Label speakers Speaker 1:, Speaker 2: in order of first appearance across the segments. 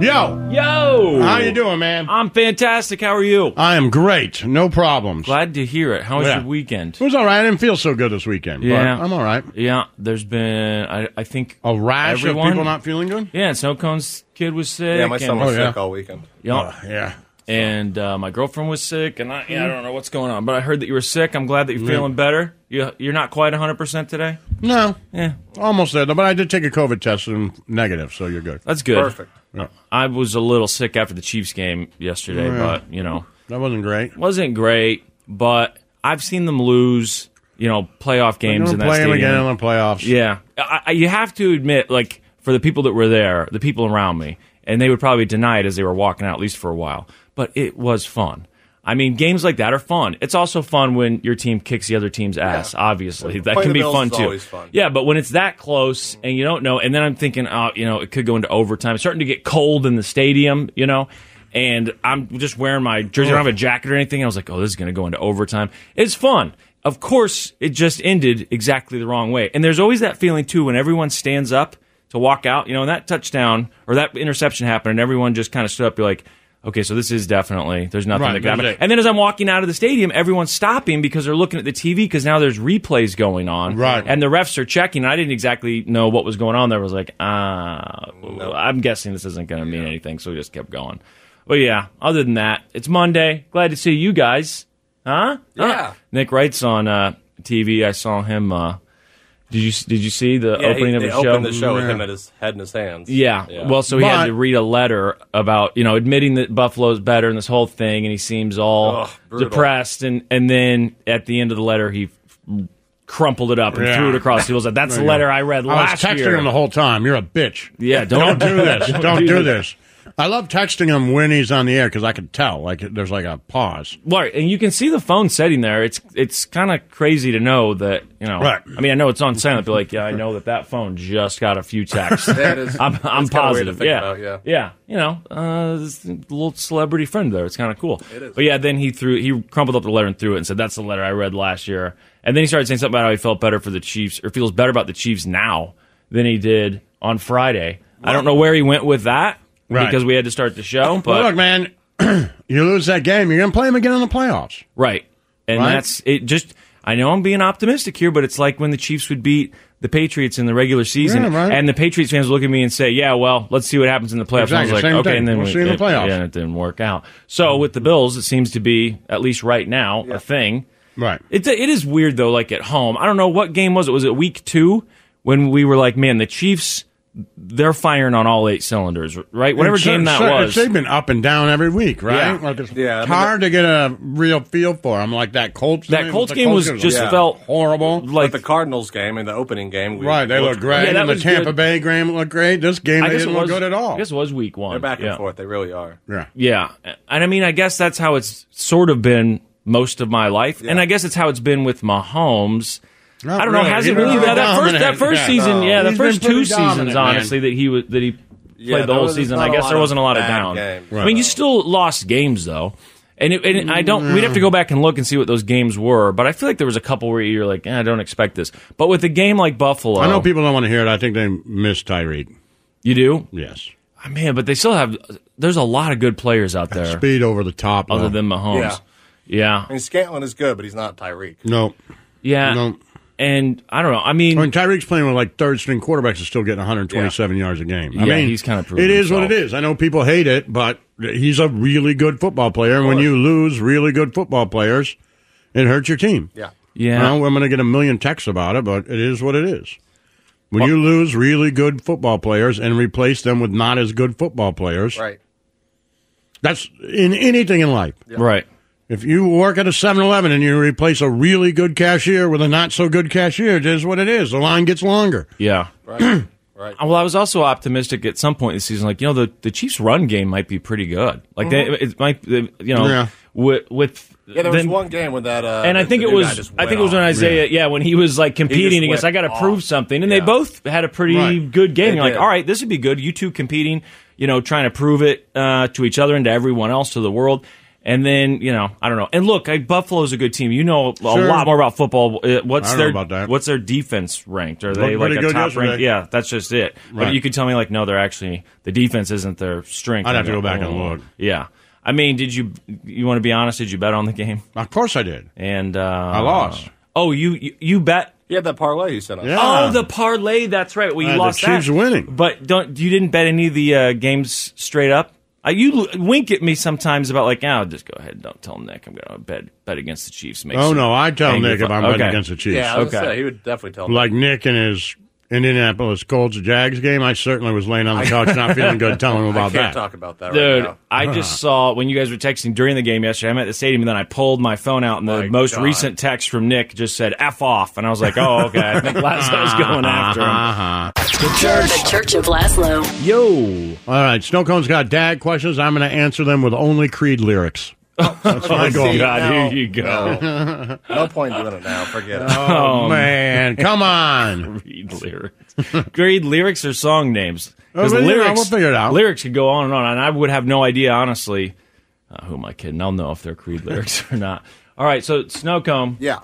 Speaker 1: Yo!
Speaker 2: Yo!
Speaker 1: How you doing, man?
Speaker 2: I'm fantastic. How are you?
Speaker 1: I am great. No problems.
Speaker 2: Glad to hear it. How was yeah. your weekend?
Speaker 1: It was all right. I didn't feel so good this weekend. Yeah. I'm all right.
Speaker 2: Yeah. There's been, I, I think,
Speaker 1: a rash
Speaker 2: everyone,
Speaker 1: of people not feeling good?
Speaker 2: Yeah. Snow Cone's kid was sick.
Speaker 3: Yeah, my son was oh, sick yeah. all weekend.
Speaker 2: Yep.
Speaker 1: Uh, yeah Hmm.
Speaker 2: and uh, my girlfriend was sick, and I, yeah, I, don't know what's going on, but I heard that you were sick. I'm glad that you're feeling better. You, you're not quite 100% today?
Speaker 1: No.
Speaker 2: Yeah.
Speaker 1: Almost there, but I did take a COVID test and negative, so you're good.
Speaker 2: That's good.
Speaker 3: Perfect.
Speaker 1: Yeah.
Speaker 2: I was a little sick after the Chiefs game yesterday, yeah. but, you know.
Speaker 1: That wasn't great.
Speaker 2: Wasn't great, but I've seen them lose, you know, playoff games in that
Speaker 1: play
Speaker 2: stadium.
Speaker 1: again in the playoffs.
Speaker 2: Yeah. I, I, you have to admit, like, for the people that were there, the people around me, and they would probably deny it as they were walking out, at least for a while but it was fun. I mean, games like that are fun. It's also fun when your team kicks the other team's ass. Yeah. Obviously, yeah. that
Speaker 3: Playing
Speaker 2: can be
Speaker 3: fun
Speaker 2: too.
Speaker 3: Fun.
Speaker 2: Yeah, but when it's that close and you don't know, and then I'm thinking, oh, you know, it could go into overtime. It's starting to get cold in the stadium, you know, and I'm just wearing my jersey. I don't have a jacket or anything. I was like, oh, this is going to go into overtime. It's fun. Of course, it just ended exactly the wrong way. And there's always that feeling too when everyone stands up to walk out. You know, and that touchdown or that interception happened, and everyone just kind of stood up. You're like okay, so this is definitely there's nothing right, that can happen. And then as I'm walking out of the stadium, everyone's stopping because they're looking at the TV because now there's replays going on,
Speaker 1: right?
Speaker 2: And the refs are checking. I didn't exactly know what was going on. There I was like, ah, uh, no. I'm guessing this isn't going to mean yeah. anything, so we just kept going. But yeah, other than that, it's Monday. Glad to see you guys, huh?
Speaker 3: Yeah.
Speaker 2: Uh, Nick Wright's on uh, TV. I saw him. uh, Did you did you see the
Speaker 3: yeah,
Speaker 2: opening
Speaker 3: he,
Speaker 2: of the
Speaker 3: they
Speaker 2: show?
Speaker 3: Opened the show yeah. with him at his head in his hands.
Speaker 2: Yeah. yeah. Well, so he
Speaker 1: but,
Speaker 2: had to read a letter about you know admitting that Buffalo's better and this whole thing, and he seems all
Speaker 3: ugh,
Speaker 2: depressed, and and then at the end of the letter he. Crumpled it up and threw it across people's head. That's the letter I read last
Speaker 1: year. I was texting
Speaker 2: year.
Speaker 1: him the whole time. You're a bitch.
Speaker 2: Yeah,
Speaker 1: don't, don't do this. don't, don't do this. this. I love texting him when he's on the air because I can tell. Like there's like a pause.
Speaker 2: Right, and you can see the phone setting there. It's it's kind of crazy to know that you know.
Speaker 1: Right.
Speaker 2: I mean, I know it's on silent, but like, yeah, I know that that phone just got a few texts. that
Speaker 3: is,
Speaker 2: I'm, I'm positive.
Speaker 3: yeah.
Speaker 2: About,
Speaker 3: yeah.
Speaker 2: Yeah. You know, uh, little celebrity friend there. It's kind of cool.
Speaker 3: It is.
Speaker 2: But yeah, then he threw he crumpled up the letter and threw it and said, "That's the letter I read last year." And then he started saying something about how he felt better for the Chiefs or feels better about the Chiefs now than he did on Friday. Wow. I don't know where he went with that.
Speaker 1: Right.
Speaker 2: because we had to start the show. But
Speaker 1: well, look, man, you lose that game, you're going to play them again in the playoffs.
Speaker 2: Right. And
Speaker 1: right?
Speaker 2: that's it. Just I know I'm being optimistic here, but it's like when the Chiefs would beat the Patriots in the regular season,
Speaker 1: yeah, right.
Speaker 2: and the Patriots fans look at me and say, "Yeah, well, let's see what happens in the playoffs."
Speaker 1: Exactly.
Speaker 2: I was like,
Speaker 1: Same
Speaker 2: "Okay,"
Speaker 1: thing.
Speaker 2: and then
Speaker 1: We'll
Speaker 2: we,
Speaker 1: see in the
Speaker 2: it,
Speaker 1: playoffs.
Speaker 2: yeah, and it didn't work out. So with the Bills, it seems to be at least right now
Speaker 3: Yeah.
Speaker 2: a thing.
Speaker 1: Right.
Speaker 2: It it is weird though. Like at home, I don't know what game was it. Was it week two when we were like, "Man, the Chiefs." they're firing on all eight cylinders, right? Whatever
Speaker 1: And so-
Speaker 2: game that
Speaker 1: so-
Speaker 2: was.
Speaker 1: They've been up and down every week, right?
Speaker 2: Yeah.
Speaker 1: Like it's
Speaker 3: Yeah, I mean,
Speaker 1: hard to get a real feel for them. Like that Colts.
Speaker 2: That
Speaker 1: thing,
Speaker 2: Colts
Speaker 1: the
Speaker 2: game was just
Speaker 3: Yeah.
Speaker 2: felt
Speaker 1: horrible.
Speaker 2: like
Speaker 3: the Cardinals game and the opening game. We
Speaker 1: right, they look
Speaker 3: looked
Speaker 1: great.
Speaker 2: Yeah, that
Speaker 1: and the
Speaker 2: was
Speaker 1: Tampa
Speaker 2: good.
Speaker 1: Bay game looked great. This game
Speaker 2: I
Speaker 1: they
Speaker 2: guess
Speaker 1: didn't
Speaker 2: it was
Speaker 1: look good at all.
Speaker 2: I guess it was week one.
Speaker 3: They're back and
Speaker 2: yeah.
Speaker 3: forth. They really are.
Speaker 1: yeah.
Speaker 2: Yeah, and I mean, I guess that's how it's sort of been most of my life, and I guess it's how it's been with Mahomes.
Speaker 1: Not
Speaker 2: I don't know.
Speaker 1: really.
Speaker 2: Has
Speaker 1: He
Speaker 2: it
Speaker 1: was
Speaker 2: really
Speaker 1: pretty
Speaker 2: that, that first that
Speaker 1: dominant.
Speaker 2: first
Speaker 1: Yeah.
Speaker 2: season? Yeah, the
Speaker 1: He's
Speaker 2: first
Speaker 1: been
Speaker 2: two
Speaker 1: pretty
Speaker 2: seasons,
Speaker 1: dominant, man.
Speaker 2: honestly, that he was that he
Speaker 3: Yeah,
Speaker 2: played the
Speaker 3: there
Speaker 2: whole
Speaker 3: was
Speaker 2: season.
Speaker 3: not
Speaker 2: I
Speaker 3: a
Speaker 2: guess
Speaker 3: lot
Speaker 2: there
Speaker 3: of
Speaker 2: wasn't a lot of
Speaker 3: bad
Speaker 2: down.
Speaker 3: games.
Speaker 2: I mean, you still lost games though. And, it, and I don't. We'd have to go back and look and see what those games were. But I feel like there was a couple where you're like, eh, I don't expect this. But with a game like Buffalo,
Speaker 1: I know people don't want to hear it. I think they miss Tyreek.
Speaker 2: you do.
Speaker 1: Yes.
Speaker 2: I mean, but they still have. There's a lot of good players out there.
Speaker 1: Speed over the top.
Speaker 2: other
Speaker 1: no.
Speaker 2: than
Speaker 3: Yeah.
Speaker 2: Mahomes. Yeah.
Speaker 3: I mean, Scantlin is good, but he's not Tyreek.
Speaker 1: no.
Speaker 2: Yeah.
Speaker 1: No.
Speaker 2: And I don't know. I
Speaker 1: I mean,
Speaker 2: mean,
Speaker 1: Tyreek's playing with like third string quarterbacks is still getting 127 yards a game. I
Speaker 2: Yeah,
Speaker 1: mean,
Speaker 2: he's kinda proven
Speaker 1: It is what it
Speaker 2: himself.
Speaker 1: is. I know people hate it, but he's a really good football player. And when you lose really good football players, it hurts your team.
Speaker 3: Yeah.
Speaker 2: yeah.
Speaker 1: Now, I'm going to get a million texts about it, but it is what it is. When you lose really good football players and replace them with not as good football players,
Speaker 3: Right.
Speaker 1: that's in anything in life.
Speaker 2: Right.
Speaker 1: If you work at a 7 Eleven and you replace a really good cashier with a not so good cashier, it is what it is. The line gets longer.
Speaker 2: Yeah.
Speaker 3: Right. right.
Speaker 2: Well, I was also optimistic at some point this season, like you know, the, the Chiefs' run game might be pretty good. Like they, it might, you know,
Speaker 1: Yeah.
Speaker 2: with, with
Speaker 3: Mm-hmm. Yeah, there was
Speaker 2: then-
Speaker 3: one game when that. Uh,
Speaker 2: and I
Speaker 3: the-
Speaker 2: think
Speaker 3: the
Speaker 2: it
Speaker 3: new guy
Speaker 2: was,
Speaker 3: just
Speaker 2: I
Speaker 3: went
Speaker 2: think it was when
Speaker 3: off.
Speaker 2: Isaiah, yeah, when he was like competing against, I
Speaker 3: went
Speaker 2: got to
Speaker 3: off.
Speaker 2: prove something, and they
Speaker 3: Yeah.
Speaker 2: both had a pretty
Speaker 1: Right.
Speaker 2: good game.
Speaker 3: They
Speaker 2: You're like,
Speaker 3: did.
Speaker 2: all right, this would be good. You two competing, you know, trying to prove it uh, to each other and to everyone else, to the world. And then you know, I don't know. And look, I, Buffalo's a good team. You know a lot more about football. Uh, What's
Speaker 1: I don't know
Speaker 2: their
Speaker 1: about that.
Speaker 2: what's their defense ranked? Are they
Speaker 1: Looked
Speaker 2: like
Speaker 1: pretty
Speaker 2: a
Speaker 1: good
Speaker 2: top ranked?
Speaker 1: yesterday.
Speaker 2: Yeah, that's just it. But
Speaker 1: Right.
Speaker 2: you could tell me like, no, they're actually the defense isn't their strength.
Speaker 1: I'd have to
Speaker 2: I'm
Speaker 1: go back
Speaker 2: like,
Speaker 1: and
Speaker 2: oh.
Speaker 1: look.
Speaker 2: Yeah, I mean, did you you want to be honest? Did you bet on the game?
Speaker 1: Of course I did.
Speaker 2: and uh, I
Speaker 1: lost.
Speaker 2: Oh, you you, you bet.
Speaker 3: You had that parlay you sent us.
Speaker 1: Yeah.
Speaker 2: Oh, the parlay. That's right. Well, you
Speaker 1: Uh, the
Speaker 2: lost.
Speaker 1: Chiefs
Speaker 2: that.
Speaker 1: winning.
Speaker 2: but don't you didn't bet any of the uh, games straight up. Uh, you l- wink at me sometimes about like, oh, just go ahead. and Don't tell Nick I'm going to bet bet against the Chiefs. Makes
Speaker 1: Oh, no. I tell Nick if I'm betting
Speaker 2: okay.
Speaker 1: against the Chiefs.
Speaker 3: Yeah, I was gonna
Speaker 2: Okay.
Speaker 3: say, he would definitely tell me.
Speaker 1: Like Nick and his Indianapolis Colts Jags game, I certainly was laying on the couch not feeling good telling him
Speaker 3: I
Speaker 1: about
Speaker 3: can't
Speaker 1: that.
Speaker 3: talk about that
Speaker 2: Dude,
Speaker 3: right now.
Speaker 2: I just saw when you guys were texting during the game yesterday. I'm at the stadium, and then I pulled my phone out, and the
Speaker 3: My
Speaker 2: most
Speaker 3: God.
Speaker 2: recent text from Nick just said "f off," and I was like, "Oh, okay." I think Lasso was going
Speaker 1: Uh-huh,
Speaker 2: after him.
Speaker 4: The Church of Laszlo.
Speaker 2: Yo,
Speaker 1: All right. Snow Cone's got dad questions. I'm going to answer them with only Creed lyrics. That's my goal.
Speaker 3: See,
Speaker 2: God,
Speaker 3: now-
Speaker 2: here you go.
Speaker 3: No, no point in doing it now. Forget it.
Speaker 1: Oh, man. Come on.
Speaker 2: Um, Greed lyrics. Greed lyrics or song names. Because
Speaker 1: Oh, yeah,
Speaker 2: lyrics,
Speaker 1: we'll figure it out.
Speaker 2: Lyrics could go on and on, and I would have no idea, honestly. Uh, who am I kidding? I'll know if they're Creed lyrics or not. All right, so Snowcomb,
Speaker 3: Yeah.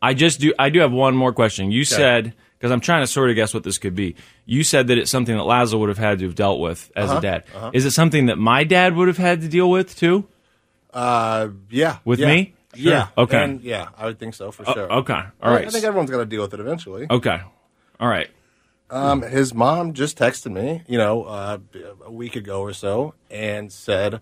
Speaker 2: I just do. I do have one more question. You said because I'm trying to sort of guess what this could be. You said that it's something that Lazo would have had to have dealt with as
Speaker 3: Uh-huh.
Speaker 2: a dad. Is it something that my dad would have had to deal with too?
Speaker 3: Uh, yeah.
Speaker 2: With
Speaker 3: yeah.
Speaker 2: me?
Speaker 3: Yeah.
Speaker 2: Sure. Okay.
Speaker 3: And, yeah, I would think so for sure.
Speaker 2: Okay. All
Speaker 3: I-
Speaker 2: right.
Speaker 3: I think everyone's got to deal with it eventually.
Speaker 2: okay. All right.
Speaker 3: Um, his mom just texted me, you know, uh, a week ago or so, and said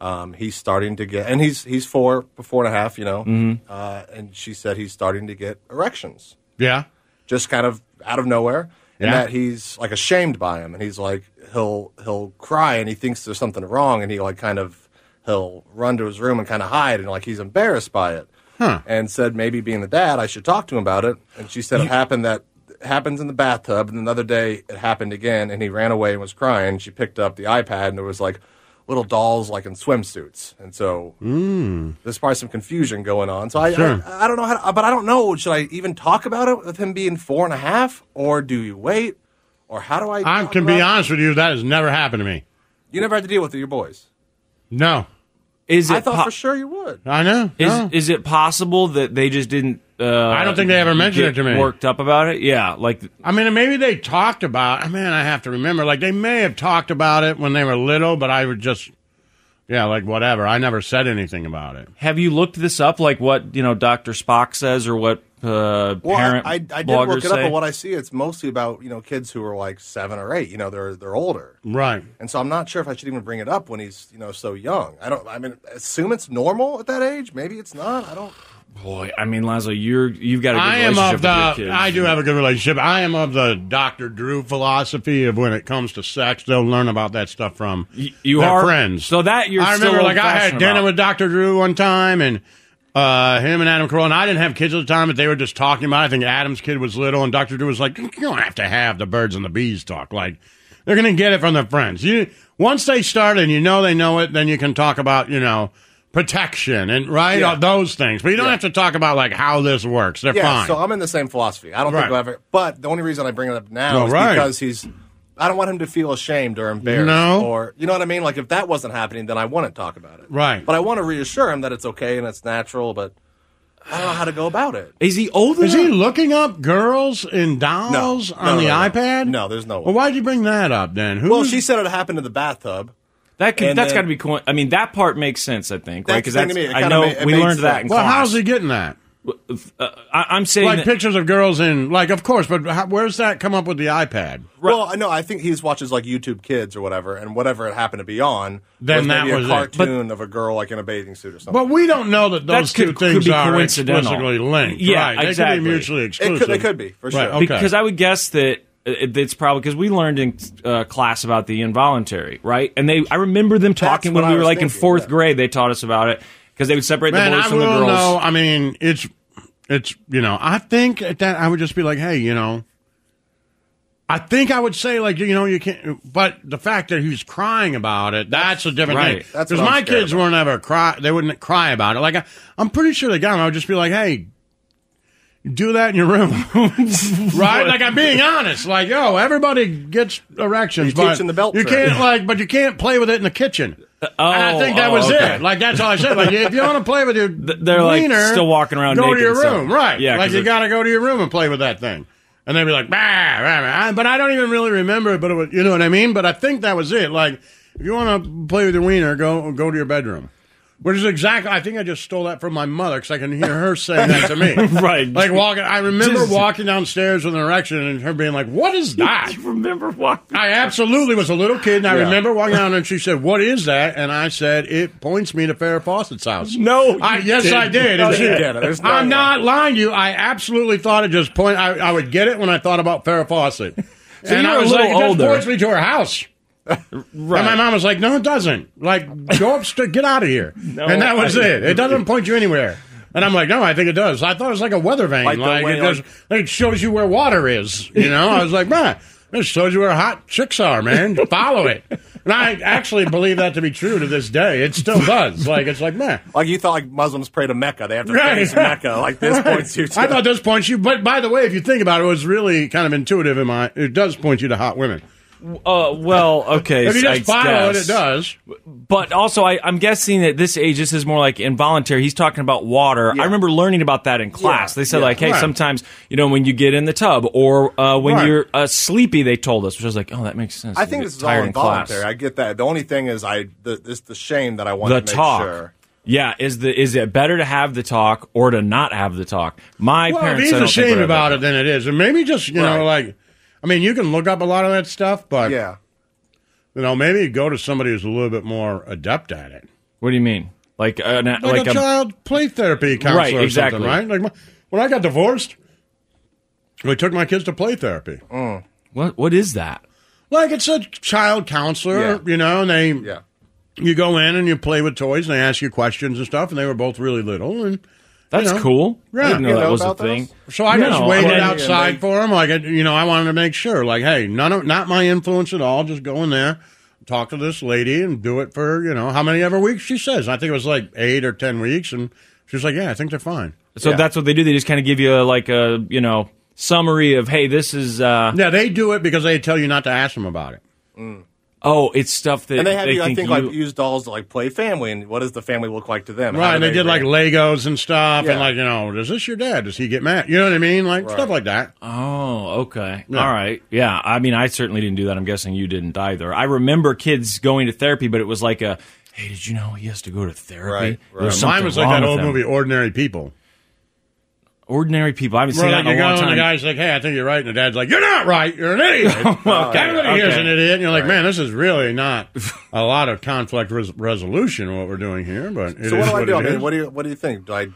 Speaker 3: um, he's starting to get, and he's he's four, four and a half, you know,
Speaker 2: Mm-hmm.
Speaker 3: uh, and she said he's starting to get erections,
Speaker 1: Yeah.
Speaker 3: just kind of out of nowhere, and
Speaker 1: Yeah.
Speaker 3: that he's like ashamed by him, and he's like he'll he'll cry, and he thinks there's something wrong, and he like kind of he'll run to his room and kind of hide, and like he's embarrassed by it, and said maybe being the dad I should talk to him about it, and she said it happened that happens in the bathtub, and another day it happened again, and he ran away and was crying. She picked up the iPad, and there was like little dolls like in swimsuits, and so
Speaker 1: Hmm.
Speaker 3: there's probably some confusion going on. So I, I, I don't know how, to, but I don't know. Should I even talk about it with him being four and a half, or do you wait, or how do I?
Speaker 1: I
Speaker 3: talk
Speaker 1: can be
Speaker 3: about it?
Speaker 1: honest with you. That has never happened to me.
Speaker 3: You never had to deal with your boys.
Speaker 1: No.
Speaker 2: Is it
Speaker 3: I thought
Speaker 2: po-
Speaker 3: for sure you would.
Speaker 1: I know.
Speaker 2: Is
Speaker 1: No.
Speaker 2: is it possible that they just didn't? Uh,
Speaker 1: I don't think they ever mentioned
Speaker 2: get
Speaker 1: it to me.
Speaker 2: Worked up about it? Yeah, like
Speaker 1: I mean, maybe they talked about. I mean, I have to remember. Like they may have talked about it when they were little, but I would just, yeah, like whatever. I never said anything about it.
Speaker 2: have you looked this up? Like what you know, Doctor Spock says, or what uh,
Speaker 3: Well,
Speaker 2: parent
Speaker 3: I, I, I did
Speaker 2: bloggers
Speaker 3: look it up,
Speaker 2: say?
Speaker 3: but what I see, it's mostly about you know kids who are like seven or eight. You know, they're they're older,
Speaker 1: Right.
Speaker 3: and so I'm not sure if I should even bring it up when he's you know so young. I don't. I mean, assume it's normal at that age. Maybe it's not. I don't.
Speaker 2: Boy, I mean, Lazo, you're you've got a good
Speaker 1: I am
Speaker 2: relationship
Speaker 1: of the.
Speaker 2: with your kids.
Speaker 1: I do have a good relationship. I am of the Dr. Drew philosophy of when it comes to sex, they'll learn about that stuff from
Speaker 2: you
Speaker 1: their
Speaker 2: are-
Speaker 1: friends.
Speaker 2: so that you're
Speaker 1: I remember,
Speaker 2: still
Speaker 1: like I had
Speaker 2: old-fashioned
Speaker 1: dinner
Speaker 2: about.
Speaker 1: with Dr. Drew one time, and uh, him and Adam Carolla. And I didn't have kids at the time, but they were just talking about. it. I think Adam's kid was little, and Dr. Drew was like, "You don't have to have the birds and the bees talk. Like they're going to get it from their friends. You once they start and you know they know it, then you can talk about you know." Protection and right
Speaker 3: Yeah.
Speaker 1: those things, but you don't have to talk about like how this works. They're
Speaker 3: yeah,
Speaker 1: fine.
Speaker 3: so I'm in the same philosophy. I don't
Speaker 1: Right.
Speaker 3: think I'll ever. But the only reason I bring it up now
Speaker 1: Well,
Speaker 3: is
Speaker 1: right.
Speaker 3: because he's. I don't want him to feel ashamed or embarrassed,
Speaker 1: No.
Speaker 3: or you know what I mean. Like if that wasn't happening, then I wouldn't talk about it.
Speaker 1: Right.
Speaker 3: But I want to reassure him that it's okay and it's natural. But I don't know how to go about it.
Speaker 2: Is he older?
Speaker 1: Is he looking up girls and dolls
Speaker 3: No. No,
Speaker 1: on
Speaker 3: no,
Speaker 1: the
Speaker 3: no, no.
Speaker 1: iPad?
Speaker 3: No, there's no way.
Speaker 1: Well, why'd you bring that up then? Who
Speaker 3: Well,
Speaker 1: was-
Speaker 3: she said it happened in the bathtub.
Speaker 2: That could,
Speaker 3: And
Speaker 2: that's
Speaker 3: then-
Speaker 2: got to be. Co- I mean, that part makes sense. I think right
Speaker 3: That's
Speaker 2: because
Speaker 3: the thing
Speaker 2: that's.
Speaker 3: to me. It
Speaker 2: I
Speaker 3: kinda
Speaker 2: know
Speaker 3: ma- it
Speaker 2: we
Speaker 3: makes
Speaker 2: learned that.
Speaker 3: sense.
Speaker 2: In
Speaker 1: Well,
Speaker 2: class.
Speaker 1: how's he getting that?
Speaker 2: Uh, I, I'm saying
Speaker 1: Like
Speaker 2: that-
Speaker 1: pictures of girls in, like, of course, but how, where's that come up with the iPad?
Speaker 3: Well, I know. I think he just watches like YouTube Kids or whatever, and whatever it happened to be on
Speaker 1: Then
Speaker 3: was
Speaker 1: that
Speaker 3: maybe
Speaker 1: was it.
Speaker 3: a cartoon of a girl like in a bathing suit or something.
Speaker 1: But we don't know that
Speaker 2: That
Speaker 1: those
Speaker 2: could-
Speaker 1: two
Speaker 2: could
Speaker 1: things
Speaker 2: be
Speaker 1: are
Speaker 2: coincidental.
Speaker 1: explicitly linked.
Speaker 2: Yeah,
Speaker 1: right. They could
Speaker 2: exactly.
Speaker 1: be mutually
Speaker 3: It could-
Speaker 1: exclusive.
Speaker 3: they could be, for sure.
Speaker 1: Right, okay.
Speaker 2: because I would guess that uh, it- it's probably because we learned in uh, class about the involuntary, right? And they, I remember them talking
Speaker 3: what
Speaker 2: when
Speaker 3: I
Speaker 2: we were
Speaker 3: was
Speaker 2: like in
Speaker 3: thinking,
Speaker 2: fourth
Speaker 3: yeah.
Speaker 2: grade. They taught us about it because they would separate
Speaker 1: Man,
Speaker 2: the boys
Speaker 1: I
Speaker 2: from
Speaker 1: will
Speaker 2: the girls.
Speaker 1: know. I mean, it's it's you know, I think at that I would just be like, hey, you know, I think I would say like, you know, you can't. But the fact that he's crying about it, that's a different
Speaker 2: right.
Speaker 1: thing.
Speaker 3: That's
Speaker 1: Because
Speaker 3: what I'm
Speaker 1: my
Speaker 3: scared
Speaker 1: kids
Speaker 3: about.
Speaker 1: weren't ever cry. They wouldn't cry about it. Like I, I'm pretty sure they got him. I would just be like, hey. Do that in your room, right? Like I'm being honest. Like, oh, yo, everybody gets erections,
Speaker 3: You're
Speaker 1: but
Speaker 3: teaching the belt
Speaker 1: you
Speaker 3: trick.
Speaker 1: can't like, but you can't play with it in the kitchen. and I
Speaker 2: oh,
Speaker 1: think that
Speaker 2: oh,
Speaker 1: was
Speaker 2: okay.
Speaker 1: it. Like that's all I said. Like if you want to play with your
Speaker 2: Th- they're, like,
Speaker 1: wiener,
Speaker 2: still walking around
Speaker 1: Go to
Speaker 2: naked
Speaker 1: your
Speaker 2: and stuff.
Speaker 1: room, right?
Speaker 2: Yeah,
Speaker 1: like
Speaker 2: 'cause
Speaker 1: you
Speaker 2: it-
Speaker 1: got to go to your room and play with that thing. And they'd be like, bah, bah, bah. I- but I don't even really remember it. But it was, you know what I mean. But I think that was it. Like if you want to play with your wiener, go go to your bedroom. Which is exactly. I think I just stole that from my mother because I can hear her saying that to me.
Speaker 2: Right.
Speaker 1: Like walking. I remember
Speaker 2: Just-
Speaker 1: walking downstairs with an erection and her being like, "What is that?"
Speaker 2: You remember walking?
Speaker 1: I absolutely was a little kid, and I
Speaker 3: Yeah.
Speaker 1: remember walking out, and she said, "What is that?" And I said, "It points me to Farrah Fawcett's house."
Speaker 2: No,
Speaker 1: I,
Speaker 2: you
Speaker 1: yes,
Speaker 2: didn't.
Speaker 1: I did.
Speaker 3: No,
Speaker 1: And
Speaker 3: you
Speaker 1: she-
Speaker 3: didn't. There's no
Speaker 1: I'm
Speaker 3: way.
Speaker 1: not lying to you. I absolutely thought it just point. I, I would get it when I thought about Farrah Fawcett, and
Speaker 2: you're
Speaker 1: I
Speaker 2: a
Speaker 1: was
Speaker 2: little
Speaker 1: like, "It just
Speaker 2: older.
Speaker 1: points me to her house."
Speaker 2: Right.
Speaker 1: And my mom was like, "No, it doesn't. Like, go upstairs, get out of here." and that was
Speaker 2: I-
Speaker 1: it. It doesn't point you anywhere. And I'm like, no, I think it does. I thought it was like a weather vane, like,
Speaker 3: Like the
Speaker 1: it
Speaker 3: way,
Speaker 1: does, like, it shows you where water is. You know, I was like, man, this shows you where hot chicks are, man. Follow it. And I actually believe that to be true to this day. It still does. Like, it's like, man,
Speaker 3: Like you thought, like Muslims pray to Mecca. They have to
Speaker 1: Right.
Speaker 3: face Mecca. Like this points you to.
Speaker 1: I thought this points you. But by the way, if you think about it, it was really kind of intuitive in my. It does point you to hot women.
Speaker 2: Uh, well, okay.
Speaker 1: If you
Speaker 2: I
Speaker 1: just follow it,
Speaker 2: guess.
Speaker 1: it does.
Speaker 2: But also, I, I'm guessing at this age, this is more like involuntary. He's talking about water. I remember learning about that in class.
Speaker 3: Yeah,
Speaker 2: They said,
Speaker 3: yeah.
Speaker 2: like, hey,
Speaker 1: Right.
Speaker 2: sometimes, you know, when you get in the tub or uh, when
Speaker 1: Right.
Speaker 2: you're uh, sleepy, they told us, which I was like, oh, that makes sense.
Speaker 3: I
Speaker 2: You
Speaker 3: think
Speaker 2: get
Speaker 3: this is all
Speaker 2: tired in class.
Speaker 3: involuntary. I get that. The only thing is, I the, this the shame that I want
Speaker 2: the
Speaker 3: to make
Speaker 2: talk.
Speaker 3: sure.
Speaker 2: Yeah, is the is it better to have the talk or to not have the talk? My
Speaker 1: Well, if
Speaker 2: parents.
Speaker 1: he's
Speaker 2: I don't think,
Speaker 1: ashamed
Speaker 2: were
Speaker 1: about
Speaker 2: ever-
Speaker 1: it, then it is, and maybe just you know, like, I mean, you can look up a lot of that stuff, but
Speaker 3: Yeah,
Speaker 1: you know, maybe go to somebody who's a little bit more adept at it,
Speaker 2: What do you mean? Like uh, na-
Speaker 1: like,
Speaker 2: like
Speaker 1: a,
Speaker 2: a-
Speaker 1: child play therapy counselor,
Speaker 2: Right,
Speaker 1: or
Speaker 2: exactly.
Speaker 1: something, right? Like my, when I got divorced, we took my kids to play therapy.
Speaker 2: what what is that?
Speaker 1: Like it's a child counselor,
Speaker 3: Yeah.
Speaker 1: you know, and they
Speaker 3: yeah.
Speaker 1: you go in and you play with toys and they ask you questions and stuff, and they were both really little and.
Speaker 2: That's
Speaker 1: know.
Speaker 2: cool.
Speaker 1: Right.
Speaker 2: I didn't know
Speaker 1: You
Speaker 2: that
Speaker 3: know
Speaker 2: was a
Speaker 3: about
Speaker 2: thing.
Speaker 3: those?
Speaker 1: So I
Speaker 2: No,
Speaker 1: just
Speaker 2: I
Speaker 1: waited
Speaker 2: mean-
Speaker 1: outside for him. Like, I- you know, I wanted to make sure, like, hey, none of, not my influence at all. Just go in there, talk to this lady, and do it for you know how many ever weeks she says. I think it was like eight or ten weeks, and she was like, yeah, I think they're fine.
Speaker 2: So that's what they do. They just kind of give you a, like a you know summary of hey, this is uh,
Speaker 1: Yeah, they do it because they tell you not to ask them about it.
Speaker 2: oh, it's stuff that
Speaker 3: Mm. And they have you, I think, like
Speaker 2: you-
Speaker 3: use dolls to like play family, and what does the family look like to them? How
Speaker 1: Right,
Speaker 3: do
Speaker 1: and they, did like
Speaker 3: react?
Speaker 1: Legos and stuff,
Speaker 3: Yeah.
Speaker 1: and like you know, does this your dad? Does he get mad? You know what I mean? Like stuff like that.
Speaker 2: oh, okay, all right, yeah. I mean, I certainly didn't do that. I'm guessing you didn't either. I remember kids going to therapy, but it was like a hey, did you know he has to go to therapy?
Speaker 3: Right,
Speaker 2: There was
Speaker 1: Mine
Speaker 2: something
Speaker 1: was like
Speaker 2: wrong
Speaker 1: that
Speaker 2: with
Speaker 1: old
Speaker 2: him.
Speaker 1: movie, Ordinary People.
Speaker 2: Ordinary people. I haven't
Speaker 1: Where
Speaker 2: seen
Speaker 1: like
Speaker 2: that
Speaker 1: you
Speaker 2: in a
Speaker 1: go
Speaker 2: long
Speaker 1: and the
Speaker 2: time.
Speaker 1: guy's like, "Hey, I think you're right," and the dad's like, "You're not right. You're an idiot."
Speaker 3: Oh,
Speaker 1: Everybody here's
Speaker 2: okay.
Speaker 1: an idiot. And you're like, "Man, this is really not a lot of conflict res- resolution what we're doing here." But it is
Speaker 3: So what do I do? I
Speaker 1: it
Speaker 3: mean,
Speaker 1: is.
Speaker 3: what do you what do you think? Do I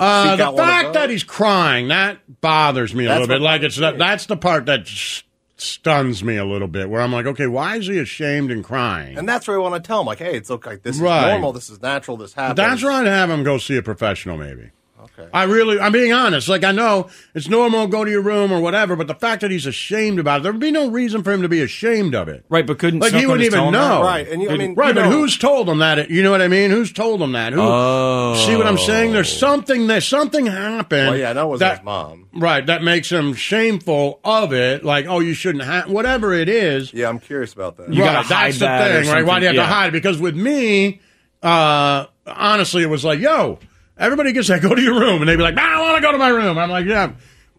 Speaker 1: Uh,
Speaker 3: seek
Speaker 1: the
Speaker 3: out one of
Speaker 1: fact
Speaker 3: those.
Speaker 1: that he's crying that bothers me a
Speaker 3: That's
Speaker 1: little bit.
Speaker 3: what
Speaker 1: Like it's not, that's the part that s- stuns me a little bit. Where I'm like, okay, why is he ashamed and crying?
Speaker 3: and that's where we want to tell them, like, hey, it's okay. This
Speaker 1: Right.
Speaker 3: is normal. This is natural. This happens.
Speaker 1: That's where I'd have him go see a professional, maybe. Okay. I really, I'm being honest. Like I know it's normal, go to your room or whatever. But the fact that he's ashamed about it, there would be no reason for him to be ashamed of it.
Speaker 2: Right, but couldn't
Speaker 1: Like he
Speaker 2: Snook on
Speaker 1: wouldn't
Speaker 2: his
Speaker 1: even
Speaker 2: tone
Speaker 1: know,
Speaker 2: that?
Speaker 3: Right, and you- I
Speaker 1: Didn't-
Speaker 3: mean,
Speaker 1: right,
Speaker 3: you
Speaker 1: but
Speaker 3: know-
Speaker 1: who's told him that? You know what I mean? Who's told him that? Who? See what I'm saying? There's something. There's something happened.
Speaker 3: Oh. Well, yeah, that was
Speaker 1: that,
Speaker 3: his mom.
Speaker 1: Right, that makes him shameful of it. Like, oh, you shouldn't have whatever it is.
Speaker 3: Yeah, I'm curious about that.
Speaker 2: You
Speaker 1: right,
Speaker 2: gotta hide
Speaker 1: that's the
Speaker 2: that or
Speaker 1: thing, right? Why do you have to
Speaker 2: something, yeah.
Speaker 1: hide? it? Because with me, uh, honestly, it was like, yo, everybody gets that. Go to your room, and they'd be like, I don't want to go to my room. I'm like, yeah,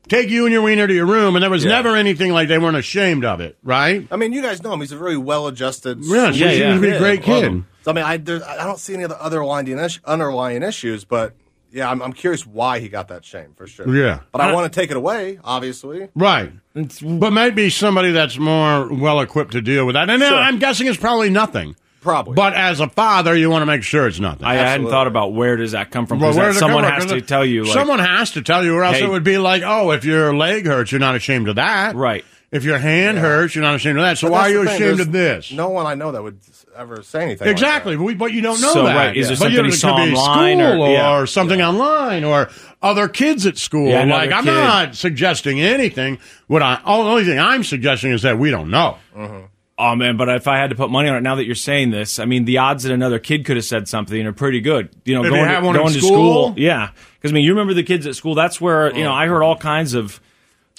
Speaker 1: take you and your wiener to your room. And there was never anything like they weren't ashamed of it, right?
Speaker 3: I mean, you guys know him. He's a very well-adjusted.
Speaker 1: Yeah,
Speaker 3: sweet
Speaker 1: yeah, yeah. He's a
Speaker 3: kid.
Speaker 1: great
Speaker 3: Love
Speaker 1: kid.
Speaker 3: him. So, I mean, I, there, I don't see any of the other underlying, is- underlying issues, but yeah, I'm, I'm curious why he got that shame for sure.
Speaker 1: Yeah.
Speaker 3: but I, want to take it away, obviously.
Speaker 1: Right. But maybe somebody that's more well equipped to deal with that. And uh,
Speaker 3: Sure.
Speaker 1: I'm guessing it's probably nothing.
Speaker 3: Probably.
Speaker 1: But as a father, you want to make sure it's nothing.
Speaker 2: I hadn't
Speaker 3: Absolutely.
Speaker 2: thought about where does that come from.
Speaker 1: Well,
Speaker 2: 'cause
Speaker 1: where
Speaker 2: that-
Speaker 1: does it
Speaker 2: someone
Speaker 1: come
Speaker 2: has
Speaker 1: from?
Speaker 2: to tell you. Like,
Speaker 1: someone has to tell you, or else
Speaker 2: Hey.
Speaker 1: it would be like, oh, if your leg hurts, you're not ashamed of that.
Speaker 2: Right.
Speaker 1: If your hand hurts, you're not ashamed of that. So
Speaker 3: But
Speaker 1: why are
Speaker 3: that's
Speaker 1: you
Speaker 3: the thing,
Speaker 1: ashamed
Speaker 3: there's
Speaker 1: of this?
Speaker 3: No one I know that would ever say anything. like
Speaker 1: Exactly,
Speaker 3: that.
Speaker 1: we, but you don't know
Speaker 2: So,
Speaker 1: that.
Speaker 2: right, is there
Speaker 1: But, you
Speaker 2: something
Speaker 1: know,
Speaker 2: he
Speaker 1: it could
Speaker 2: saw
Speaker 1: be
Speaker 2: online or-
Speaker 1: school or,
Speaker 2: yeah.
Speaker 1: something online or other kids at school.
Speaker 2: Yeah, another
Speaker 1: like I'm
Speaker 2: kid.
Speaker 1: not suggesting anything. What I all the only thing I'm suggesting is that we don't know.
Speaker 2: Oh man, but if I had to put money on it, now that you're saying this, I mean, the odds that another kid could have said something are pretty good. You know,
Speaker 1: If you
Speaker 2: going,
Speaker 1: had
Speaker 2: to,
Speaker 1: one in
Speaker 2: going to
Speaker 1: school? Uh-huh.
Speaker 2: school, yeah. Because I mean, you remember the kids at school. That's where you know I heard all kinds of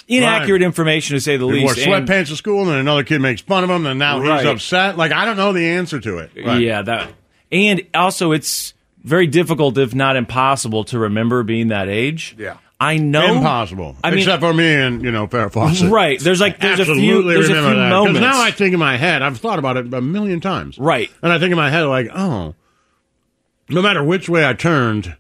Speaker 2: inaccurate
Speaker 1: Right.
Speaker 2: information to say the
Speaker 1: He wore
Speaker 2: least. and-
Speaker 1: sweatpants to school, and then another kid makes fun of him, and now he's
Speaker 2: Right.
Speaker 1: upset. Like I don't know the answer to it. Right.
Speaker 2: Yeah, that. And also, it's very difficult, if not impossible, to remember being that age.
Speaker 3: Yeah.
Speaker 2: I know
Speaker 1: impossible.
Speaker 2: I mean,
Speaker 1: except for me and you know Farrah Fawcett.
Speaker 2: Right. There's like- there's a few-
Speaker 1: Absolutely
Speaker 2: there's a
Speaker 1: remember
Speaker 2: few
Speaker 1: that. 'Cause
Speaker 2: moments.
Speaker 1: now I think in my head, I've thought about it a million times.
Speaker 2: Right.
Speaker 1: And I think in my head like, oh, no matter which way I turned.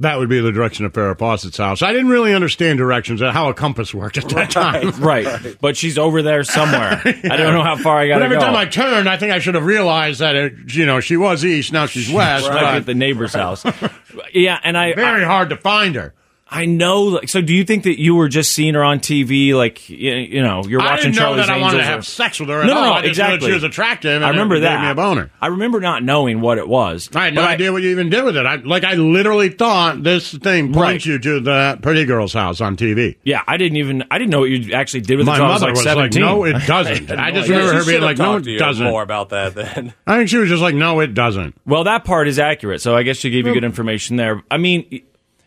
Speaker 1: That would be the direction of Farrah Fawcett's house. I didn't really understand directions and how a compass worked at that time.
Speaker 2: right, but she's over there somewhere. I don't know how far I got
Speaker 1: But
Speaker 2: to
Speaker 1: every
Speaker 2: go.
Speaker 1: time I turned, I think I should have realized that it, you know she was east, now she's west.
Speaker 2: like
Speaker 1: but
Speaker 2: at the neighbor's house. Yeah, and I, I
Speaker 1: very hard to find her.
Speaker 2: I know. Like, so do you think that you were just seeing her on TV? Like you, you know, you're
Speaker 1: I
Speaker 2: watching
Speaker 1: didn't know
Speaker 2: Charlie's
Speaker 1: that I
Speaker 2: Angels.
Speaker 1: wanted to
Speaker 2: or-
Speaker 1: have sex with her. At
Speaker 2: no,
Speaker 1: all.
Speaker 2: no, no,
Speaker 1: I just knew that
Speaker 2: exactly.
Speaker 1: she was attractive. And
Speaker 2: I
Speaker 1: it
Speaker 2: remember that.
Speaker 1: Gave me a boner.
Speaker 2: I remember not knowing what it was.
Speaker 1: I had no
Speaker 2: but
Speaker 1: idea what you even did with it. I, like I literally thought this thing points
Speaker 2: Right.
Speaker 1: you to the pretty girl's house on TV.
Speaker 2: Yeah, I didn't even. I didn't know what you actually did with it
Speaker 1: My
Speaker 2: until I was
Speaker 1: mother
Speaker 2: like
Speaker 1: was like,
Speaker 2: seventeen.
Speaker 1: "No, it doesn't." I just remember her
Speaker 3: She
Speaker 1: being
Speaker 3: should've
Speaker 1: like, "No,
Speaker 3: talked
Speaker 1: it
Speaker 3: to you
Speaker 1: doesn't."
Speaker 3: More about that then.
Speaker 1: I think she was just like, "No, it doesn't."
Speaker 2: Well, that part is accurate. So I guess she gave you good information there. I mean, y-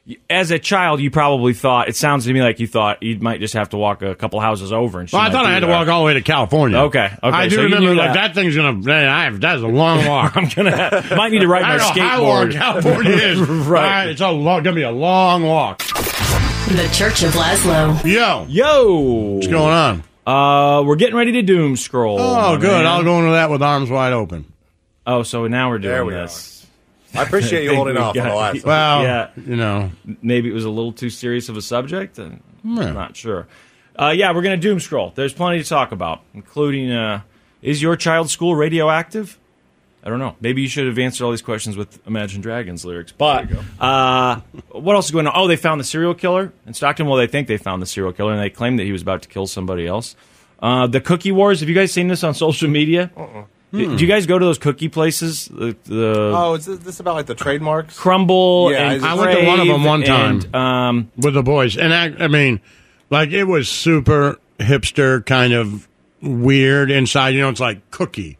Speaker 2: y- as a child, you probably thought it sounds to me like you thought you might just have to walk a couple houses over. And she
Speaker 1: Well, I
Speaker 2: might
Speaker 1: thought
Speaker 2: be
Speaker 1: I had to
Speaker 2: there.
Speaker 1: walk all the way to California.
Speaker 2: Okay, okay,
Speaker 1: I do
Speaker 2: so you
Speaker 1: remember
Speaker 2: knew
Speaker 1: like that.
Speaker 2: that.
Speaker 1: thing's gonna. Man, I have, that's a long walk.
Speaker 2: I'm gonna might need to ride
Speaker 1: I
Speaker 2: my
Speaker 1: don't know how long
Speaker 2: skateboard.
Speaker 1: California is.
Speaker 2: Right.
Speaker 1: Uh, it's a long, gonna be a long walk.
Speaker 4: The Church of Laszlo.
Speaker 1: Yo, what's
Speaker 2: Yo,
Speaker 1: going on?
Speaker 2: Uh, we're getting ready to doom scroll.
Speaker 1: Oh,
Speaker 2: my
Speaker 1: good.
Speaker 2: man.
Speaker 1: I'll go into that with arms wide open.
Speaker 2: Oh, so now we're doing
Speaker 3: There we
Speaker 2: this.
Speaker 3: I appreciate you
Speaker 2: think
Speaker 3: holding
Speaker 2: we
Speaker 3: off on the
Speaker 2: got-
Speaker 3: last. one.
Speaker 1: Well,
Speaker 2: Yeah.
Speaker 1: you know,
Speaker 2: Maybe it was a little too serious of a subject. and I'm not sure. Uh, yeah, we're gonna doom scroll. There's plenty to talk about, including uh, is your child's school radioactive? I don't know. Maybe you should have answered all these questions with Imagine Dragons lyrics. But uh, what else is going on? Oh, they found the serial killer in Stockton. Well, they think they found the serial killer, and they claim that he was about to kill somebody else. Uh, the Cookie Wars. Have you guys seen this on social media?
Speaker 3: Uh-uh.
Speaker 2: Do do you guys go to those cookie places? The, the
Speaker 3: oh, is this- this about like the trademarks?
Speaker 2: crumble.
Speaker 3: Yeah,
Speaker 2: and
Speaker 3: I
Speaker 1: went to one of
Speaker 2: Crave
Speaker 1: them one time.
Speaker 2: and, um,
Speaker 1: with the boys, and I, I mean, like it was super hipster, kind of weird inside. You know, it's like cookie,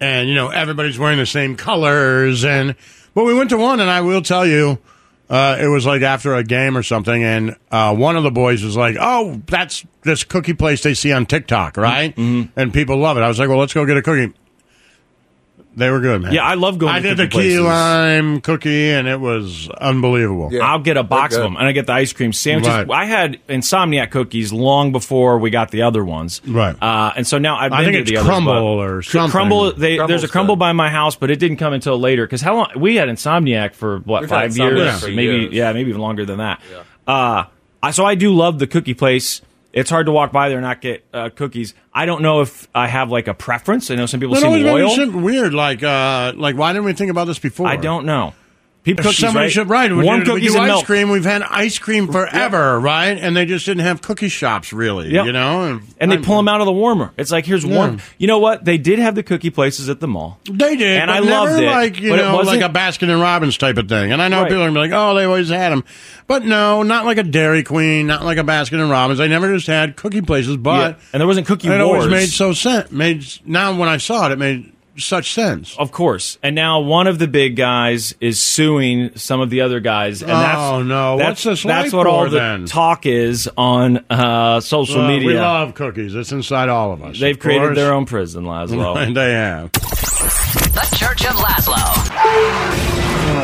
Speaker 1: and you know everybody's wearing the same colors. And but we went to one, and I will tell you, uh, it was like after a game or something, and uh, one of the boys was like, "Oh, that's this cookie place they see on TikTok, right?" Mm-hmm. And people love it. I was like, "Well, let's go get a cookie." They were good, man.
Speaker 2: Yeah, I love going
Speaker 1: I
Speaker 2: to
Speaker 1: did the
Speaker 2: cookie
Speaker 1: key
Speaker 2: places.
Speaker 1: lime cookie, and it was unbelievable.
Speaker 3: Yeah,
Speaker 2: I'll get a box of
Speaker 3: good.
Speaker 2: them, and I get the ice cream sandwiches.
Speaker 1: Right.
Speaker 2: I had Insomniac cookies long before we got the other ones,
Speaker 1: Right.
Speaker 2: Uh, and so now I've
Speaker 1: I
Speaker 2: been
Speaker 1: think
Speaker 2: to
Speaker 1: it's
Speaker 2: the others,
Speaker 1: Crumble
Speaker 2: but-
Speaker 1: or something.
Speaker 2: Crumble. They, there's
Speaker 3: Crumble's
Speaker 2: a crumble
Speaker 3: good.
Speaker 2: by my house, but it didn't come until later. Because how long we had Insomniac for what
Speaker 3: We've had
Speaker 2: five
Speaker 3: Insomniac
Speaker 2: years,
Speaker 3: for
Speaker 2: maybe
Speaker 3: years.
Speaker 2: yeah, maybe even longer than that. Uh, I, so I do love the cookie place. It's hard to walk by there and not get uh, cookies. I don't know if I have like a preference. I know some people
Speaker 1: That
Speaker 2: seem
Speaker 1: always made me
Speaker 2: loyal.
Speaker 1: seem weird. Like, uh, like why didn't we think about this before?
Speaker 2: I don't know. People cookies,
Speaker 1: Somebody
Speaker 2: right?
Speaker 1: should right. We
Speaker 2: Warm
Speaker 1: do, we
Speaker 2: cookies
Speaker 1: do
Speaker 2: and
Speaker 1: ice
Speaker 2: milk.
Speaker 1: cream. We've had ice cream forever, right? And they just didn't have cookie shops, really.
Speaker 2: Yep.
Speaker 1: You know, and,
Speaker 2: and they pull them out of the warmer. It's like here's one. You know what? They did have the cookie places at the mall.
Speaker 1: They did,
Speaker 2: And
Speaker 1: but
Speaker 2: I
Speaker 1: never
Speaker 2: loved it,
Speaker 1: like you
Speaker 2: but it
Speaker 1: know, like
Speaker 2: wasn't-
Speaker 1: a Baskin and Robbins type of thing. And I know
Speaker 2: Right.
Speaker 1: people are gonna be like, "Oh, they always had them," but no, not like a Dairy Queen, not like a Baskin and Robbins. They never just had cookie places,
Speaker 2: Yeah.
Speaker 1: but
Speaker 2: and there wasn't cookie
Speaker 1: it
Speaker 2: wars.
Speaker 1: always made so sense. Made now when I saw it, it made such sense.
Speaker 2: Of course. And now one of the big guys is suing some of the other guys. And
Speaker 1: Oh,
Speaker 2: that's,
Speaker 1: no.
Speaker 2: That's,
Speaker 1: What's this like
Speaker 2: that's what all
Speaker 1: for,
Speaker 2: the
Speaker 1: then?
Speaker 2: talk is on uh, social
Speaker 1: Well,
Speaker 2: media.
Speaker 1: We love cookies. It's inside all of us.
Speaker 2: They've
Speaker 1: of
Speaker 2: created
Speaker 1: course.
Speaker 2: their own prison, Laszlo.
Speaker 1: And they have.
Speaker 4: The Church of Laszlo.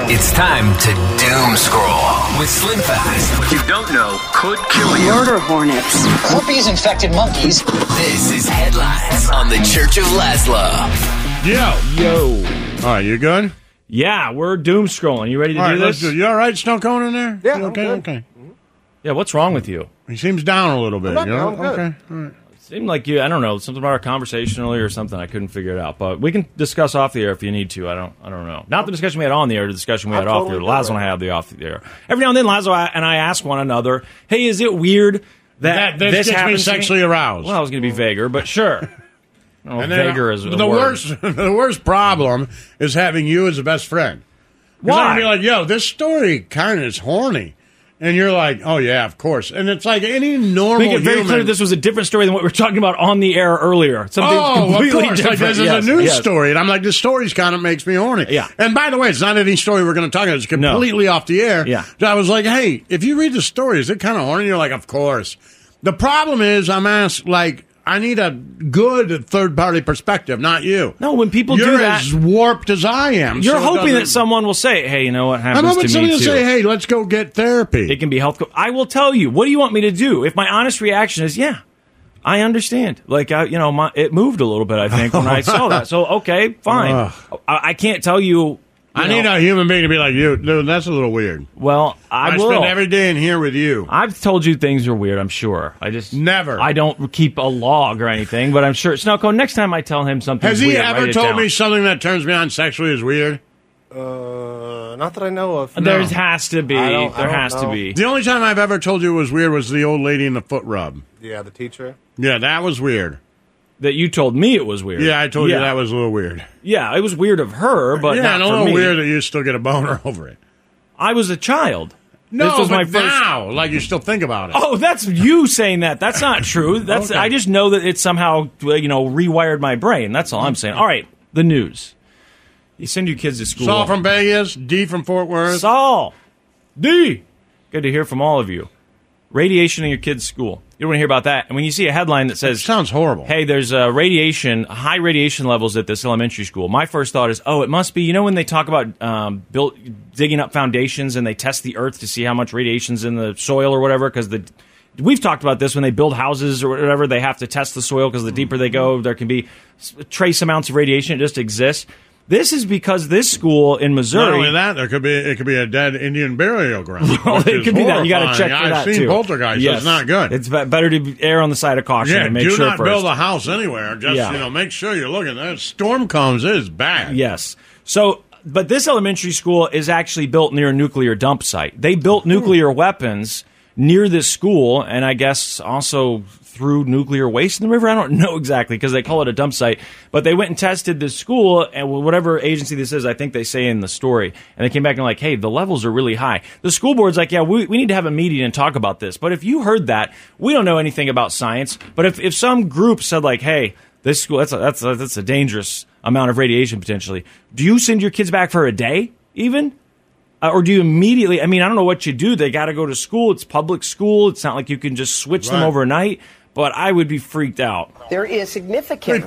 Speaker 5: It's time to doom scroll with Slim Fast. What you don't know could kill you.
Speaker 6: Murder hornets.
Speaker 5: Corpies infected monkeys. This is headlines on the Church of Laszlo.
Speaker 1: Yo.
Speaker 2: Yo.
Speaker 1: All right, you good?
Speaker 2: Yeah, we're doom scrolling. You ready to
Speaker 1: All right,
Speaker 2: do
Speaker 1: let's
Speaker 2: this?
Speaker 1: do. You all right, Snow Cone, in there?
Speaker 3: Yeah,
Speaker 1: You
Speaker 3: I'm
Speaker 1: okay,
Speaker 3: good.
Speaker 1: okay.
Speaker 2: yeah, what's wrong with you?
Speaker 1: He seems down a little bit.
Speaker 3: not
Speaker 1: you know?
Speaker 3: down, I'm good.
Speaker 1: Okay. All right.
Speaker 2: Seemed like you, I don't know, something about our conversation earlier or something. I couldn't figure it out. But we can discuss off the air if you need to. I don't I don't know. Not the discussion we had on the air, the discussion we had off the air.
Speaker 3: totally
Speaker 2: Lazo and I had the off the air. Every now and then, Lazo and I ask one another, hey, is it weird
Speaker 1: That-
Speaker 2: that,
Speaker 1: this gets me
Speaker 2: happens to
Speaker 1: sexually aroused. uh,
Speaker 2: Well, I was going to be vaguer, but sure. I don't know if vaguer is a
Speaker 1: the
Speaker 2: word.
Speaker 1: worst. The worst problem is having you as a best friend. 'Cause I'm
Speaker 2: Why?
Speaker 1: gonna be like, yo, this story kind of is horny, and you're like, oh yeah, of course. And it's like any normal
Speaker 2: Make it very
Speaker 1: human.
Speaker 2: clear this was a different story than what we were talking about on the air earlier. Something
Speaker 1: Oh, of
Speaker 2: completely
Speaker 1: course. Like,
Speaker 2: different.
Speaker 1: this
Speaker 2: Yes,
Speaker 1: is a news
Speaker 2: yes.
Speaker 1: story, and I'm like, this story's kind of makes me horny.
Speaker 2: Yeah.
Speaker 1: And by the way, it's not any story we're going to talk about. It's
Speaker 2: No.
Speaker 1: completely off the air.
Speaker 2: Yeah.
Speaker 1: So I was like, hey, if you read the story, is it kind of horny? You're like, of course. The problem is, I'm asked like. I need a good third party perspective, not you.
Speaker 2: No, when people
Speaker 1: You're
Speaker 2: do that-
Speaker 1: as warped as I am. so
Speaker 2: You're
Speaker 1: it
Speaker 2: hoping that
Speaker 1: doesn't-
Speaker 2: someone will say, hey, you know what
Speaker 1: I'm
Speaker 2: happens
Speaker 1: hoping
Speaker 2: to me
Speaker 1: somebody will
Speaker 2: too.
Speaker 1: say, "Hey, let's go get therapy."
Speaker 2: It can be health. Co- I will tell you. What do you want me to do? If my honest reaction is, yeah, I understand. Like I, you know, my it moved a little bit. I think when I saw that. So okay, fine. I, I can't tell you. you
Speaker 1: I
Speaker 2: know,
Speaker 1: need a human being to be like you. Dude, that's a little weird.
Speaker 2: Well, I,
Speaker 1: I
Speaker 2: will.
Speaker 1: spend every day in here with you.
Speaker 2: I've told you things are weird. I'm sure. I just
Speaker 1: Never.
Speaker 2: I don't keep a log or anything, but I'm sure. Snowcone. Next time I tell him something,
Speaker 1: Has he
Speaker 2: weird, write
Speaker 1: ever
Speaker 2: it
Speaker 1: told
Speaker 2: down.
Speaker 1: me something that turns me on sexually is weird?
Speaker 3: Uh, not that I know of.
Speaker 2: There
Speaker 3: No.
Speaker 2: has to be.
Speaker 3: I don't- I
Speaker 2: There
Speaker 3: don't
Speaker 2: has to
Speaker 3: know.
Speaker 2: be.
Speaker 1: The only time I've ever told you it was weird was the old lady in the foot rub.
Speaker 3: Yeah, the teacher.
Speaker 1: Yeah, that was weird.
Speaker 2: That you told me it was weird.
Speaker 1: Yeah, I told
Speaker 2: yeah.
Speaker 1: you that was a little weird.
Speaker 2: Yeah, it was weird of her, but
Speaker 1: yeah,
Speaker 2: not
Speaker 1: and a
Speaker 2: for
Speaker 1: little
Speaker 2: me.
Speaker 1: weird that you still get a boner over it.
Speaker 2: I was a child.
Speaker 1: No,
Speaker 2: this was
Speaker 1: but
Speaker 2: my first.
Speaker 1: now, like you still think about it.
Speaker 2: Oh, that's you saying that. That's not true. That's
Speaker 1: Okay.
Speaker 2: I just know that it somehow uh, you know rewired my brain. That's all I'm saying. All right, the news. You send your kids to school.
Speaker 1: Saul from Vegas, D from Fort Worth.
Speaker 2: Saul D. Good to hear from all of you. Radiation in your kids' school. You don't want to hear about that. And when you see a headline that says
Speaker 1: Sounds horrible.
Speaker 2: Hey, there's uh, radiation, high radiation levels at this elementary school. My first thought is, oh, it must be. You know, when they talk about um, built, digging up foundations and they test the earth to see how much radiation's in the soil or whatever, because the we've talked about this when they build houses or whatever, they have to test the soil because the
Speaker 1: Mm-hmm.
Speaker 2: deeper they go, there can be s- trace amounts of radiation. It just exists. This is because this school in Missouri.
Speaker 1: Not only that, there could be it could be a dead Indian burial ground.
Speaker 2: Well,
Speaker 1: which
Speaker 2: it
Speaker 1: is
Speaker 2: could be that. You got to
Speaker 1: horrifying.
Speaker 2: check for
Speaker 1: I've
Speaker 2: that
Speaker 1: seen
Speaker 2: too.
Speaker 1: poltergeist.
Speaker 2: Yes.
Speaker 1: It's not good.
Speaker 2: It's be- better to be- err on the side of caution
Speaker 1: yeah,
Speaker 2: and make
Speaker 1: do
Speaker 2: sure
Speaker 1: not
Speaker 2: first.
Speaker 1: build a house anywhere. Just
Speaker 2: Yeah.
Speaker 1: you know, make sure you're looking. That storm comes, it is bad.
Speaker 2: Yes. So, but this elementary school is actually built near a nuclear dump site. They
Speaker 1: Hmm.
Speaker 2: built nuclear weapons near this school, and I guess also threw nuclear waste in the river. I don't know exactly because they call it a dump site. But they went and tested this school, and whatever agency this is, I think they say in the story, and they came back and like, hey, the levels are really high. The school board's like, yeah, we, we need to have a meeting and talk about this. But if you heard that, we don't know anything about science. But if, if some group said like, hey, this school that's a, that's a, that's a dangerous amount of radiation potentially. Do you send your kids back for a day even? Uh, or do you immediately? I mean, I don't know what you do. They got to go to school. It's public school. It's not like you can just switch them
Speaker 1: Right.
Speaker 2: overnight. But I would be freaked out.
Speaker 7: There is significant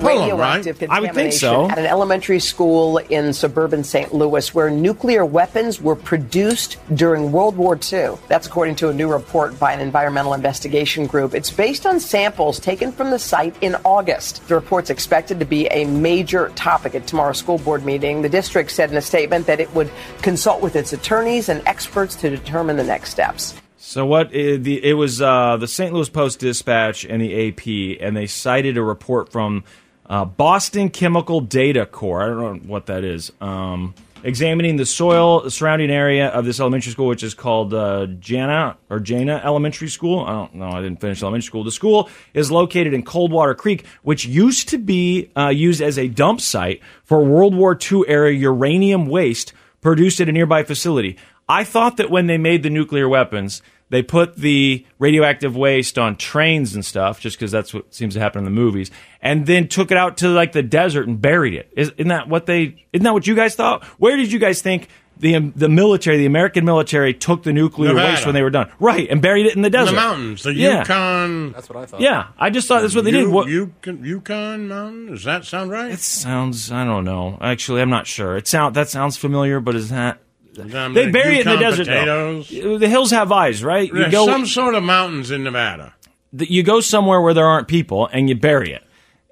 Speaker 1: Pretty poor, right?
Speaker 7: radioactive
Speaker 2: I would
Speaker 7: contamination
Speaker 2: think so.
Speaker 7: at an elementary school in suburban St. Louis where nuclear weapons were produced during World War II. That's according to a new report by an environmental investigation group. It's based on samples taken from the site in August. The report's expected to be a major topic at tomorrow's school board meeting. The district said in a statement that it would consult with its attorneys and experts to determine the next steps.
Speaker 2: So what? It, the, it was uh, the St. Louis Post Dispatch and the AP, and they cited a report from uh, Boston Chemical Data Corps. I don't know what that is. Um, examining the soil the surrounding area of this elementary school, which is called uh, Jana or Jana Elementary School. I don't know. I didn't finish elementary school. The school is located in Coldwater Creek, which used to be uh, used as a dump site for World War II era uranium waste produced at a nearby facility. I thought that when they made the nuclear weapons, they put the radioactive waste on trains and stuff, just because that's what seems to happen in the movies, and then took it out to like the desert and buried it. Is- Isn't that what they? Isn't that what you guys thought? Where did you guys think the the military, the American military, took the nuclear
Speaker 1: Nevada.
Speaker 2: waste when they were done? Right, and buried it in the desert,
Speaker 1: In the mountains, the
Speaker 2: yeah.
Speaker 1: Yukon. That's what I thought.
Speaker 2: Yeah, I just thought that's what they did. What-
Speaker 1: Yukon, Yukon Mountain. Does that sound right?
Speaker 2: sounds I don't know. Actually, I'm not sure. It sound that sounds familiar, but is that
Speaker 1: Um,
Speaker 2: they bury it in the
Speaker 1: Yukon
Speaker 2: desert? though.
Speaker 1: Potatoes.
Speaker 2: The hills have eyes, right?
Speaker 1: There's some sort of mountains in Nevada.
Speaker 2: that you go somewhere where there aren't people and you bury it.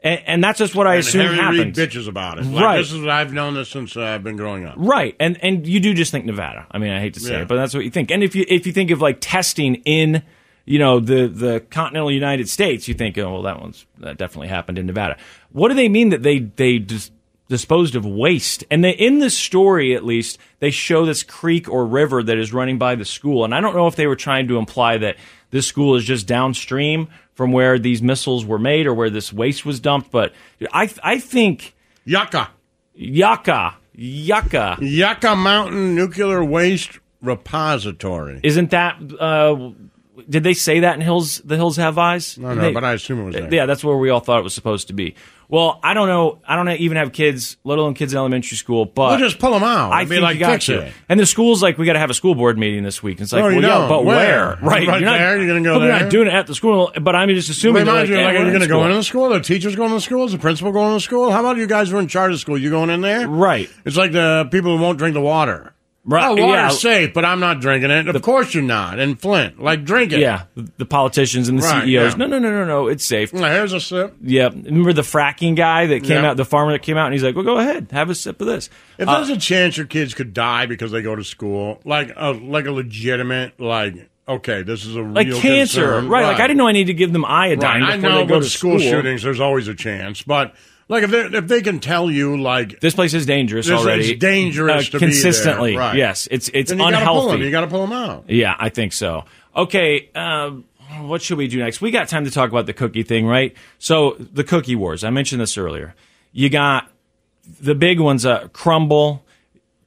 Speaker 2: And, and that's just what I
Speaker 1: and
Speaker 2: assume
Speaker 1: Harry Reid
Speaker 2: happens.
Speaker 1: bitches about it. Like,
Speaker 2: Right.
Speaker 1: This is I've known this since uh, I've been growing up.
Speaker 2: Right. And and you do just think Nevada. I mean, I hate to say
Speaker 1: Yeah.
Speaker 2: it, but that's what you think. And if you if you think of like testing in you know the the continental United States, you think, oh well, that one's that definitely happened in Nevada. What do they mean that they they dis- disposed of waste? And they, in this story, at least, they show this creek or river that is running by the school. And I don't know if they were trying to imply that this school is just downstream from where these missiles were made or where this waste was dumped. But I I think
Speaker 1: Yucca.
Speaker 2: Yucca. Yucca.
Speaker 1: Yucca Mountain Nuclear Waste Repository.
Speaker 2: Isn't that? Uh, did they say that in Hills? The Hills Have Eyes.
Speaker 1: I don't know,
Speaker 2: They-
Speaker 1: but I assume it was there.
Speaker 2: Yeah, that's where we all thought it was supposed to be. Well, I don't know. I don't even have kids, let alone kids in elementary school. But
Speaker 1: We'll just pull 'em out.
Speaker 2: I
Speaker 1: I mean,
Speaker 2: think
Speaker 1: like,
Speaker 2: you got
Speaker 1: fix
Speaker 2: to.
Speaker 1: it.
Speaker 2: And the school's like, we got to have a school board meeting this week. And it's like,
Speaker 1: No, you
Speaker 2: well, yeah,
Speaker 1: don't.
Speaker 2: but
Speaker 1: Where?
Speaker 2: where? Right?
Speaker 1: Right
Speaker 2: you're not,
Speaker 1: there, you're gonna go
Speaker 2: but You're
Speaker 1: there?
Speaker 2: not doing it at the school. But I'm just assuming. they're
Speaker 1: Remind you,
Speaker 2: like,
Speaker 1: like,
Speaker 2: "Yeah,
Speaker 1: are you
Speaker 2: we're in
Speaker 1: going to
Speaker 2: school."
Speaker 1: go into the school? The teachers going to the school? Is the principal going to the school? How about you guys who are in charge of school? You going in there?
Speaker 2: Right.
Speaker 1: It's like the people who won't drink the water.
Speaker 2: Right,
Speaker 1: Oh, water's
Speaker 2: yeah.
Speaker 1: safe, but I'm not drinking it. Of course you're not. And Flint, like, drink it.
Speaker 2: Yeah, the the politicians and the
Speaker 1: Right,
Speaker 2: CEOs.
Speaker 1: yeah.
Speaker 2: No, no, no, no, no. It's safe.
Speaker 1: Here's a sip.
Speaker 2: Yeah, remember the fracking guy that came
Speaker 1: Yeah.
Speaker 2: out, the farmer that came out, and he's like, "Well, go ahead, have a sip of this."
Speaker 1: If
Speaker 2: Uh,
Speaker 1: there's a chance your kids could die because they go to school, like a like a legitimate like okay, this is a
Speaker 2: like
Speaker 1: real
Speaker 2: cancer,
Speaker 1: concern.
Speaker 2: right? Like I didn't know I needed to give them iodine
Speaker 1: Right. I
Speaker 2: before
Speaker 1: know
Speaker 2: they go
Speaker 1: with
Speaker 2: to
Speaker 1: school,
Speaker 2: school.
Speaker 1: shootings, there's always a chance, but like if they if they can tell you like
Speaker 2: This place is dangerous
Speaker 1: This is
Speaker 2: already. Uh,
Speaker 1: dangerous to be there,
Speaker 2: consistently.
Speaker 1: right.
Speaker 2: Yes, it's it's
Speaker 1: uh, then you gotta pull 'em.
Speaker 2: unhealthy.
Speaker 1: You got to pull them out.
Speaker 2: yeah, I think so. Okay, um, what should we do next? We got time to talk about the cookie thing, right? So the cookie wars. I mentioned this earlier. You got the big ones: uh, Crumble,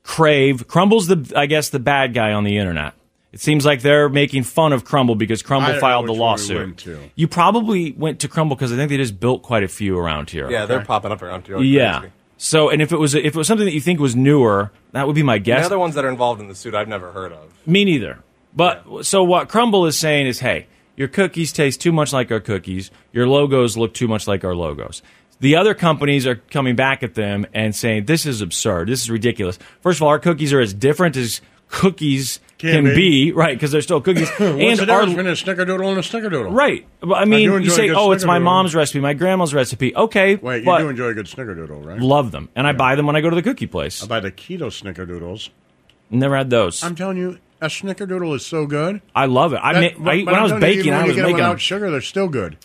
Speaker 2: Crave. Crumble's the I guess the bad guy on the internet. It seems like they're making fun of Crumble because
Speaker 1: I
Speaker 2: Crumble
Speaker 1: don't know
Speaker 2: filed the
Speaker 1: which one we
Speaker 2: lawsuit.
Speaker 1: went to.
Speaker 2: You probably went to Crumble because I think they just built quite a few around here.
Speaker 3: Yeah, they're popping up around here. Like
Speaker 2: yeah.
Speaker 3: crazy.
Speaker 2: So, and if it was if it was something that you think was newer, that would be my
Speaker 3: The
Speaker 2: guess.
Speaker 3: other ones that are involved in the suit I've never heard of.
Speaker 2: Me neither. But so what Crumble is saying is, hey, your cookies taste too much like our cookies. Your logos look too much like our logos. The other companies are coming back at them and saying, this is absurd. This is ridiculous. First of all, our cookies are as different as cookies
Speaker 1: Can
Speaker 2: can,
Speaker 1: be.
Speaker 2: be. right? Because they're still cookies.
Speaker 1: What's the
Speaker 2: and our
Speaker 1: difference between a snickerdoodle and a snickerdoodle?
Speaker 2: right. But I
Speaker 1: I do
Speaker 2: mean, you
Speaker 1: enjoy a
Speaker 2: say,
Speaker 1: good
Speaker 2: oh, it's my
Speaker 1: snickerdoodle.
Speaker 2: mom's recipe, my grandma's recipe. Okay,
Speaker 1: Wait, you
Speaker 2: but
Speaker 1: do enjoy a good snickerdoodle, right?
Speaker 2: love them, and I buy them when I go to the cookie place.
Speaker 1: I buy the keto snickerdoodles.
Speaker 2: Never had those.
Speaker 1: I'm telling you, a snickerdoodle is so good.
Speaker 2: I love it. I
Speaker 1: That-
Speaker 2: ma-
Speaker 1: but- but
Speaker 2: I, when
Speaker 1: I'm
Speaker 2: I was
Speaker 1: telling you,
Speaker 2: baking,
Speaker 1: even when
Speaker 2: I
Speaker 1: you
Speaker 2: was
Speaker 1: get them
Speaker 2: making
Speaker 1: without
Speaker 2: them.
Speaker 1: sugar. They're still good.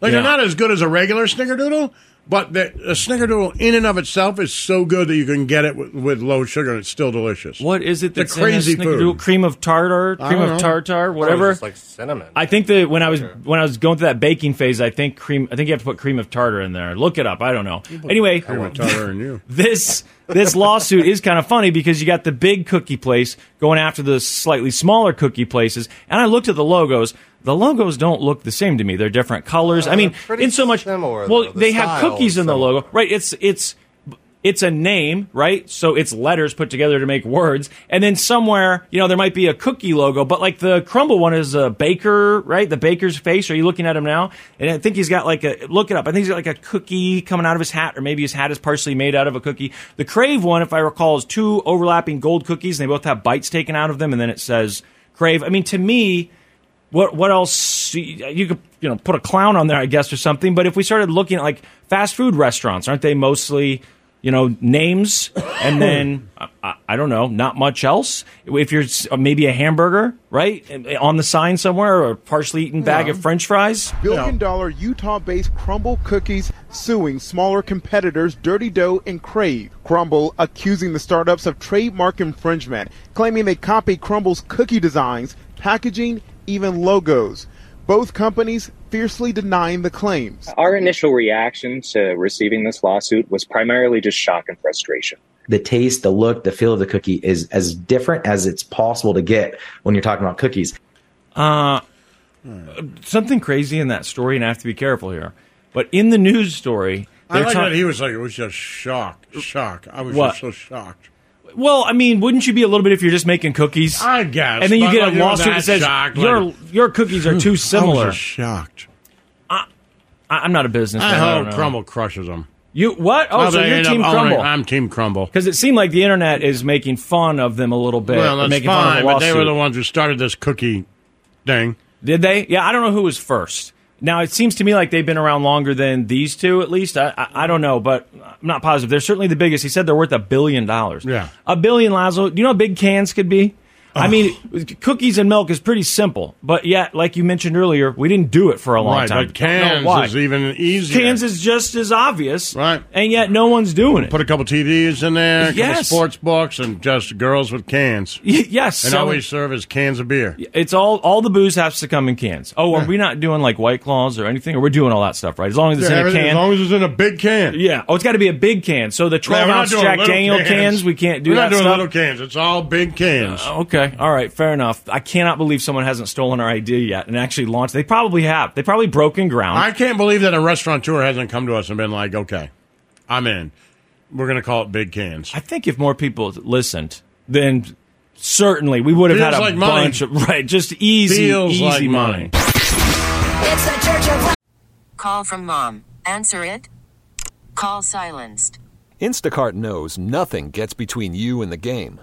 Speaker 1: Like
Speaker 2: Yeah.
Speaker 1: they're not as good as a regular snickerdoodle, but the, the snickerdoodle in and of itself is so good that you can get it with, with low sugar and it's still delicious.
Speaker 2: What is it
Speaker 1: The
Speaker 2: that's in a
Speaker 1: crazy
Speaker 2: snickerdoodle?
Speaker 1: food.
Speaker 2: Cream of tartar,
Speaker 1: I
Speaker 2: cream
Speaker 1: don't
Speaker 2: of
Speaker 1: know.
Speaker 2: tartar,
Speaker 3: Probably
Speaker 2: whatever.
Speaker 3: just like cinnamon.
Speaker 2: I think that when I was when I was going through that baking phase, I think cream. I think you have to put cream of tartar in there. Look it up. I don't know. Anyway,
Speaker 1: I want tartar in you.
Speaker 2: this this lawsuit is kind of funny because you got the big cookie place going after the slightly smaller cookie places, and I looked at the logos. The logos don't look the same to me. They're different colors. I mean,
Speaker 3: pretty
Speaker 2: in so much
Speaker 3: similar,
Speaker 2: well,
Speaker 3: though. The
Speaker 2: they have
Speaker 3: style
Speaker 2: cookies
Speaker 3: is
Speaker 2: in the
Speaker 3: similar.
Speaker 2: logo, right? It's it's it's a name, right? So it's letters put together to make words, and then somewhere you know there might be a cookie logo, but like the crumble one is a baker, right? The baker's face. Are you looking at him now? And I think he's got like a look it up. I think he's got like a cookie coming out of his hat, or maybe his hat is partially made out of a cookie. The crave one, if I recall, is two overlapping gold cookies, and they both have bites taken out of them, and then it says crave. I mean, to me. What what else you could you know put a clown on there I guess or something but if we started looking at like fast food restaurants aren't they mostly you know, names, and then I- I, I don't know, not much else. If you're s- uh, maybe a hamburger, right, Uh, on the sign somewhere, or a partially eaten bag
Speaker 8: Yeah.
Speaker 2: of French fries.
Speaker 8: Billion dollar Utah based Crumble Cookies suing smaller competitors Dirty Dough and Crave. Crumble accusing the startups of trademark infringement, claiming they copy Crumble's cookie designs, packaging, even logos. Both companies fiercely denying the claims.
Speaker 9: Our initial reaction to receiving this lawsuit was primarily just shock and frustration.
Speaker 10: the taste, the look, the feel of the cookie is as different as it's possible to get when you're talking about cookies.
Speaker 2: Uh, something crazy in that story, and I have to be careful here. But in the news story,
Speaker 1: I
Speaker 2: they're
Speaker 1: like
Speaker 2: ta-
Speaker 1: that he was like, it was just shock, shock. I was
Speaker 2: What?
Speaker 1: just so shocked.
Speaker 2: Well, I mean, wouldn't you be a little bit if you're just making cookies? I
Speaker 1: guess,
Speaker 2: And then you
Speaker 1: but,
Speaker 2: get
Speaker 1: like,
Speaker 2: a
Speaker 1: you're
Speaker 2: lawsuit
Speaker 1: that
Speaker 2: that says
Speaker 1: shocked,
Speaker 2: your
Speaker 1: like-
Speaker 2: your cookies are
Speaker 1: I
Speaker 2: too
Speaker 1: was
Speaker 2: similar.
Speaker 1: just shocked.
Speaker 2: Oh, I, I'm not a businessman.
Speaker 1: I
Speaker 2: don't
Speaker 1: hope
Speaker 2: know.
Speaker 1: Uh, oh, Crumble crushes them.
Speaker 2: You what? Oh, so you're Team Crumble.
Speaker 1: I'm Team Crumble.
Speaker 2: Because it seemed like the internet is making fun of them a little bit.
Speaker 1: well, that's
Speaker 2: making fun
Speaker 1: fine,
Speaker 2: of
Speaker 1: but they were the
Speaker 2: lawsuit.
Speaker 1: ones who started this cookie thing.
Speaker 2: Did they? Yeah, I don't know who was first. Now it seems to me like they've been around longer than these two, at least. I, I, I don't know, but I'm not positive. They're certainly the biggest. He said they're worth a billion dollars. Yeah, a billion Lazo. Do you know how big cans could be? I mean, cookies and milk is pretty simple, but yet, like you mentioned earlier, we didn't do it for a long
Speaker 1: Right,
Speaker 2: time.
Speaker 1: but cans is even easier.
Speaker 2: Cans is just as obvious,
Speaker 1: right?
Speaker 2: And yet, no one's doing it.
Speaker 1: Put a couple TVs in there, a couple
Speaker 2: Yes.
Speaker 1: sports books, and just girls with cans.
Speaker 2: yes,
Speaker 1: and
Speaker 2: so-
Speaker 1: always serve as cans of beer.
Speaker 2: It's all all the booze has to come in cans. Oh, are we not doing like White Claws or anything? Or we're doing all that stuff, right? As long as it's
Speaker 1: Yeah,
Speaker 2: in a
Speaker 1: everything-
Speaker 2: can.
Speaker 1: as long as it's in a big can.
Speaker 2: Yeah. Oh, it's got to be a big can. So the
Speaker 1: Yeah,
Speaker 2: twelve
Speaker 1: we're not
Speaker 2: ounce
Speaker 1: doing
Speaker 2: Jack
Speaker 1: little
Speaker 2: Daniel
Speaker 1: cans.
Speaker 2: cans. we can't do
Speaker 1: We're
Speaker 2: that
Speaker 1: not doing
Speaker 2: stuff.
Speaker 1: little cans. It's all big cans.
Speaker 2: Uh, okay. All right. Fair enough. I cannot believe someone hasn't stolen our idea yet and actually launched. They probably have. They probably broken ground.
Speaker 1: I can't believe that a restaurateur hasn't come to us and been like, "Okay, I'm in. We're going to call it big cans."
Speaker 2: I think if more people listened, then certainly we would have
Speaker 1: Feels
Speaker 2: had a
Speaker 1: like money.
Speaker 2: bunch of right, just easy,
Speaker 1: Feels
Speaker 2: easy
Speaker 1: like money.
Speaker 11: It's the Church of La- Call from mom. Answer it. Call silenced.
Speaker 12: Instacart knows nothing gets between you and the game.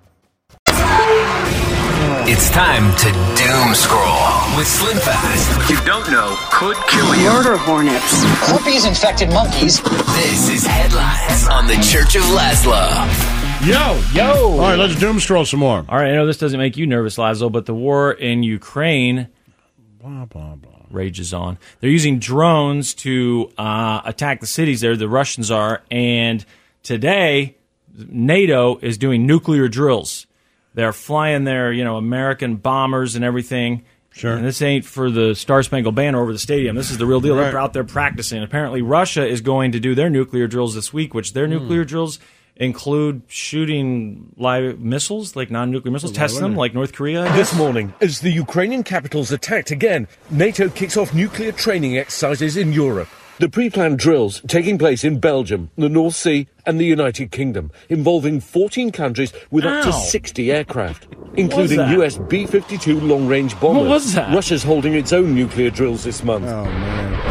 Speaker 5: It's time to doom scroll with SlimFast. What you don't know could kill you. Murder hornets.
Speaker 4: Herpes infected monkeys.
Speaker 5: This is Headlines on the Church of Laszlo.
Speaker 1: Yo,
Speaker 2: yo. All
Speaker 1: right, let's doom scroll some more.
Speaker 2: All right, I know this doesn't make you nervous, Lazo, but the war in Ukraine rages on. They're using drones to uh, attack the cities there, the Russians are. And today, NATO is doing nuclear drills. They're flying their, you know, American bombers and everything. Sure. And this ain't for the Star Spangled Banner over the stadium. This is the real deal.
Speaker 1: Right.
Speaker 2: They're out there practicing. Apparently, Russia is going to do their nuclear drills this week, which their nuclear drills include shooting live missiles, like non-nuclear missiles, test them, like North Korea. I
Speaker 13: This
Speaker 2: guess.
Speaker 13: morning, as the Ukrainian capital's attacked again, NATO kicks off nuclear training exercises in Europe. The pre planned drills taking place in Belgium, the North Sea, and the United Kingdom, involving 14 countries with up to
Speaker 14: Ow.
Speaker 13: 60 aircraft,
Speaker 14: was
Speaker 13: including
Speaker 14: that?
Speaker 13: US B 52 long range bombers.
Speaker 14: was that?
Speaker 13: Russia's holding its own nuclear drills this month.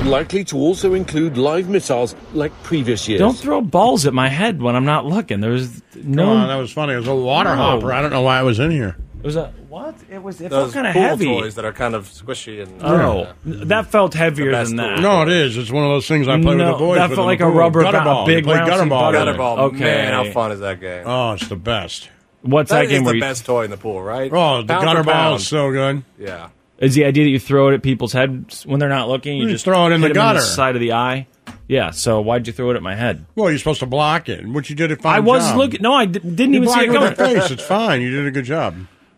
Speaker 13: Likely to also include live missiles like previous years.
Speaker 2: Don't throw balls at my head when I'm not looking. There's no.
Speaker 1: Come on, that was funny. It was a water
Speaker 2: No.
Speaker 1: hopper. I don't know why it was in here.
Speaker 2: It was a what?
Speaker 3: It
Speaker 14: was it felt
Speaker 3: Those
Speaker 14: kind of
Speaker 3: pool
Speaker 14: heavy.
Speaker 3: toys that are kind of squishy and
Speaker 2: Oh, that felt heavier than that.
Speaker 1: No, it is. It's one of those things I play with
Speaker 2: No,
Speaker 1: the boys.
Speaker 2: that
Speaker 1: with in
Speaker 2: felt like
Speaker 1: the
Speaker 2: a
Speaker 1: pool.
Speaker 2: rubber
Speaker 1: gutter
Speaker 2: ba- a
Speaker 1: ball.
Speaker 2: big
Speaker 1: you play
Speaker 2: bouncy
Speaker 1: gutter ball.
Speaker 2: gutter
Speaker 1: with it.
Speaker 2: ball. Okay. Man, how fun
Speaker 3: is that game?
Speaker 1: Oh, it's the best.
Speaker 2: What's that,
Speaker 3: is
Speaker 2: game where
Speaker 3: the
Speaker 2: you-
Speaker 3: best toy in the pool, right?
Speaker 1: Oh, the
Speaker 3: Pound for
Speaker 1: gutter ball
Speaker 3: pound.
Speaker 1: is so good.
Speaker 3: Yeah.
Speaker 2: Is the idea that you throw it at people's heads when they're not looking? You,
Speaker 1: You
Speaker 2: just
Speaker 1: throw it in
Speaker 2: hit
Speaker 1: the
Speaker 2: 'em
Speaker 1: gutter.
Speaker 2: side of the eye. Yeah. So why'd you throw it at my head?
Speaker 1: Well, you're supposed to block it, which you did at fine
Speaker 2: I was
Speaker 1: job.
Speaker 2: looking. No, I d- didn't
Speaker 1: You
Speaker 2: even
Speaker 1: block
Speaker 2: see it
Speaker 1: with
Speaker 2: coming.
Speaker 1: your face. It's fine. You did a good job.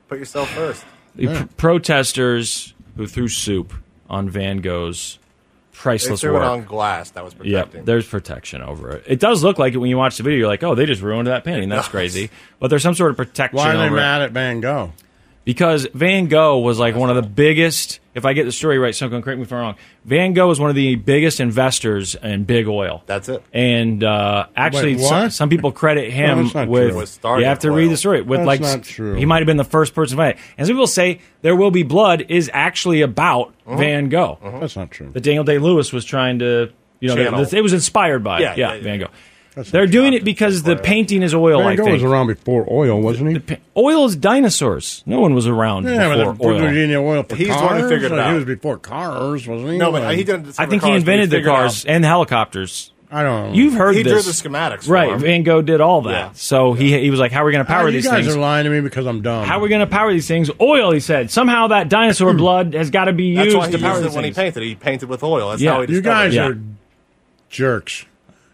Speaker 3: Put yourself first.
Speaker 2: The pr- protesters who threw soup on Van Gogh's priceless
Speaker 3: they threw
Speaker 2: work.
Speaker 3: it on glass. That was
Speaker 2: Yeah,
Speaker 3: protecting.
Speaker 2: there's protection over it. It does look like it when you watch the video. You're like, oh, they just ruined that painting. That's crazy. But there's some sort of protection.
Speaker 1: Why are they
Speaker 2: over it.
Speaker 1: mad at Van Gogh?
Speaker 2: Because Van Gogh was like one of the biggest. If I get the story right, someone can correct me if I'm wrong. Van Gogh was one of the biggest investors in big oil. That's it. And uh, actually,
Speaker 3: Wait,
Speaker 2: some,
Speaker 3: what?
Speaker 2: some people credit him
Speaker 3: that's not
Speaker 2: with.
Speaker 3: true. With
Speaker 2: you
Speaker 3: starting
Speaker 2: have to
Speaker 3: oil.
Speaker 2: read the story with
Speaker 3: That's
Speaker 2: like
Speaker 3: not true.
Speaker 2: he might have been the first person to find it. And some people say "There Will Be Blood" is actually about
Speaker 1: Mhm.
Speaker 2: Van Gogh.
Speaker 1: That's not true.
Speaker 2: That Daniel Day Lewis was trying to, you know,
Speaker 1: Channel.
Speaker 2: that- that it was inspired by.
Speaker 1: Yeah,
Speaker 2: Yeah, yeah,
Speaker 1: yeah, yeah.
Speaker 2: Van Gogh. They're doing it because the painting is oil.
Speaker 1: Van
Speaker 2: I
Speaker 1: Gogh
Speaker 2: think
Speaker 1: was around before oil, wasn't he?
Speaker 2: oil is dinosaurs. No one was around
Speaker 1: Yeah, but
Speaker 2: before
Speaker 1: the
Speaker 2: oil.
Speaker 1: Virginia oil for
Speaker 2: He's the
Speaker 1: cars.
Speaker 2: one who figured it
Speaker 1: like,
Speaker 2: out.
Speaker 1: He was before cars, wasn't he?
Speaker 3: No, but
Speaker 1: Like-
Speaker 3: he didn't
Speaker 2: I
Speaker 3: discover
Speaker 2: think he
Speaker 3: cars, but
Speaker 2: invented the
Speaker 3: figured it
Speaker 2: cars and the helicopters.
Speaker 1: I don't. know.
Speaker 2: You've heard
Speaker 3: He drew
Speaker 2: this.
Speaker 3: the schematics for
Speaker 2: right?
Speaker 3: him.
Speaker 2: Van Gogh did all that. So he he was like, "How are we going to power
Speaker 1: Ah, you
Speaker 2: these
Speaker 1: guys
Speaker 2: things?
Speaker 1: are lying to me because I'm dumb.
Speaker 2: How are we going to power these things? Oil," he said. Somehow that dinosaur blood has got to be
Speaker 3: That's
Speaker 2: used
Speaker 3: why he
Speaker 2: to power
Speaker 3: used it
Speaker 2: these
Speaker 3: when he
Speaker 2: things.
Speaker 3: painted. He painted with oil. That's
Speaker 2: Yeah.
Speaker 3: how he
Speaker 2: You
Speaker 3: discovered
Speaker 1: guys
Speaker 3: it.
Speaker 1: are jerks.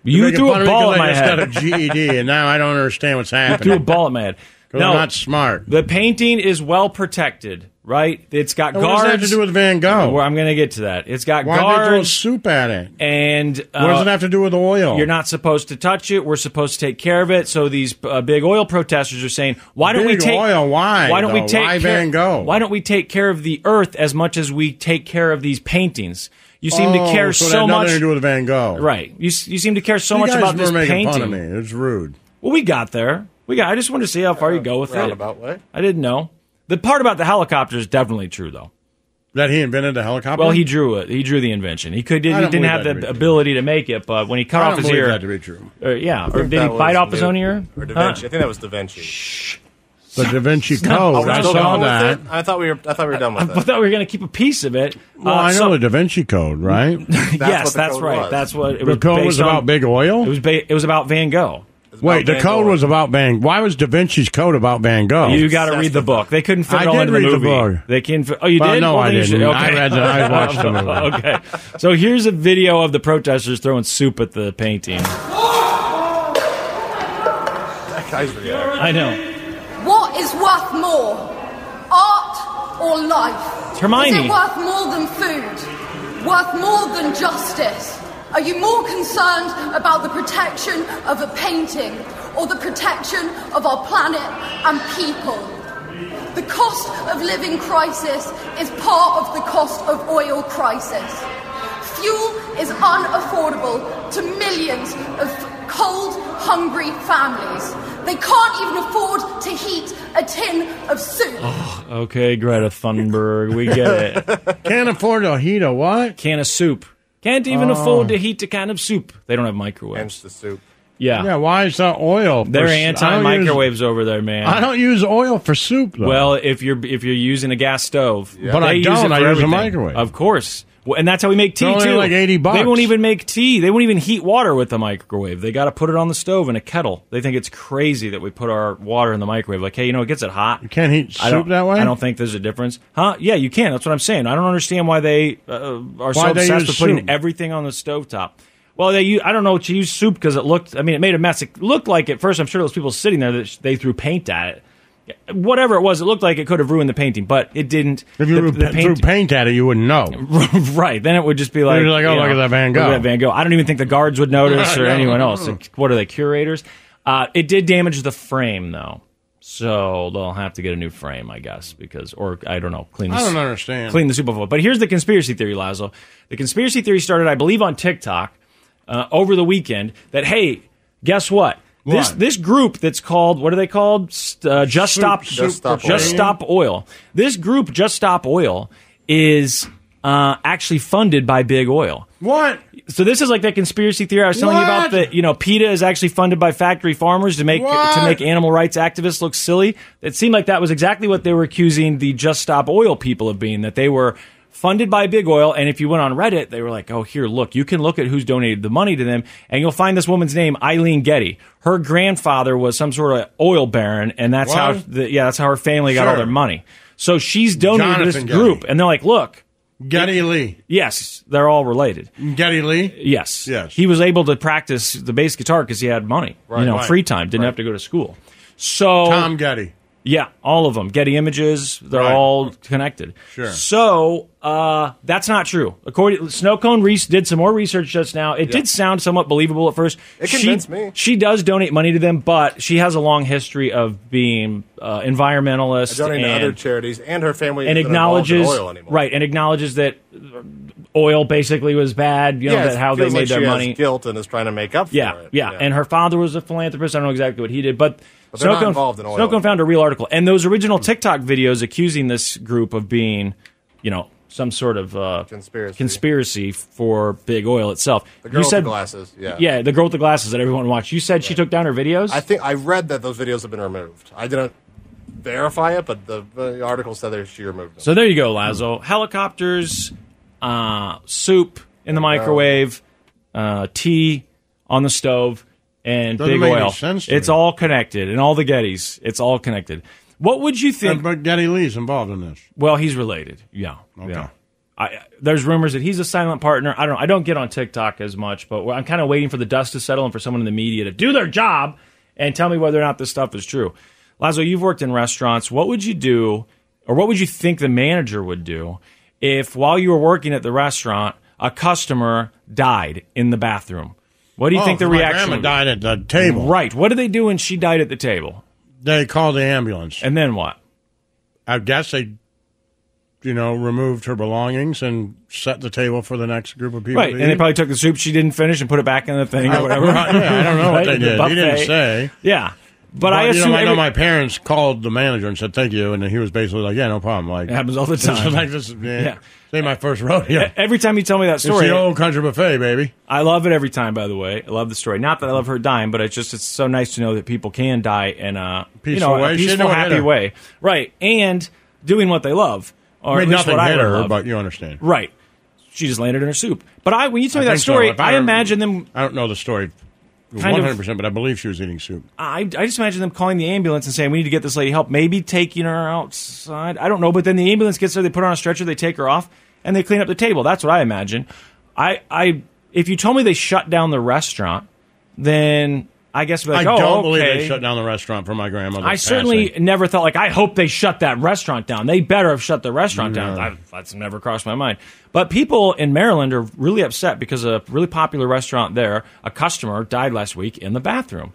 Speaker 2: You
Speaker 1: You're making
Speaker 2: threw a
Speaker 1: fun of me
Speaker 2: ball
Speaker 1: 'cause
Speaker 2: at my
Speaker 1: I just
Speaker 2: head.
Speaker 1: got a GED, and now I don't understand what's
Speaker 2: I
Speaker 1: happening.
Speaker 2: threw a ball at my head.
Speaker 1: 'Cause I'm not smart.
Speaker 2: The painting is well protected, right? It's got
Speaker 1: And what
Speaker 2: guards.
Speaker 1: does that have to do with Van Gogh?
Speaker 2: Well, I'm going to get to that. It's got
Speaker 1: Why did they
Speaker 2: guards.
Speaker 1: throw soup at it?
Speaker 2: and uh,
Speaker 1: what does it have to do with oil?
Speaker 2: You're not supposed to touch it. We're supposed to take care of it. So these uh, big oil protesters are saying, "Why don't
Speaker 1: Big
Speaker 2: we take
Speaker 1: oil, why,
Speaker 2: Why don't we
Speaker 1: though?
Speaker 2: take
Speaker 1: Why
Speaker 2: care,
Speaker 1: Van Gogh?
Speaker 2: Why don't we take care of the earth as much as we take care of these paintings? You seem
Speaker 1: Oh,
Speaker 2: to care
Speaker 1: so,
Speaker 2: so,
Speaker 1: it had
Speaker 2: much.
Speaker 1: Nothing to do with Van Gogh,
Speaker 2: right. You s- you seem to care so
Speaker 1: You
Speaker 2: much
Speaker 1: guys
Speaker 2: about this
Speaker 1: were making
Speaker 2: painting.
Speaker 1: fun of me. It's rude.
Speaker 2: Well, we got there. We got. I just wanted to see how far you go with
Speaker 3: roundabout
Speaker 2: it.
Speaker 3: way.
Speaker 2: I didn't know. The part about the helicopter is definitely true, though.
Speaker 1: That he invented the helicopter.
Speaker 2: Well, he drew it. He drew the invention. He could. He
Speaker 1: I don't
Speaker 2: didn't
Speaker 1: believe
Speaker 2: have
Speaker 1: that to
Speaker 2: the
Speaker 1: be
Speaker 2: ability to make it. But when he cut
Speaker 1: I
Speaker 2: off
Speaker 1: don't
Speaker 2: his
Speaker 1: believe
Speaker 2: ear,
Speaker 1: that to be true.
Speaker 2: Or, yeah.
Speaker 3: I
Speaker 2: Or
Speaker 3: think
Speaker 2: did he
Speaker 3: that
Speaker 2: bite
Speaker 3: was
Speaker 2: off his
Speaker 3: Newton
Speaker 2: own ear?
Speaker 3: Or Da
Speaker 2: Huh?
Speaker 3: Vinci. I think that was Da Vinci. Shh.
Speaker 1: The Da Vinci
Speaker 3: Oh,
Speaker 1: Code.
Speaker 3: we're
Speaker 1: I
Speaker 3: still
Speaker 1: saw
Speaker 3: going with
Speaker 1: that.
Speaker 3: it? I thought we were. I thought we were done with
Speaker 2: I
Speaker 3: it.
Speaker 2: thought we were going to keep a piece of it.
Speaker 1: Well,
Speaker 2: Uh,
Speaker 1: I know
Speaker 2: so-
Speaker 1: the Da Vinci Code, right?
Speaker 2: yes,
Speaker 3: what the
Speaker 2: that's
Speaker 3: code
Speaker 2: right.
Speaker 3: was.
Speaker 2: That's what it
Speaker 1: The
Speaker 2: was.
Speaker 1: code
Speaker 2: based
Speaker 1: was
Speaker 2: on-
Speaker 1: about big oil?
Speaker 2: It was. Ba- it was about Van Gogh.
Speaker 1: Wait, the
Speaker 2: Van
Speaker 1: code was about Van. Why was Da Vinci's Code about Van Gogh?
Speaker 2: You got to read the book. They couldn't fit
Speaker 1: Oh, I
Speaker 2: it all
Speaker 1: did
Speaker 2: into
Speaker 1: read
Speaker 2: the
Speaker 1: the
Speaker 2: movie.
Speaker 1: book.
Speaker 2: They can. not Oh, you
Speaker 1: Well,
Speaker 2: did?
Speaker 1: no, I
Speaker 2: then you should-
Speaker 1: didn't.
Speaker 2: Okay.
Speaker 1: I read the- I watched the movie.
Speaker 2: okay. So here's a video of the protesters throwing soup at the painting.
Speaker 3: That guy's reaction.
Speaker 2: I know.
Speaker 15: What is worth more, art or life?
Speaker 2: It's Hermione.
Speaker 15: Is it worth more than food? Worth more than justice? Are you more concerned about the protection of a painting or the protection of our planet and people? The cost of living crisis is part of the cost of oil crisis. Fuel is unaffordable to millions of cold, hungry families. They can't even afford to heat a tin of soup.
Speaker 2: Okay, Greta Thunberg, we get it.
Speaker 1: Can't afford to heat a what?
Speaker 2: Can of soup. Can't even
Speaker 1: Oh.
Speaker 2: afford to heat a can of soup. They don't have microwaves.
Speaker 3: Hence the soup.
Speaker 2: Yeah.
Speaker 1: Yeah. Why is that oil? for
Speaker 2: They're
Speaker 1: s- I don't
Speaker 2: anti-microwaves over there, man.
Speaker 1: use- I don't use oil for soup. Though.
Speaker 2: Well, if you're if you're using a gas stove,
Speaker 1: But I
Speaker 2: they Use
Speaker 1: don't.
Speaker 2: it
Speaker 1: I
Speaker 2: for
Speaker 1: use a
Speaker 2: everything.
Speaker 1: microwave.
Speaker 2: of course. Well, and that's how we make tea
Speaker 1: They're only
Speaker 2: too.
Speaker 1: like 80 bucks.
Speaker 2: They won't even make tea. They won't even heat water with the microwave. They got to put it on the stove in a kettle. They think it's crazy that we put our water in the microwave. Like, hey, you know, it gets it hot. You
Speaker 1: can't heat
Speaker 2: I
Speaker 1: soup
Speaker 2: don't-
Speaker 1: that way?
Speaker 2: I don't think there's a difference, huh? Yeah, you can. That's what I'm saying. I don't understand why they uh, are so
Speaker 1: Why they
Speaker 2: obsessed
Speaker 1: use
Speaker 2: with putting
Speaker 1: soup?
Speaker 2: everything on the stovetop. Well, they u- I don't know to use soup because it looked. I mean, it made a mess. It looked like at first. I'm sure those people sitting there that sh- they threw paint at it. Whatever it was, it looked like it could have ruined the painting, but it didn't.
Speaker 1: if you
Speaker 2: the,
Speaker 1: threw, threw paint at it, you wouldn't know.
Speaker 2: right? Then it would just be like,
Speaker 1: You'd be like, oh,
Speaker 2: you
Speaker 1: look
Speaker 2: know,
Speaker 1: at that Van
Speaker 2: look
Speaker 1: Gogh.
Speaker 2: at Van Gogh. I don't even think the guards would notice or
Speaker 1: No.
Speaker 2: anyone else. Like, what are they curators? Uh, it did damage the frame though, so they'll have to get a new frame, I guess, because or I don't know, clean.
Speaker 1: I
Speaker 2: this-
Speaker 1: don't understand.
Speaker 2: Clean the Super Bowl. But here's the conspiracy theory, Lazo. The conspiracy theory started, I believe, on TikTok uh, over the weekend. That hey, guess what? This
Speaker 1: What?
Speaker 2: this group that's called what are they called? St- Uh, just
Speaker 1: Soup-
Speaker 2: stop,
Speaker 1: Soup
Speaker 2: just
Speaker 1: for
Speaker 2: stop,
Speaker 1: Pain.
Speaker 2: oil. This group, just stop oil, is uh, actually funded by big oil.
Speaker 1: What?
Speaker 2: So this is like that conspiracy theory I was telling you about
Speaker 1: What?
Speaker 2: that you know PETA is actually funded by factory farmers to make to
Speaker 1: What?
Speaker 2: make animal rights activists look silly. It seemed like that was exactly what they were accusing the Just Stop Oil people of being that they were funded by big oil and if you went on Reddit they were like, "Oh, here, look, you can look at who's donated the money to them and you'll find this woman's name, Eileen Getty. Her grandfather was some sort of oil baron and that's how
Speaker 1: What?
Speaker 2: the, yeah, that's how her family got all
Speaker 1: Sure.
Speaker 2: their money. So she's donated to this
Speaker 1: Jonathan Getty.
Speaker 2: group and they're like, "Look,
Speaker 1: Getty Lee.
Speaker 2: Yes, they're all related.
Speaker 1: Getty Lee?
Speaker 2: Yes.
Speaker 1: Yes.
Speaker 2: He was able to practice the bass guitar because he had money,
Speaker 1: Right,
Speaker 2: you know,
Speaker 1: right,
Speaker 2: free time, didn't have to go to school. So
Speaker 1: Tom Getty.
Speaker 2: Yeah, all of them. Getty Images, they're
Speaker 1: Right.
Speaker 2: all connected.
Speaker 1: Sure.
Speaker 2: So uh, that's not true. According Snowcone Reese did some more research just now. It did sound somewhat believable at first.
Speaker 3: It
Speaker 2: She-
Speaker 3: convinced me.
Speaker 2: She does donate money to them, but she has a long history of being uh, environmentalist
Speaker 3: Donating to
Speaker 2: and
Speaker 3: other charities and her family
Speaker 2: and
Speaker 3: isn't involved in
Speaker 2: acknowledges
Speaker 3: oil anymore.
Speaker 2: right and acknowledges that uh, oil basically was bad. You know
Speaker 3: Yeah,
Speaker 2: that
Speaker 3: it
Speaker 2: how they
Speaker 3: feels
Speaker 2: made
Speaker 3: like
Speaker 2: their
Speaker 3: she has
Speaker 2: money.
Speaker 3: guilt and is trying to make up for
Speaker 2: Yeah,
Speaker 3: it.
Speaker 2: yeah, And her father was a philanthropist. I don't know exactly what he did, but,
Speaker 3: But they're not involved in oil.
Speaker 2: Snowcone found a real article, and those original TikTok videos accusing this group of being, you know, some sort of uh, conspiracy conspiracy for big oil itself.
Speaker 3: The girl
Speaker 2: you
Speaker 3: with the
Speaker 2: said
Speaker 3: glasses, yeah.
Speaker 2: yeah, the girl with the glasses that everyone watched. You said she took down her videos.
Speaker 3: I think I read that those videos have been removed. I didn't verify it, but the, the article said that she removed them.
Speaker 2: So there you go, Lazo. Helicopters, uh, soup in the microwave, uh, tea on the stove, and
Speaker 1: Doesn't
Speaker 2: big
Speaker 1: make any
Speaker 2: oil.
Speaker 1: sense to
Speaker 2: it's
Speaker 1: me.
Speaker 2: all connected, and all the Gettys. It's all connected. What would you think?
Speaker 1: Uh, but Getty Lee's involved in this.
Speaker 2: Well, he's related. Yeah. Yeah. I- I, there's rumors that he's a silent partner. I don't know. I don't get on TikTok as much, but I'm kind of waiting for the dust to settle and for someone in the media to do their job and tell me whether or not this stuff is true. Lazo, you've worked in restaurants. What would you do, or what would you think the manager would do if, while you were working at the restaurant, a customer died in the bathroom? What do you
Speaker 1: Oh,
Speaker 2: think the
Speaker 1: my
Speaker 2: reaction?
Speaker 1: grandma
Speaker 2: would be?
Speaker 1: died at the table.
Speaker 2: Right. What did they do when she died at the table?
Speaker 1: They called the ambulance.
Speaker 2: And then what?
Speaker 1: I guess they, you know, removed her belongings and set the table for the next group of people.
Speaker 2: Right,
Speaker 1: to
Speaker 2: and they
Speaker 1: eat.
Speaker 2: probably took the soup she didn't finish and put it back in the thing or whatever.
Speaker 1: yeah, I don't know what
Speaker 2: Right,
Speaker 1: they
Speaker 2: in the
Speaker 1: did. He didn't
Speaker 2: buffet.
Speaker 1: say.
Speaker 2: Yeah, but, I
Speaker 1: you know,
Speaker 2: assume
Speaker 1: I know
Speaker 2: every-
Speaker 1: my parents called the manager and said thank you, and he was basically like, "Yeah, no problem." Like
Speaker 2: It happens all the
Speaker 1: this is
Speaker 2: time.
Speaker 1: like this, is- yeah,
Speaker 2: Yeah.
Speaker 1: this ain't my first rodeo.
Speaker 2: E- Every time you tell me that
Speaker 1: It's
Speaker 2: story,
Speaker 1: the old country buffet, baby.
Speaker 2: I love it every time. By the way, I love the story. Not that I love her dying, but it's just it's so nice to know that people can die in a you
Speaker 1: Peaceful
Speaker 2: know
Speaker 1: way.
Speaker 2: a
Speaker 1: She didn't know
Speaker 2: peaceful,
Speaker 1: what hit
Speaker 2: happy
Speaker 1: her.
Speaker 2: way, right? And doing what they love, or
Speaker 1: I
Speaker 2: at
Speaker 1: mean,
Speaker 2: least
Speaker 1: nothing
Speaker 2: what I
Speaker 1: hit
Speaker 2: would
Speaker 1: her,
Speaker 2: love.
Speaker 1: but you understand.
Speaker 2: right? She just landed in her soup. But I, when you tell me that
Speaker 1: think so.
Speaker 2: story,
Speaker 1: If
Speaker 2: I
Speaker 1: were-
Speaker 2: imagine them
Speaker 1: I don't know the story
Speaker 2: Kind of-
Speaker 1: 100, percent but I believe she was eating soup.
Speaker 2: I, I just imagine them calling the ambulance and saying, we need to get this lady help. Maybe taking her outside. I don't know. But then the ambulance gets there, they put her on a stretcher, they take her off, and they clean up the table. That's what I imagine. I, I If you told me they shut down the restaurant, then I guess I'd be like,
Speaker 1: I
Speaker 2: oh,
Speaker 1: don't believe
Speaker 2: okay.
Speaker 1: they shut down the restaurant for my grandmother.
Speaker 2: I certainly never thought, like, I hope they shut that restaurant down. They better have shut the restaurant down.
Speaker 1: No.
Speaker 2: I, that's never crossed my mind. But people in Maryland are really upset because a really popular restaurant there, a customer died last week in the bathroom.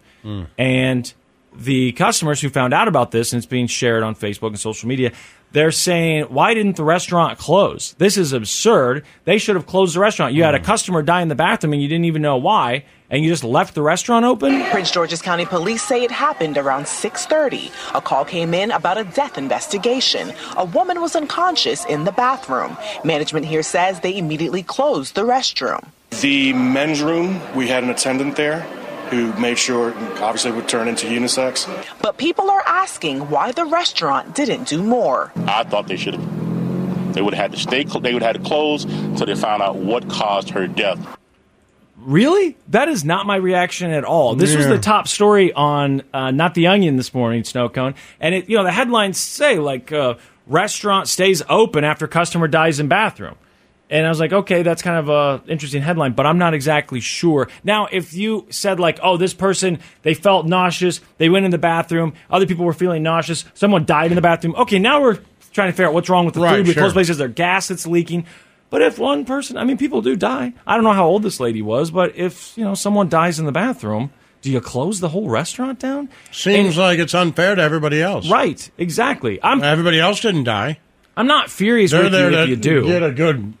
Speaker 2: And the customers who found out about this, and it's being shared on Facebook and social media, they're saying, why didn't the restaurant close? This is absurd. They should have closed the restaurant. You had a customer die in the bathroom and you didn't even know why, and you just left the restaurant open?
Speaker 14: Prince George's County Police say it happened around 6:30. A call came in about a death investigation. A woman was unconscious in the bathroom. Management here says they immediately closed the restroom.
Speaker 16: The men's room, we had an attendant there who made sure, obviously, would turn into unisex.
Speaker 14: But people are asking why the restaurant didn't do more.
Speaker 17: I thought they should have. They would have had to stay. cl- They would have had to close until they found out what caused her death.
Speaker 2: Really? That is not my reaction at all. This was
Speaker 17: Yeah.
Speaker 2: the top story on uh, Not the Onion this morning, Snow Cone, and it you know the headlines say like uh, restaurant stays open after customer dies in bathroom, and I was like, okay, that's kind of a interesting headline, but I'm not exactly sure. Now, if you said like, oh, this person they felt nauseous, they went in the bathroom, other people were feeling nauseous, someone died in the bathroom. Okay, now we're trying to figure out what's wrong with the
Speaker 1: Right,
Speaker 2: food. We
Speaker 1: sure.
Speaker 2: close places, their gas that's leaking. But if one person, I mean, people do die. I don't know how old this lady was, but if you know someone dies in the bathroom, do you close the whole restaurant down?
Speaker 1: Seems like it's unfair to everybody else.
Speaker 2: Right, exactly. I'm
Speaker 1: everybody else didn't die.
Speaker 2: I'm not furious
Speaker 1: They're
Speaker 2: with
Speaker 1: there
Speaker 2: you
Speaker 1: to
Speaker 2: if you do.
Speaker 1: get a good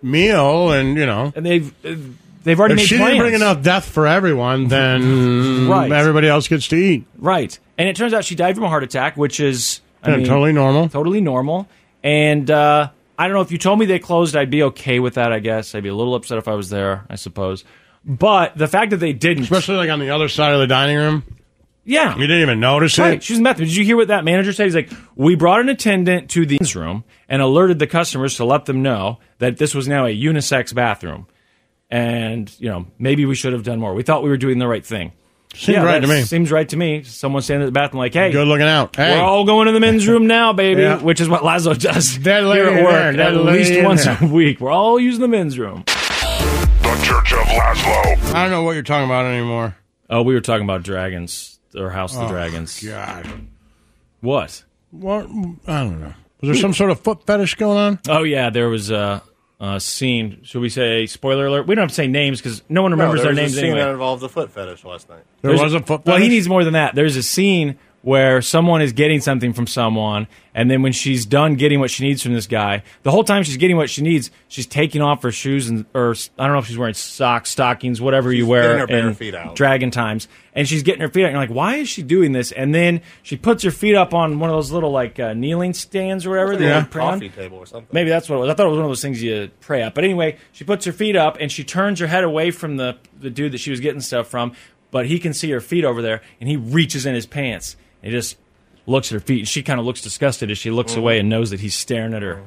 Speaker 1: meal, and you know,
Speaker 2: and they've uh, they've already
Speaker 1: if
Speaker 2: made
Speaker 1: she
Speaker 2: plans.
Speaker 1: didn't bring enough death for everyone, then
Speaker 2: Right.
Speaker 1: everybody else gets to eat.
Speaker 2: Right, and it turns out she died from a heart attack, which is I
Speaker 1: Yeah,
Speaker 2: mean,
Speaker 1: totally normal.
Speaker 2: Totally normal, and uh, I don't know if you told me they closed, I'd be okay with that. I guess I'd be a little upset if I was there. I suppose, but the fact that they didn't,
Speaker 1: especially like on the other side of the dining room.
Speaker 2: Yeah,
Speaker 1: you didn't even notice
Speaker 2: right.
Speaker 1: it.
Speaker 2: She was in the bathroom. Did you hear what that manager said? He's like, "We brought an attendant to the men's room and alerted the customers to let them know that this was now a unisex bathroom, and you know maybe we should have done more. We thought we were doing the right thing."
Speaker 1: Seems right to
Speaker 2: that
Speaker 1: me.
Speaker 2: Seems right to me. Someone standing at the bathroom like, "Hey,
Speaker 1: Good looking out. Hey.
Speaker 2: we're all going to the men's room now, baby,"
Speaker 1: Yeah.
Speaker 2: which is what Lazo does
Speaker 1: That lady
Speaker 2: here at
Speaker 1: in
Speaker 2: work
Speaker 1: there, that
Speaker 2: at
Speaker 1: lady
Speaker 2: least
Speaker 1: in
Speaker 2: once
Speaker 1: there.
Speaker 2: a week. We're all using the men's room.
Speaker 1: The Church of Laszlo. I don't know what you're talking about anymore.
Speaker 2: Oh, we were talking about dragons or House of
Speaker 1: Oh,
Speaker 2: the Dragons.
Speaker 1: God,
Speaker 2: what?
Speaker 1: What? I don't know. Was there some sort of foot fetish going on?
Speaker 2: Oh yeah, there was a, a scene. Should we say spoiler alert? We don't have to say names because no one remembers
Speaker 3: no,
Speaker 2: their
Speaker 3: there was
Speaker 2: names
Speaker 3: a scene that
Speaker 2: anyway.
Speaker 3: involved the foot fetish last night.
Speaker 1: There
Speaker 2: There's
Speaker 1: was a foot
Speaker 2: Well, he
Speaker 1: fetish?
Speaker 2: needs more than that. There's a scene where someone is getting something from someone, and then when she's done getting what she needs from this guy, the whole time she's getting what she needs, she's taking off her shoes and or I don't know if she's wearing socks, stockings, whatever you wear,
Speaker 3: getting her bare
Speaker 2: in
Speaker 3: feet out.
Speaker 2: Dragon times, and she's getting her feet out. And you're like, why is she doing this? And then she puts her feet up on one of those little like uh, kneeling stands or whatever. that you
Speaker 3: yeah.
Speaker 2: pray on.
Speaker 3: coffee table or something.
Speaker 2: Maybe that's what it was. I thought it was one of those things you pray up. But anyway, she puts her feet up and she turns her head away from the, the dude that she was getting stuff from, but he can see her feet over there and he reaches in his pants and he just looks at her feet and she kind of looks disgusted as she looks
Speaker 1: Mhm.
Speaker 2: away and knows that he's staring at her.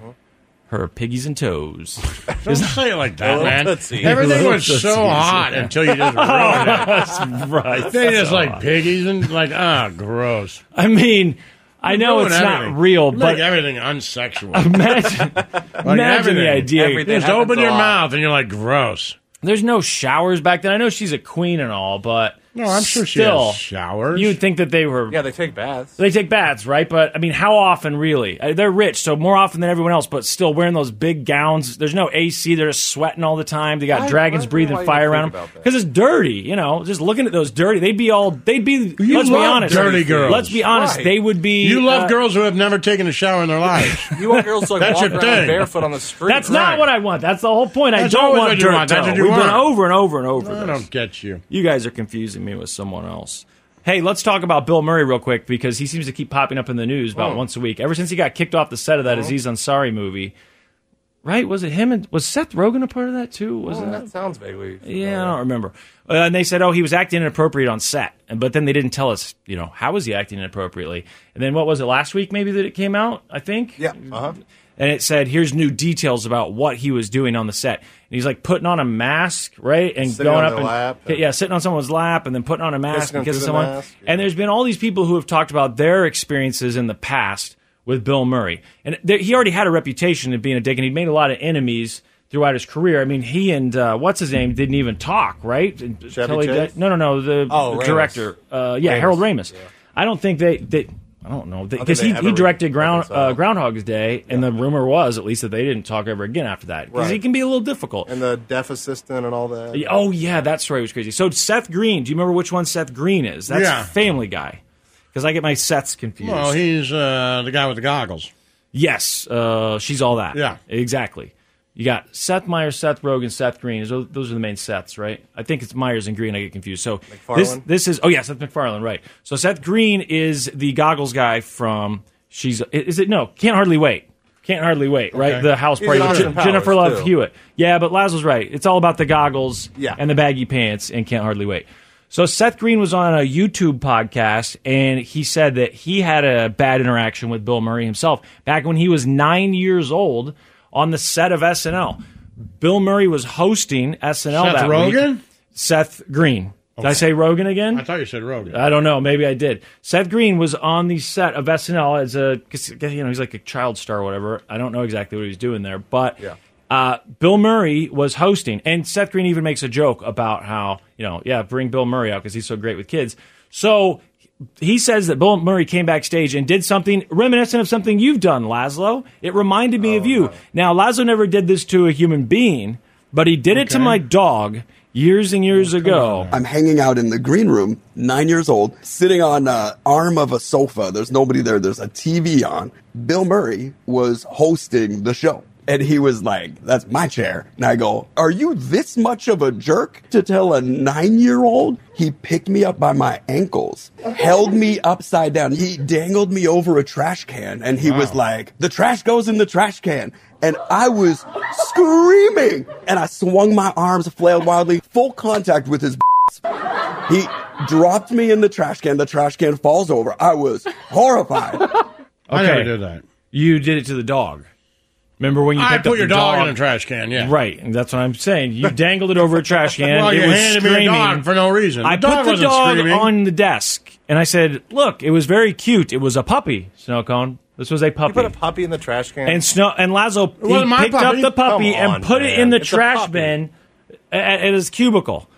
Speaker 2: Her piggies and toes.
Speaker 1: Don't say it like that,
Speaker 2: Little
Speaker 1: man.
Speaker 2: tootsies.
Speaker 1: Everything
Speaker 2: Little
Speaker 1: was
Speaker 2: tootsies,
Speaker 1: so hot
Speaker 2: yeah.
Speaker 1: until you just ruined
Speaker 2: it. right.
Speaker 1: They just
Speaker 2: So
Speaker 1: like
Speaker 2: hot.
Speaker 1: piggies and like ah, gross.
Speaker 2: I mean, I
Speaker 1: You
Speaker 2: know
Speaker 1: ruin
Speaker 2: it's
Speaker 1: everything.
Speaker 2: not real,
Speaker 1: You
Speaker 2: but
Speaker 1: make everything unsexual.
Speaker 2: Imagine, imagine
Speaker 1: everything.
Speaker 2: the idea.
Speaker 1: Everything Just happens open a your lot. mouth and you're like, gross.
Speaker 2: There's no showers back then. I know she's a queen and all, but
Speaker 1: No, I'm sure she has
Speaker 2: still,
Speaker 1: showers.
Speaker 2: You'd think that they were.
Speaker 3: Yeah, they take baths.
Speaker 2: They take baths, right? But I mean, how often, really? Uh, They're rich, so more often than everyone else. But still, wearing those big gowns. There's no AC. They're just sweating all the time. They got
Speaker 3: Why-
Speaker 2: dragons
Speaker 3: why-
Speaker 2: breathing
Speaker 3: why you
Speaker 2: fire
Speaker 3: think
Speaker 2: around them
Speaker 3: about
Speaker 2: because it's dirty. You know, just looking at those dirty, they'd be all. They'd be.
Speaker 1: You
Speaker 2: let's
Speaker 1: love
Speaker 2: be honest.
Speaker 1: dirty girls.
Speaker 2: Let's be honest. They would be.
Speaker 1: You love
Speaker 2: uh,
Speaker 1: girls who have never taken a shower in their lives.
Speaker 3: You want girls to like
Speaker 1: That's
Speaker 3: walk
Speaker 1: your
Speaker 3: around
Speaker 1: thing.
Speaker 3: barefoot on the street.
Speaker 2: That's not what I want. That's the whole point.
Speaker 1: That's
Speaker 2: I don't
Speaker 1: always
Speaker 2: want
Speaker 1: what you
Speaker 2: dirt
Speaker 1: want. That's
Speaker 2: toe.
Speaker 1: what you
Speaker 2: We've
Speaker 1: want.
Speaker 2: been over and over and over.
Speaker 1: I
Speaker 2: this.
Speaker 1: don't get you.
Speaker 2: You guys are confusing me with someone else. Hey, let's talk about Bill Murray real quick because he seems to keep popping up in the news about
Speaker 1: Oh.
Speaker 2: once a week. Ever since he got kicked off the set of that
Speaker 1: Oh.
Speaker 2: Aziz Ansari movie, right? Was it him and was Seth Rogen a part of that too? Was
Speaker 1: Oh,
Speaker 3: Well,
Speaker 2: it?
Speaker 3: Oh, that sounds vaguely.
Speaker 2: Yeah, I don't remember. Uh, and they said, oh, he was acting inappropriate on set, and but then they didn't tell us, you know, how was he acting inappropriately? And then what was it last week? Maybe that it came out, I think. Yeah. Uh-huh. And it said, here's new details about what he was doing on the set. And he's like putting on a mask, right, and
Speaker 3: Sitting
Speaker 2: going
Speaker 3: on
Speaker 2: up
Speaker 3: their
Speaker 2: and
Speaker 3: lap
Speaker 2: yeah, sitting on someone's lap, and then putting on a mask
Speaker 3: Kissing them
Speaker 2: and kissing
Speaker 3: through the
Speaker 2: someone.
Speaker 3: mask,
Speaker 2: And there's been all these people who have talked about their experiences in the past with Bill Murray, and there, he already had a reputation of being a dick, and he'd made a lot of enemies throughout his career. I mean, he and uh, what's his name didn't even talk, right? Until he
Speaker 3: Chase?
Speaker 2: did- no, no, no. The,
Speaker 3: Oh,
Speaker 2: the
Speaker 3: Ramis.
Speaker 2: director, uh, yeah,
Speaker 3: Ramis,
Speaker 2: Harold Ramis. I don't think they, they I don't know
Speaker 3: think
Speaker 2: because
Speaker 3: they
Speaker 2: he,
Speaker 3: ever
Speaker 2: he directed
Speaker 3: re-
Speaker 2: Ground uh, Groundhog's Day, and the rumor was at least that they didn't talk ever again after that because he
Speaker 3: Right.
Speaker 2: can be a little difficult.
Speaker 3: And the deaf assistant and all that.
Speaker 2: Yeah, Oh yeah, that story was crazy. So Seth Green, do you remember which one Seth Green is? That's
Speaker 1: Yeah.
Speaker 2: Family Guy. Because I get my Seths confused.
Speaker 1: Well, he's uh, the guy with the goggles.
Speaker 2: yes, uh, she's all that.
Speaker 1: Yeah.
Speaker 2: exactly. You got Seth Meyers, Seth Rogen, Seth Green. Those those are the main Seths, right? I think it's Myers and Green. I get confused. So this
Speaker 3: McFarlane?
Speaker 2: this is oh yeah, Seth MacFarlane, right? So Seth Green is the goggles guy from she's is it no can't hardly wait. Can't hardly wait, right? The house
Speaker 3: He's
Speaker 2: party
Speaker 3: in
Speaker 2: with
Speaker 3: Austin
Speaker 2: Je- Jennifer
Speaker 3: Powers,
Speaker 2: Love
Speaker 3: too.
Speaker 2: Hewitt. Yeah, but Lazo's right. It's all about the goggles
Speaker 3: Yeah.
Speaker 2: and the baggy pants and can't hardly wait. So Seth Green was on a YouTube podcast and he said that he had a bad interaction with Bill Murray himself back when he was 9 years old on the set of SNL. Bill Murray was hosting SNL
Speaker 1: Seth
Speaker 2: that
Speaker 1: Rogen?
Speaker 2: week. Seth Green. Did I say Rogan again?
Speaker 1: I thought you said Rogan.
Speaker 2: I don't know. Maybe I did. Seth Green was on the set of SNL as a, 'cause, you know, he's like a child star or whatever. I don't know exactly what he was doing there, but
Speaker 3: Yeah.
Speaker 2: uh, Bill Murray was hosting, and Seth Green even makes a joke about how, you know, yeah, bring Bill Murray out because he's so great with kids. So he says that Bill Murray came backstage and did something reminiscent of something you've done, Laszlo. It reminded me
Speaker 1: Oh,
Speaker 2: of you. Now, Laszlo never did this to a human being, but he did it to my dog years and years ago.
Speaker 18: I'm hanging out in the green room, nine years old, sitting on a arm of a sofa. There's nobody there. There's a TV on. Bill Murray was hosting the show. And he was like, that's my chair. And I go, are you this much of a jerk to tell a nine year old? He picked me up by my ankles, held me upside down. He dangled me over a trash can and he was like, the trash goes in the trash can. And I was screaming and I swung my arms, flailed wildly, full contact with his He dropped me in the trash can. The trash can falls over. I was horrified.
Speaker 1: I never did that.
Speaker 2: You did it to the dog. Remember when you
Speaker 1: I
Speaker 2: picked
Speaker 1: put
Speaker 2: up
Speaker 1: your
Speaker 2: the
Speaker 1: dog
Speaker 2: dog,
Speaker 1: in a trash can, yeah.
Speaker 2: Right, and that's what I'm saying. You dangled it over a trash can.
Speaker 1: Well,
Speaker 2: it
Speaker 1: you
Speaker 2: was
Speaker 1: handed me a
Speaker 2: screaming.
Speaker 1: dog for no reason. The
Speaker 2: I
Speaker 1: dog
Speaker 2: put the
Speaker 1: wasn't
Speaker 2: dog
Speaker 1: screaming.
Speaker 2: on the desk, and I said, "Look, it was very cute. It was a puppy, snow cone. This was a puppy."
Speaker 3: Put a puppy in the trash can.
Speaker 2: and snow and Lazo he
Speaker 3: wasn't my
Speaker 2: picked
Speaker 3: puppy.
Speaker 2: up the puppy
Speaker 3: Come on,
Speaker 2: and put it
Speaker 3: man.
Speaker 2: in the
Speaker 3: It's a
Speaker 2: trash
Speaker 3: puppy.
Speaker 2: bin at, at his cubicle.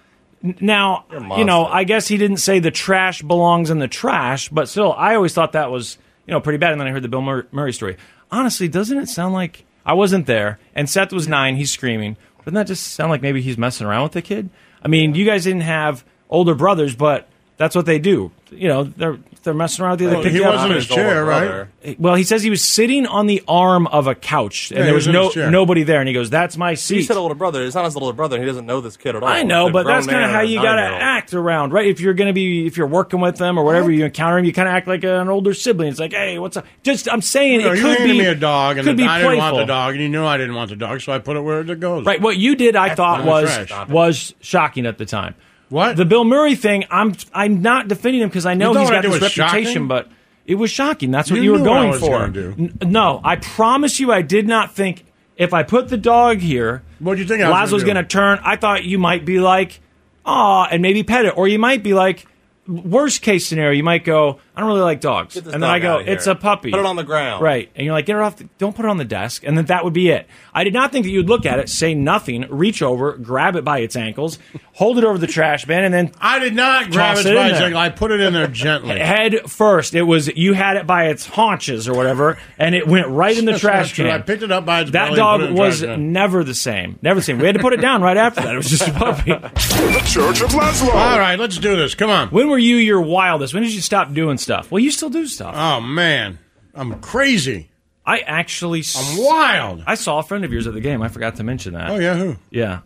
Speaker 2: N- Now,
Speaker 3: You're a
Speaker 2: you know,
Speaker 3: monster.
Speaker 2: I guess he didn't say the trash belongs in the trash, but still, I always thought that was you know pretty bad. And then I heard the Bill Mur- Murray story. Honestly, doesn't it sound like I wasn't there and Seth was nine? He's screaming. Doesn't that just sound like maybe he's messing around with the kid? I mean, you guys didn't have older brothers, but that's what they do. You know, they're they're messing around with the
Speaker 1: Well,
Speaker 2: other. kid.
Speaker 1: he
Speaker 2: They have-
Speaker 1: wasn't in his chair, right?
Speaker 2: well, he says he was sitting on the arm of a couch, and
Speaker 3: Yeah, he
Speaker 2: there
Speaker 3: was
Speaker 2: was
Speaker 3: in
Speaker 2: no
Speaker 3: his chair.
Speaker 2: nobody there. And he goes, "That's my
Speaker 3: He
Speaker 2: seat."
Speaker 3: said older brother. It's not his little brother. He doesn't know this kid at all.
Speaker 2: I know,
Speaker 3: It's a
Speaker 2: but that's
Speaker 3: grown
Speaker 2: kind of
Speaker 3: man
Speaker 2: how
Speaker 3: and a
Speaker 2: you gotta
Speaker 3: nine-year-old.
Speaker 2: act around, right? If you're gonna be, if you're working with them or whatever, you encounter him, you kind of act like an older sibling. It's like, hey, what's up? Just, I'm saying,
Speaker 1: No,
Speaker 2: it
Speaker 1: you
Speaker 2: could
Speaker 1: handed
Speaker 2: be
Speaker 1: me a dog, and
Speaker 2: could be
Speaker 1: I
Speaker 2: playful.
Speaker 1: didn't want the dog, and you knew I didn't want the dog, so I put it where it goes.
Speaker 2: Right. What you did, I thought
Speaker 1: not
Speaker 2: was
Speaker 1: trash. Stop it.
Speaker 2: was shocking at the time.
Speaker 1: What
Speaker 2: the Bill Murray thing? I'm I'm not defending him because I know
Speaker 1: thought
Speaker 2: he's
Speaker 1: what I
Speaker 2: got
Speaker 1: did
Speaker 2: this
Speaker 1: was
Speaker 2: reputation,
Speaker 1: shocking?
Speaker 2: but it was shocking. That's what
Speaker 1: You
Speaker 2: you, were
Speaker 1: knew what I
Speaker 2: going
Speaker 1: was
Speaker 2: for.
Speaker 1: gonna do.
Speaker 2: N- no, I promise you, I did not think if I put the dog here, what do you think?
Speaker 1: I was gonna
Speaker 2: Lazo's
Speaker 1: do?
Speaker 2: going to turn. I thought you might be like, ah, and maybe pet it, or you might be like. Worst case scenario, you might go, I don't really like dogs.
Speaker 3: Get this
Speaker 2: And then
Speaker 3: dog
Speaker 2: I go,
Speaker 3: outta here.
Speaker 2: it's a puppy.
Speaker 3: Put it on the ground.
Speaker 2: Right. And you're like, get it off. The, don't put it on the desk. And then that would be it. I did not think that you'd look at it, say nothing, reach over, grab it by its ankles, hold it over the trash bin, and then
Speaker 1: I did not grab
Speaker 2: toss
Speaker 1: its
Speaker 2: it in
Speaker 1: by its
Speaker 2: there.
Speaker 1: ankle. I put it in there gently.
Speaker 2: Head first. It was you had it by its haunches or whatever, and it went right in the
Speaker 1: That's
Speaker 2: trash
Speaker 1: not true.
Speaker 2: can.
Speaker 1: I picked it up by its
Speaker 2: That
Speaker 1: belly and put it
Speaker 2: dog
Speaker 1: in the
Speaker 2: was
Speaker 1: trash can.
Speaker 2: never the same. Never the same. We had to put it down right after that. It was just a puppy.
Speaker 16: The Church of Laszlo.
Speaker 1: All right, let's do this. Come on.
Speaker 2: When were you your wildest? When did you stop doing stuff? Well, you still do stuff.
Speaker 1: Oh man, I'm crazy.
Speaker 2: I actually.
Speaker 1: I'm wild.
Speaker 2: I saw a friend of yours at the game. I forgot to mention that.
Speaker 1: Oh yeah, who?
Speaker 2: Yeah.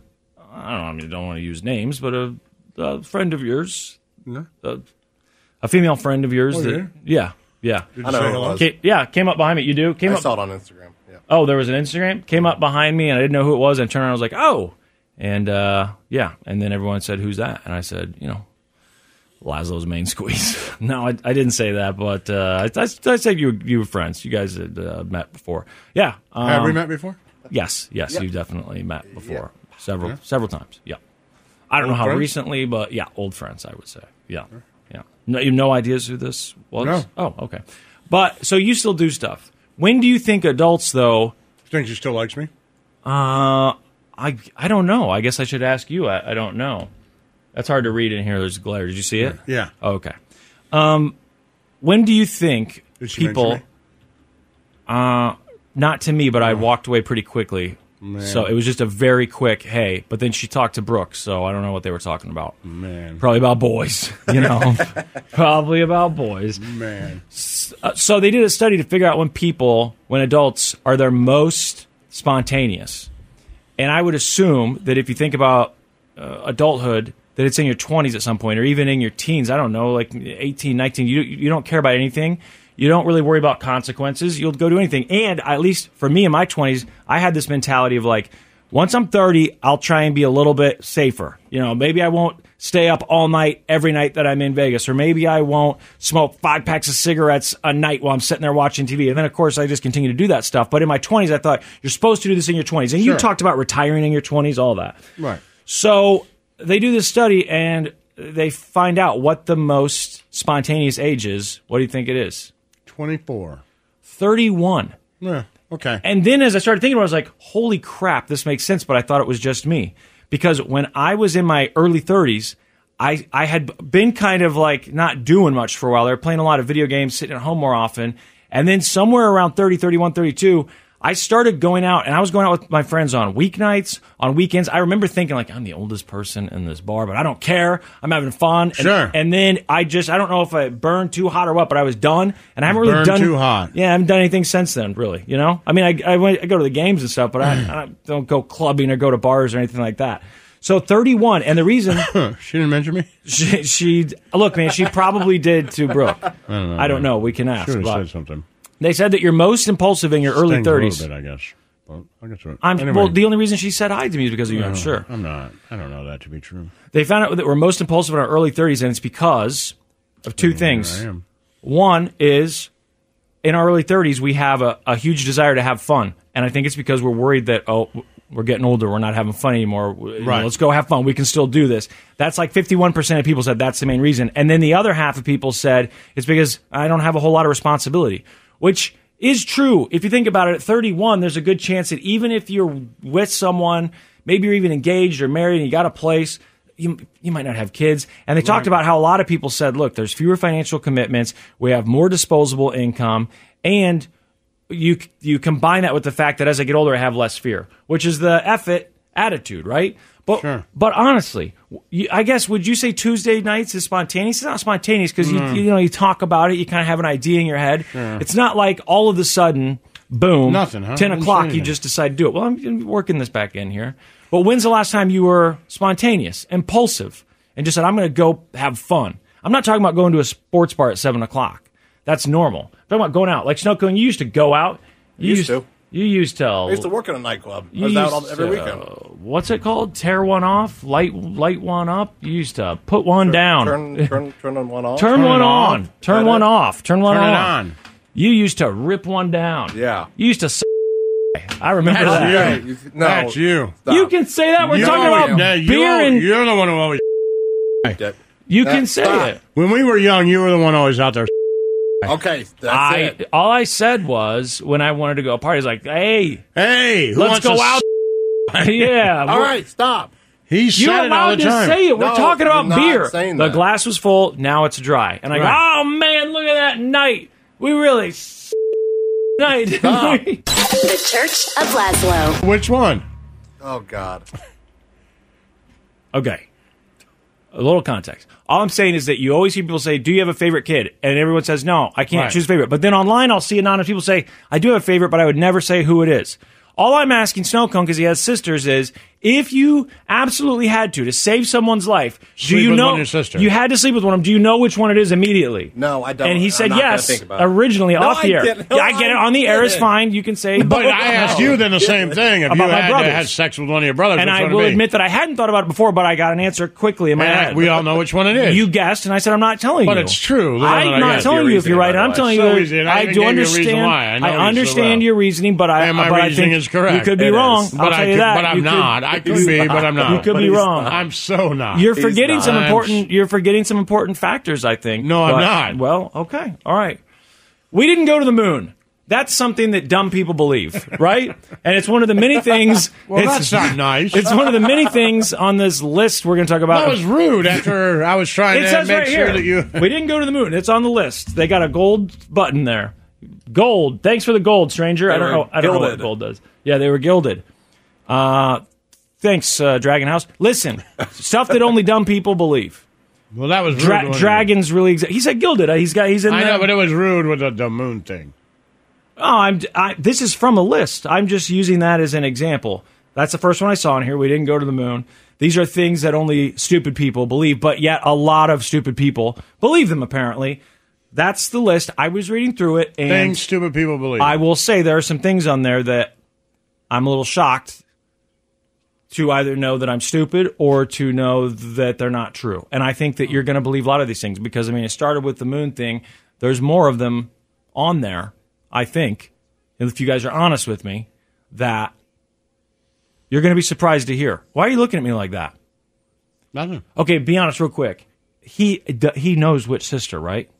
Speaker 2: I don't know. I mean, don't want to use names, but a, a friend of yours,
Speaker 1: No.
Speaker 2: a, a female friend of yours.
Speaker 3: Oh,
Speaker 2: that,
Speaker 3: yeah?
Speaker 2: yeah. Yeah.
Speaker 3: Did you I know say who it hello? was.
Speaker 2: Ca- yeah. Came up behind me. You do? Came
Speaker 3: I
Speaker 2: up.
Speaker 3: saw it on Instagram. Yeah.
Speaker 2: Oh, there was an Instagram. Came up behind me, and I didn't know who it was. And I turned around, I was like, oh. And uh, yeah. And then everyone said, who's that? And I said, you know, Laszlo's main squeeze. no, I, I didn't say that, but uh, I, I, I said you, you were friends. You guys had uh, met before. Yeah.
Speaker 1: Have we
Speaker 2: um,
Speaker 1: met before?
Speaker 2: Yes, yes,
Speaker 1: Yeah.
Speaker 2: you've definitely met before several
Speaker 1: Yeah.
Speaker 2: several times. Yeah, I don't
Speaker 1: Old
Speaker 2: know how
Speaker 1: friends?
Speaker 2: recently, but yeah, old friends, I would say. Yeah, yeah. No, you have no ideas who this was.
Speaker 1: No.
Speaker 2: Oh, okay. But so you still do stuff. When do you think adults though?
Speaker 1: Think she still likes me?
Speaker 2: Uh, I I don't know. I guess I should ask you. I, I don't know. That's hard to read in here. There's glare. Did you see it? Oh,
Speaker 1: Yeah.
Speaker 2: Okay. Um, when do you think
Speaker 1: Did she
Speaker 2: people?
Speaker 1: mention Mm.
Speaker 2: Uh, not to me, but I walked away pretty quickly.
Speaker 1: Man.
Speaker 2: So it was just a very quick hey. But then she talked to Brooks, so I don't know what they were talking about.
Speaker 1: Mm. Man.
Speaker 2: Probably about boys, you know. Probably about boys.
Speaker 1: Man.
Speaker 2: S- uh, So they did a study to figure out when people, when adults, are their most spontaneous. And I would assume that if you think about uh, adulthood, that it's in your 20s at some point or even in your teens. I don't know, like 18, 19. You, you don't care about anything. You don't really worry about consequences. You'll go do anything. And at least for me in my 20s, I had this mentality of like, once I'm 30, I'll try and be a little bit safer. You know, maybe I won't stay up all night every night that I'm in Vegas, or maybe I won't smoke five packs of cigarettes a night while I'm sitting there watching TV. And then, of course, I just continue to do that stuff. But in my 20s, I thought you're supposed to do this in your 20s. And you
Speaker 1: Sure.
Speaker 2: talked about retiring in your 20s, all that.
Speaker 1: Right.
Speaker 2: So they do this study and they find out what the most spontaneous age is. What do you think it is?
Speaker 1: 24.
Speaker 2: 31.
Speaker 1: Yeah. Okay.
Speaker 2: And then as I started thinking about it, I was like, holy crap, this makes sense, but I thought it was just me. Because when I was in my early 30s, I, I had been kind of like not doing much for a while. They were playing a lot of video games, sitting at home more often. And then somewhere around 30, 31, 32, I started going out and I was going out with my friends on weeknights, on weekends. I remember thinking like I'm the oldest person in this bar, but I don't care. I'm having fun. And,
Speaker 1: Sure.
Speaker 2: And then I just I don't know if I burned too hot or what, but I was done, and I haven't really
Speaker 1: Burned
Speaker 2: done
Speaker 1: too hot.
Speaker 2: Yeah, I haven't done anything since then, really. You know, I mean, I I, went, I go to the games and stuff, but
Speaker 1: Mm.
Speaker 2: I, I don't- don't go clubbing or go to bars or anything like that. So 31, and the reason
Speaker 1: she didn't mention me.
Speaker 2: She, she look, man, she probably did to Brooke. I
Speaker 1: don't know,
Speaker 2: I don't
Speaker 1: man.
Speaker 2: know. We can ask.
Speaker 1: Should've
Speaker 2: but-
Speaker 1: said something.
Speaker 2: They said that you're most impulsive in your
Speaker 1: Stings a
Speaker 2: early
Speaker 1: little
Speaker 2: 30s.
Speaker 1: bit, I guess. But I guess what-
Speaker 2: I'm
Speaker 1: anyway. Oh.
Speaker 2: well. The only reason she said hi to me is because of you. I'm
Speaker 1: No,
Speaker 2: sure.
Speaker 1: I'm not. I don't know that to be true.
Speaker 2: They found out that we're most impulsive in our early 30s, and it's because of two things.
Speaker 1: I am.
Speaker 2: One is in our early 30s, we have a, a huge desire to have fun. And I think it's because we're worried that, oh, we're getting older. We're not having fun anymore. You know,
Speaker 1: Right.
Speaker 2: let's go have fun. We can still do this. That's like 51% of people said that's the main reason. And then the other half of people said it's because I don't have a whole lot of responsibility, which is true. If you think about it, at 31, there's a good chance that even if you're with someone, maybe you're even engaged or married and you got a place, you, you might not have kids. And they talked about how a lot of people said, look, there's fewer financial commitments. We have more disposable income. And you you combine that with the fact that as I get older, I have less fear, which is the F it attitude, right? But but honestly, you, I guess would you say Tuesday nights is spontaneous? It's not spontaneous because
Speaker 1: Mm.
Speaker 2: you you know you talk about it, you kind of have an idea in your head.
Speaker 1: Sure.
Speaker 2: It's not like all of a sudden, boom,
Speaker 1: Nothing, huh?
Speaker 2: Ten
Speaker 1: Didn't say
Speaker 2: o'clock, you
Speaker 1: anything.
Speaker 2: just decide to do it. Well, I'm working this back in here. But when's the last time you were spontaneous, impulsive, and just said, "I'm going to go have fun"? I'm not talking about going to a sports bar at seven o'clock. That's normal. I'm talking about going out, like snow cone. You used to go out. You
Speaker 3: Used to.
Speaker 2: You used to.
Speaker 3: I used to work in a nightclub. I
Speaker 2: You
Speaker 3: was out
Speaker 2: used
Speaker 3: all, every
Speaker 2: to-
Speaker 3: weekend.
Speaker 2: What's it called? Tear one off, light light one up. You used to put one down.
Speaker 3: Turn, turn, turn on one off.
Speaker 2: Turn one on. Turn
Speaker 3: That
Speaker 2: one
Speaker 3: it?
Speaker 2: off. Turn one
Speaker 3: Turn it
Speaker 2: on. You used to rip one down. Yeah. You used to. s- I remember
Speaker 1: That's you.
Speaker 2: that.
Speaker 1: You- no. That's you.
Speaker 2: You can say that. We're
Speaker 1: You-
Speaker 2: talking about
Speaker 1: Yeah,
Speaker 2: beer
Speaker 1: you're,
Speaker 2: and
Speaker 1: You're the one who always.
Speaker 2: You can say it.
Speaker 1: When we were young, you were the one always out there.
Speaker 3: Okay, that's
Speaker 2: I all I said was when I wanted to go parties, like, hey,
Speaker 1: hey, who wants
Speaker 2: let's go
Speaker 1: to
Speaker 2: out. yeah.
Speaker 3: All
Speaker 2: we're-
Speaker 3: right, stop.
Speaker 1: He said
Speaker 2: You're
Speaker 1: it all
Speaker 2: allowed
Speaker 1: the
Speaker 2: to
Speaker 1: time.
Speaker 2: say it. We're
Speaker 3: No,
Speaker 2: talking
Speaker 3: you're
Speaker 2: about
Speaker 3: not
Speaker 2: beer.
Speaker 3: saying
Speaker 2: The
Speaker 3: that.
Speaker 2: glass was full. Now it's dry. And I
Speaker 3: Right.
Speaker 2: go, oh man, look at that night. We really s- night. didn't we?"
Speaker 6: The Church of Laszlo.
Speaker 2: "Ah!"
Speaker 1: Which one?
Speaker 3: Oh God.
Speaker 2: Okay. A little context. All I'm saying is that you always hear people say, Do you have a favorite kid? And everyone says, No, I can't
Speaker 1: Right.
Speaker 2: choose a favorite. But then online, I'll see anonymous people say, I do have a favorite, but I would never say who it is. All I'm asking Snowcone, because he has sisters, is if you absolutely had to, to save someone's life,
Speaker 1: Sleep
Speaker 2: do you
Speaker 1: with
Speaker 2: know
Speaker 1: one of your sisters.
Speaker 2: you had to sleep with one of them? Do you know which one it is immediately?
Speaker 3: No, I don't.
Speaker 2: And he
Speaker 3: I'm
Speaker 2: said
Speaker 3: not gonna
Speaker 2: yes
Speaker 3: think about it.
Speaker 2: originally
Speaker 3: No,
Speaker 2: off the
Speaker 3: I
Speaker 2: air.
Speaker 3: didn't.
Speaker 2: Yeah, I get it. On the air is fine. You can say.
Speaker 1: But I asked you then the same thing. If
Speaker 2: About
Speaker 1: you
Speaker 2: my
Speaker 1: had to
Speaker 2: brothers.
Speaker 1: have sex with one of your brothers,
Speaker 2: and
Speaker 1: which
Speaker 2: I
Speaker 1: one would
Speaker 2: will
Speaker 1: it be?
Speaker 2: admit that I hadn't thought about it before, but I got an answer quickly in my
Speaker 1: And I-
Speaker 2: head.
Speaker 1: we all know which one it is.
Speaker 2: You guessed, and I said I'm not telling
Speaker 1: But
Speaker 2: you.
Speaker 1: it's true. Then I
Speaker 2: I'm not
Speaker 1: guess.
Speaker 2: telling
Speaker 1: Your
Speaker 2: you if
Speaker 1: reasoning,
Speaker 2: you're right.
Speaker 1: by
Speaker 2: I'm
Speaker 1: the
Speaker 2: telling
Speaker 1: way. So
Speaker 2: you.
Speaker 1: easy, and I even gave
Speaker 2: do
Speaker 1: you a reason
Speaker 2: understand.
Speaker 1: why. I know you so
Speaker 2: understand
Speaker 1: well.
Speaker 2: your reasoning, but I
Speaker 1: And my
Speaker 2: but I
Speaker 1: reasoning
Speaker 2: think
Speaker 1: is correct.
Speaker 2: You could be
Speaker 1: It is.
Speaker 2: wrong.
Speaker 1: But
Speaker 2: I'll
Speaker 1: I
Speaker 2: tell you
Speaker 1: could-
Speaker 2: that.
Speaker 1: but I'm
Speaker 2: You
Speaker 1: not. I could be, but I'm not.
Speaker 2: You could
Speaker 1: But
Speaker 2: be
Speaker 1: he's
Speaker 2: wrong.
Speaker 1: not. I'm so not.
Speaker 2: You're
Speaker 1: He's
Speaker 2: forgetting
Speaker 1: not.
Speaker 2: some
Speaker 1: I'm
Speaker 2: important. You're forgetting some important factors. I think. No,
Speaker 1: I'm not.
Speaker 2: Well, okay, all right. We didn't go to the moon. That's something that dumb people believe, right? and it's one of the many things.
Speaker 1: Well,
Speaker 2: it's-
Speaker 1: that's not nice.
Speaker 2: It's one of the many things on this list we're going to talk about.
Speaker 1: That was rude. After I was trying
Speaker 2: it
Speaker 1: to
Speaker 2: says
Speaker 1: make
Speaker 2: right
Speaker 1: sure
Speaker 2: here.
Speaker 1: that you.
Speaker 2: we didn't go to the moon. It's on the list. They got a gold button there. Gold. Thanks for the gold, stranger.
Speaker 1: They
Speaker 2: I don't
Speaker 1: were
Speaker 2: know. I don't know what
Speaker 1: gilded.
Speaker 2: gold does. Yeah, they were gilded. Uh, thanks, uh, Dragon House. Listen, stuff that only dumb people believe.
Speaker 1: Well, that was rude
Speaker 2: Dra-
Speaker 1: wasn't it?
Speaker 2: dragons. Really, exist. he said gilded. Uh, He's got. He's in.
Speaker 1: I
Speaker 2: there.
Speaker 1: know, but it was rude with the, the moon thing.
Speaker 2: Oh, I'm. I, this is from a list. I'm just using that as an example. That's the first one I saw in here. We didn't go to the moon. These are things that only stupid people believe, but yet a lot of stupid people believe them. Apparently, that's the list. I was reading through it, and
Speaker 1: Things stupid people believe.
Speaker 2: I will say there are some things on there that I'm a little shocked to either know that I'm stupid or to know that they're not true. And I think that you're going to believe a lot of these things because I mean it started with the moon thing. There's more of them on there, I think, and if you guys are honest with me, that you're going to be surprised to hear. Why are you looking at me like that?
Speaker 1: Nothing.
Speaker 2: Okay, be honest real quick. He d- he knows which sister, right?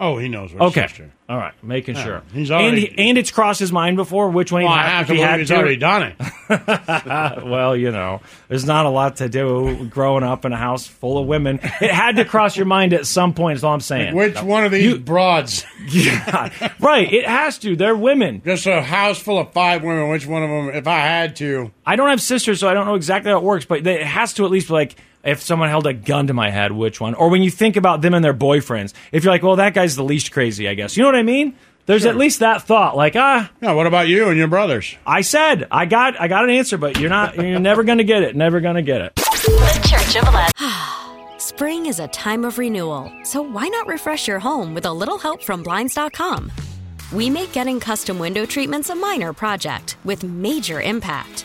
Speaker 1: Oh, he knows. What
Speaker 2: Okay.
Speaker 1: Sister.
Speaker 2: All right. Making
Speaker 1: Yeah.
Speaker 2: sure.
Speaker 1: He's already.
Speaker 2: and, he- and it's crossed his mind before which one
Speaker 1: well,
Speaker 2: he'd
Speaker 1: I
Speaker 2: have
Speaker 1: have
Speaker 2: if
Speaker 1: to
Speaker 2: he
Speaker 1: believe
Speaker 2: had
Speaker 1: he's
Speaker 2: to.
Speaker 1: already done it.
Speaker 2: well, you know, there's not a lot to do growing up in a house full of women. It had to cross your mind at some point, is all I'm saying.
Speaker 1: Which one of these broads?
Speaker 2: Yeah, right. It has to. They're women.
Speaker 1: Just a house full of five women. Which one of them? If I had to,
Speaker 2: I don't have sisters, so I don't know exactly how it works. But it has to at least be like if someone held a gun to my head, which one? Or when you think about them and their boyfriends, if you're like, well, that guy's the least crazy, I guess. You know what I mean? There's at least that thought, like ah.
Speaker 1: Yeah. What about you and your brothers?
Speaker 2: I said I got I got an answer, but you're not. You're never gonna get it. Never gonna get it.
Speaker 6: The Church of Blaz. Spring is a time of renewal, so why not refresh your home with a little help from Blinds.com? We make getting custom window treatments a minor project with major impact.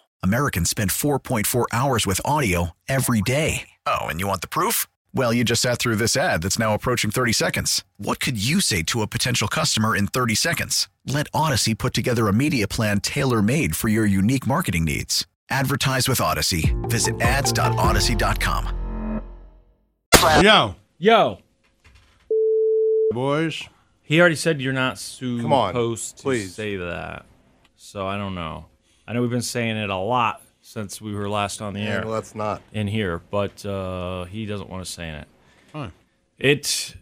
Speaker 7: Americans spend 4.4 hours with audio every day. Oh, and you want the proof? Well, you just sat through this ad that's now approaching 30 seconds. What could you say to a potential customer in 30 seconds? Let Odyssey put together a media plan tailor made for your unique marketing needs. Advertise with Odyssey. Visit ads.odyssey.com.
Speaker 1: Yo.
Speaker 2: Yo.
Speaker 1: Boys.
Speaker 2: He already said you're not supposed
Speaker 3: Come on,
Speaker 2: to say that. So I don't know. I know we've been saying it a lot since we were last on the
Speaker 3: Yeah,
Speaker 2: air.
Speaker 3: well, that's not.
Speaker 2: in here, but uh, he doesn't want to say it.
Speaker 1: Fine.
Speaker 2: It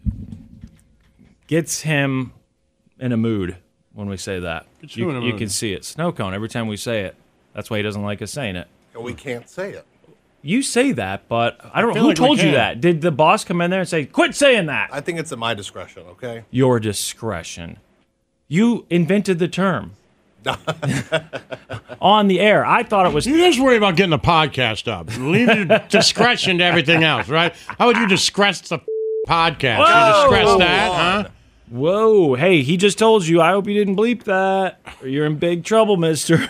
Speaker 2: gets him in a mood when we say that.
Speaker 3: Gets
Speaker 2: You,
Speaker 3: you in a
Speaker 2: you
Speaker 3: mood.
Speaker 2: can see it. Snow cone every time we say it. That's why he doesn't like us saying it.
Speaker 3: And we can't say it.
Speaker 2: You say that, but I don't
Speaker 3: I feel
Speaker 2: know who
Speaker 3: like we
Speaker 2: told you
Speaker 3: can.
Speaker 2: that. Did the boss come in there and say, "Quit saying that"?
Speaker 3: I think it's at my discretion, okay?
Speaker 2: Your discretion. You invented the term on the air. I thought it was.
Speaker 1: You just worry about getting the podcast up. Leave your discretion to everything else, right? How would you discretion the podcast?
Speaker 2: Whoa!
Speaker 1: You discretion that,
Speaker 2: Hold
Speaker 1: huh?
Speaker 2: Whoa! Hey, he just told you. I hope you didn't bleep that, or you're in big trouble, Mister.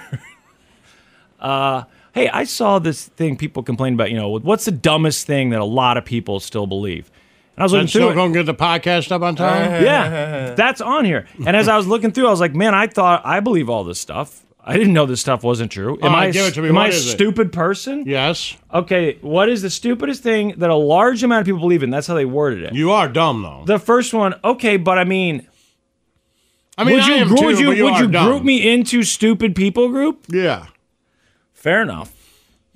Speaker 2: uh, hey, I saw this thing people complain about. You know, what's the dumbest thing that a lot of people still believe? And I was looking
Speaker 1: That's still
Speaker 2: through. it.
Speaker 1: going to get the podcast up on time?
Speaker 2: yeah, that's on here. And as I was looking through, I was like, man, I thought I believe all this stuff. I didn't know this stuff wasn't true. Am
Speaker 1: All right,
Speaker 2: I
Speaker 1: give it to me.
Speaker 2: am
Speaker 1: What
Speaker 2: I a
Speaker 1: is it?
Speaker 2: stupid person?
Speaker 1: Yes.
Speaker 2: Okay, what is the stupidest thing that a large amount of people believe in? That's how they worded it.
Speaker 1: You are dumb though.
Speaker 2: The first one, okay, but I mean
Speaker 1: I mean,
Speaker 2: would you
Speaker 1: I am
Speaker 2: gr-
Speaker 1: too,
Speaker 2: would you,
Speaker 1: but you
Speaker 2: would
Speaker 1: are
Speaker 2: you
Speaker 1: dumb.
Speaker 2: group me into stupid people group?
Speaker 1: Yeah.
Speaker 2: Fair enough.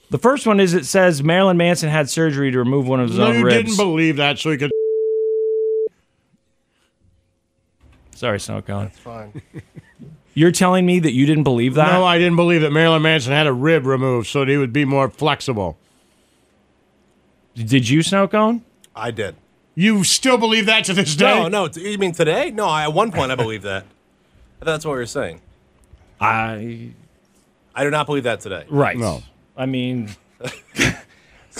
Speaker 2: The first one is it says Marilyn Manson had surgery to remove one of his
Speaker 1: No,
Speaker 2: own
Speaker 1: you
Speaker 2: ribs.
Speaker 1: didn't believe that, so you could.
Speaker 2: Sorry, Snow Cone.
Speaker 3: Fine.
Speaker 2: You're telling me that you didn't believe that?
Speaker 1: No, I didn't believe that Marilyn Manson had a rib removed so that he would be more flexible.
Speaker 2: Did you, Snow Cone?
Speaker 3: I did.
Speaker 1: You still believe that to this day?
Speaker 3: No, no. t- You mean today? No, I, at one point I believed that. I thought that's what we were saying.
Speaker 2: I.
Speaker 3: I do not believe that today.
Speaker 2: Right. No. I mean,
Speaker 3: So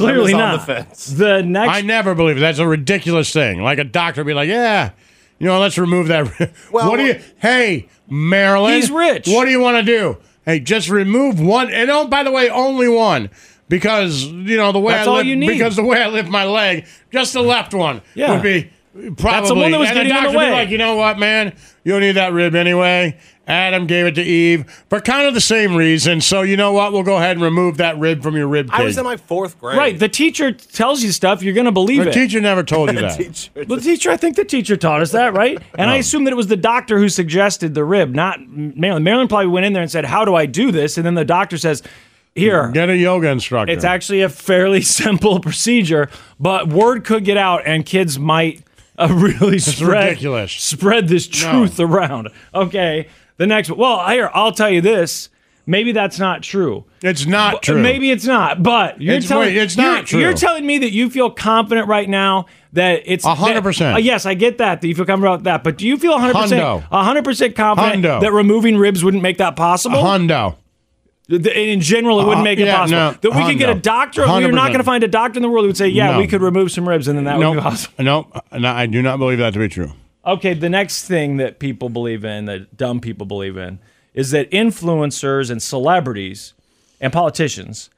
Speaker 3: I was
Speaker 2: clearly
Speaker 3: on
Speaker 2: not.
Speaker 3: the fence.
Speaker 2: The next,
Speaker 1: I never believe it. That's a ridiculous thing. Like a doctor would be like, yeah, you know, let's remove that. rib." what do you? Hey, Marilyn,
Speaker 2: He's rich.
Speaker 1: What do you want to do? Hey, just remove one. And oh, by the way, only one. Because you know the way
Speaker 2: That's
Speaker 1: I
Speaker 2: all
Speaker 1: live,
Speaker 2: you need.
Speaker 1: because the way I lift my leg, just the left one
Speaker 2: Yeah.
Speaker 1: would be Probably.
Speaker 2: That's the one that was
Speaker 1: and
Speaker 2: getting
Speaker 1: the
Speaker 2: in the
Speaker 1: doctor was
Speaker 2: way.
Speaker 1: like, you know what, man? You don't need that rib anyway. Adam gave it to Eve for kind of the same reason. So you know what? We'll go ahead and remove that rib from your rib cage.
Speaker 3: I was in my fourth grade.
Speaker 2: Right. The teacher tells you stuff, you're going to believe
Speaker 1: The
Speaker 2: it.
Speaker 1: teacher never told you
Speaker 2: The
Speaker 1: that.
Speaker 2: teacher- the teacher, I think the teacher taught us that, right? And I assume that it was the doctor who suggested the rib, not Marilyn. Marilyn probably went in there and said, How do I do this? And then the doctor says, Here.
Speaker 1: Get a yoga instructor.
Speaker 2: It's actually a fairly simple procedure, but word could get out and kids might uh, really
Speaker 1: It's
Speaker 2: spread,
Speaker 1: ridiculous.
Speaker 2: spread this truth around. Okay. The next one. Well, here, I'll tell you this. Maybe that's not true.
Speaker 1: It's not true.
Speaker 2: Maybe it's not, but you're
Speaker 1: It's-
Speaker 2: telling
Speaker 1: wait, it's
Speaker 2: you're-
Speaker 1: not true.
Speaker 2: You're telling me that you feel confident right now that it's
Speaker 1: A hundred
Speaker 2: that-
Speaker 1: percent.
Speaker 2: uh, yes, I get that that you feel confident about that, but do you feel 100
Speaker 1: Hundo.
Speaker 2: percent 100 percent confident
Speaker 1: Hundo.
Speaker 2: that removing ribs wouldn't make that possible?
Speaker 1: Hundo.
Speaker 2: Th- In general, it wouldn't
Speaker 1: Uh,
Speaker 2: make it
Speaker 1: yeah,
Speaker 2: possible.
Speaker 1: no,
Speaker 2: that we could get a
Speaker 1: Hundo.
Speaker 2: doctor. We're not
Speaker 1: 100%.
Speaker 2: going to find a doctor in the world who would say, "Yeah,
Speaker 1: No.
Speaker 2: we could remove some ribs," and then that would be
Speaker 1: Nope.
Speaker 2: possible.
Speaker 1: Nope. No, I do not believe that to be true.
Speaker 2: Okay, the next thing that people believe in, that dumb people believe in, is that influencers and celebrities and politicians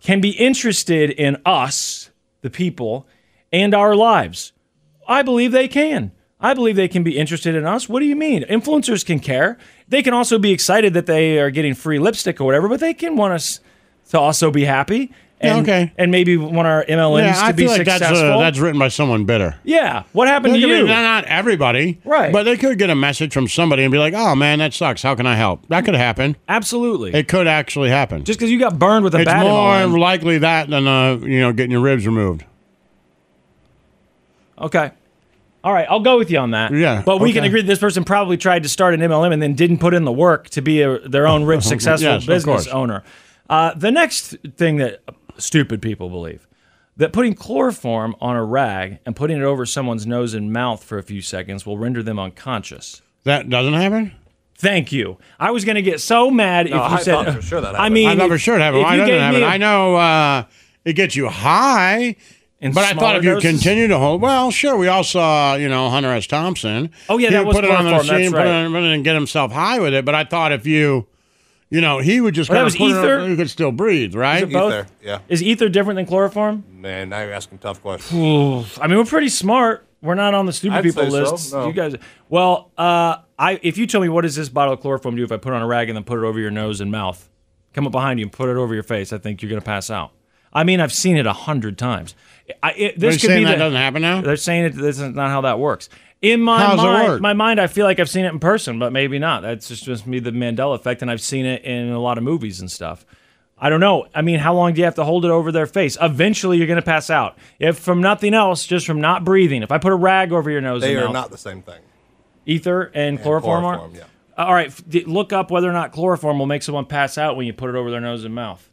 Speaker 2: can be interested in us, the people, and our lives. I believe they can. I believe they can be interested in us. What do you mean? Influencers can care. They can also be excited that they are getting free lipstick or whatever, but they can want us to also be happy.
Speaker 1: Yeah,
Speaker 2: And,
Speaker 1: okay.
Speaker 2: and maybe want our MLMs
Speaker 1: yeah,
Speaker 2: to
Speaker 1: I
Speaker 2: be
Speaker 1: feel like that's,
Speaker 2: successful.
Speaker 1: uh, that's written by someone bitter.
Speaker 2: yeah. What happened
Speaker 1: Look,
Speaker 2: to
Speaker 1: I mean,
Speaker 2: you?
Speaker 1: Not, not everybody,
Speaker 2: Right.
Speaker 1: But they could get a message from somebody and be like, "Oh man, that sucks. How can I help?" That could happen.
Speaker 2: Absolutely,
Speaker 1: it could actually happen.
Speaker 2: Just because you got burned with a
Speaker 1: it's
Speaker 2: bat. in
Speaker 1: more
Speaker 2: all in.
Speaker 1: likely that than uh, you know getting your ribs removed.
Speaker 2: Okay. All right, I'll go with you on that.
Speaker 1: Yeah,
Speaker 2: But we can
Speaker 1: okay.
Speaker 2: agree that this person probably tried to start an MLM and then didn't put in the work to be a, their own rich, successful
Speaker 1: Yes, of
Speaker 2: business
Speaker 1: course.
Speaker 2: owner. Uh, the next thing that stupid people believe that putting chloroform on a rag and putting it over someone's nose and mouth for a few seconds will render them unconscious.
Speaker 1: That doesn't happen.
Speaker 2: Thank you. I was going to get so mad if
Speaker 3: No,
Speaker 2: you
Speaker 3: I
Speaker 2: said.
Speaker 3: thought for sure that
Speaker 2: I
Speaker 3: happened.
Speaker 2: mean,
Speaker 1: I never
Speaker 2: if-
Speaker 1: sure it happened.
Speaker 2: if
Speaker 1: Why
Speaker 2: you
Speaker 1: doesn't it
Speaker 2: gave
Speaker 1: happen?
Speaker 2: me a-
Speaker 1: I know uh, it gets you high,
Speaker 2: In
Speaker 1: but I thought
Speaker 2: smaller
Speaker 1: if you
Speaker 2: doses?
Speaker 1: continue to hold, well, sure. We all saw you know Hunter S. Thompson.
Speaker 2: Oh, yeah,
Speaker 1: he
Speaker 2: that
Speaker 1: would
Speaker 2: was
Speaker 1: put it on the
Speaker 2: chloroform, that's
Speaker 1: machine, put it
Speaker 2: right.
Speaker 1: on- put it and get himself high with it. But I thought if you, you know, he would just
Speaker 2: Oh, that
Speaker 1: kinda
Speaker 2: was
Speaker 1: put it on-
Speaker 2: ether?
Speaker 1: you could still breathe, right?
Speaker 2: it both? Ether.
Speaker 3: Yeah.
Speaker 2: Is ether different than chloroform?
Speaker 3: Man, now you're asking tough questions.
Speaker 2: Oof. I mean, we're pretty smart. We're not on the stupid
Speaker 3: I'd
Speaker 2: people
Speaker 3: say so,
Speaker 2: list.
Speaker 3: no.
Speaker 2: You guys. Well, uh, I if you tell me what does this bottle of chloroform do if I put it on a rag and then put it over your nose and mouth, come up behind you and put it over your face, I think you're going to pass out. I mean, I've seen it a hundred times. I, it,
Speaker 1: They're
Speaker 2: this could
Speaker 1: saying
Speaker 2: be
Speaker 1: that
Speaker 2: the-
Speaker 1: doesn't happen now.
Speaker 2: They're saying it. This is not how that works. In my
Speaker 1: How does it work?
Speaker 2: mind, my mind, I feel like I've seen it in person, but maybe not. That's just, just me, the Mandela effect, and I've seen it in a lot of movies and stuff. I don't know. I mean, how long do you have to hold it over their face? Eventually, you're going to pass out. If from nothing else, just from not breathing. If I put a rag over your nose,
Speaker 3: They
Speaker 2: and
Speaker 3: are
Speaker 2: mouth,
Speaker 3: not the same thing.
Speaker 2: ether and, chloroform, are.
Speaker 3: chloroform, yeah.
Speaker 2: All right, f- d- look up whether or not chloroform will make someone pass out when you put it over their nose and mouth,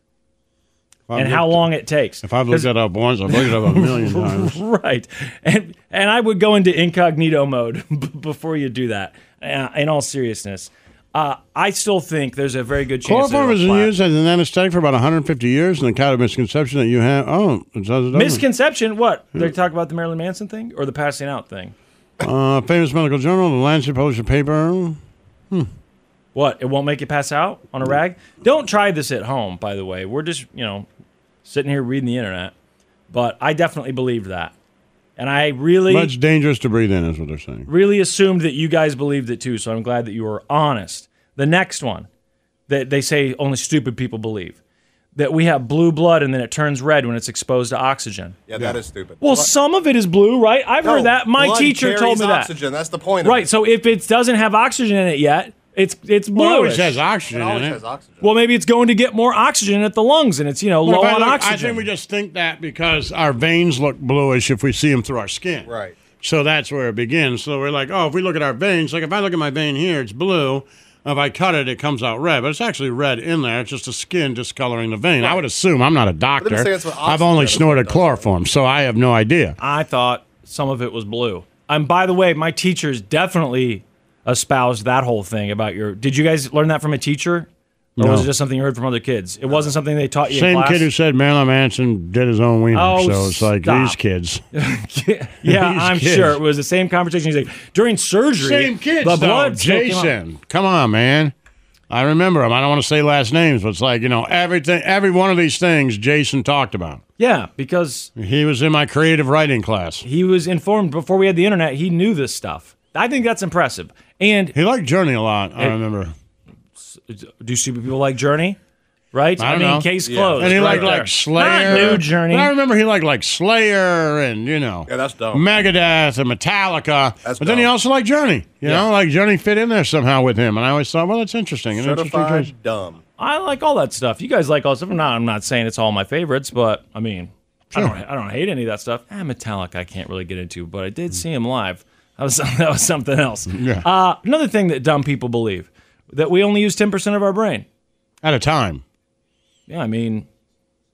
Speaker 1: I've
Speaker 2: and how
Speaker 1: looked-
Speaker 2: long it takes.
Speaker 1: If I've looked that up once, I've looked it up a million times.
Speaker 2: right and and i would go into incognito mode b- before you do that uh, in all seriousness uh, i still think there's a very good chance
Speaker 1: Chloroform
Speaker 2: that
Speaker 1: has
Speaker 2: it'll
Speaker 1: been
Speaker 2: fly.
Speaker 1: used as an anesthetic for about 150 years, and the kind of misconception that you have. Oh, it does it Hmm. doesn't.
Speaker 2: misconception what they talk about the marilyn manson thing or the passing out thing
Speaker 1: Uh, famous medical journal, The Lancet published a paper.
Speaker 2: what it won't make you pass out on a
Speaker 1: Hmm.
Speaker 2: rag don't try this at home by the way we're just you know sitting here reading the internet but i definitely believed that and i really
Speaker 1: Much dangerous to breathe in, is what they're saying.
Speaker 2: really assumed that you guys believed it too, so I'm glad that you were honest. The next one that they say only stupid people believe that we have blue blood and then it turns red when it's exposed to oxygen.
Speaker 3: Yeah, that is stupid.
Speaker 2: Well, some of it is blue, right? I've
Speaker 3: No,
Speaker 2: heard that. My
Speaker 3: blood
Speaker 2: teacher told
Speaker 3: carries
Speaker 2: me
Speaker 3: Oxygen. That's the point.
Speaker 2: that.
Speaker 3: of
Speaker 2: Right.
Speaker 3: it.
Speaker 2: So if it doesn't have oxygen in it yet, it's it's
Speaker 1: Well, it
Speaker 2: blue.
Speaker 1: always has oxygen
Speaker 3: It always
Speaker 1: in it.
Speaker 3: has oxygen.
Speaker 2: Well, maybe it's going to get more oxygen at the lungs and it's you know
Speaker 1: Well,
Speaker 2: low
Speaker 1: if I
Speaker 2: on
Speaker 1: look- I
Speaker 2: oxygen.
Speaker 1: think we just think that because our veins look bluish if we see them through our skin.
Speaker 3: Right.
Speaker 1: So that's where it begins. So we're like, oh, if we look at our veins, like if I look at my vein here, it's blue. If I cut it, it comes out red, but it's actually red in there. It's just the skin discoloring the vein. I would assume I'm not a
Speaker 3: they're
Speaker 1: doctor.
Speaker 3: saying it's what
Speaker 1: I've only
Speaker 3: oxygen is what
Speaker 1: snorted
Speaker 3: does it.
Speaker 1: chloroform, so I have no idea.
Speaker 2: I thought some of it was blue. And by the way, my teachers definitely espoused that whole thing about your. Did you guys learn that from a teacher? Or was
Speaker 1: No.
Speaker 2: it just something you heard from other kids? It wasn't something they taught you. in
Speaker 1: Same
Speaker 2: class?
Speaker 1: kid who said Marilyn Manson did his own wiener.
Speaker 2: Oh,
Speaker 1: so it's like
Speaker 2: stop.
Speaker 1: these kids.
Speaker 2: yeah,
Speaker 1: These
Speaker 2: I'm
Speaker 1: kids.
Speaker 2: sure it was the same conversation. He's like during surgery,
Speaker 1: Same kids,
Speaker 2: the
Speaker 1: though,
Speaker 2: blood still came out.
Speaker 1: Jason. Come on, man. I remember him. I don't want to say last names, but it's like you know everything. Every one of these things Jason talked about.
Speaker 2: Yeah, because
Speaker 1: he was in my creative writing class.
Speaker 2: He was informed before we had the internet. He knew this stuff. I think that's impressive. And
Speaker 1: he liked Journey a lot. I
Speaker 2: And-
Speaker 1: remember.
Speaker 2: Do you see people like Journey? Right?
Speaker 1: I, don't
Speaker 2: mean,
Speaker 1: know.
Speaker 2: case closed.
Speaker 1: And he
Speaker 2: right
Speaker 1: liked
Speaker 2: there.
Speaker 1: like Slayer.
Speaker 2: Not new Journey.
Speaker 1: But I remember he liked like Slayer and you know.
Speaker 3: Yeah, that's dope.
Speaker 1: Megadeth and Metallica. but then he also liked Journey. You know, like Journey fit in there somehow with him, and I always thought, well, that's interesting. An interesting choice.
Speaker 3: Certified dumb.
Speaker 2: I like all that stuff. You guys like all that stuff. I'm not, I'm not saying it's all my favorites, but I mean, I, don't, I don't hate any of that stuff. Ah, Metallica, I can't really get into, but I did see him live. That was, that was something else.
Speaker 1: Yeah.
Speaker 2: Uh, another thing that dumb people believe that we only use 10% of our brain
Speaker 1: at a time.
Speaker 2: Yeah, I mean,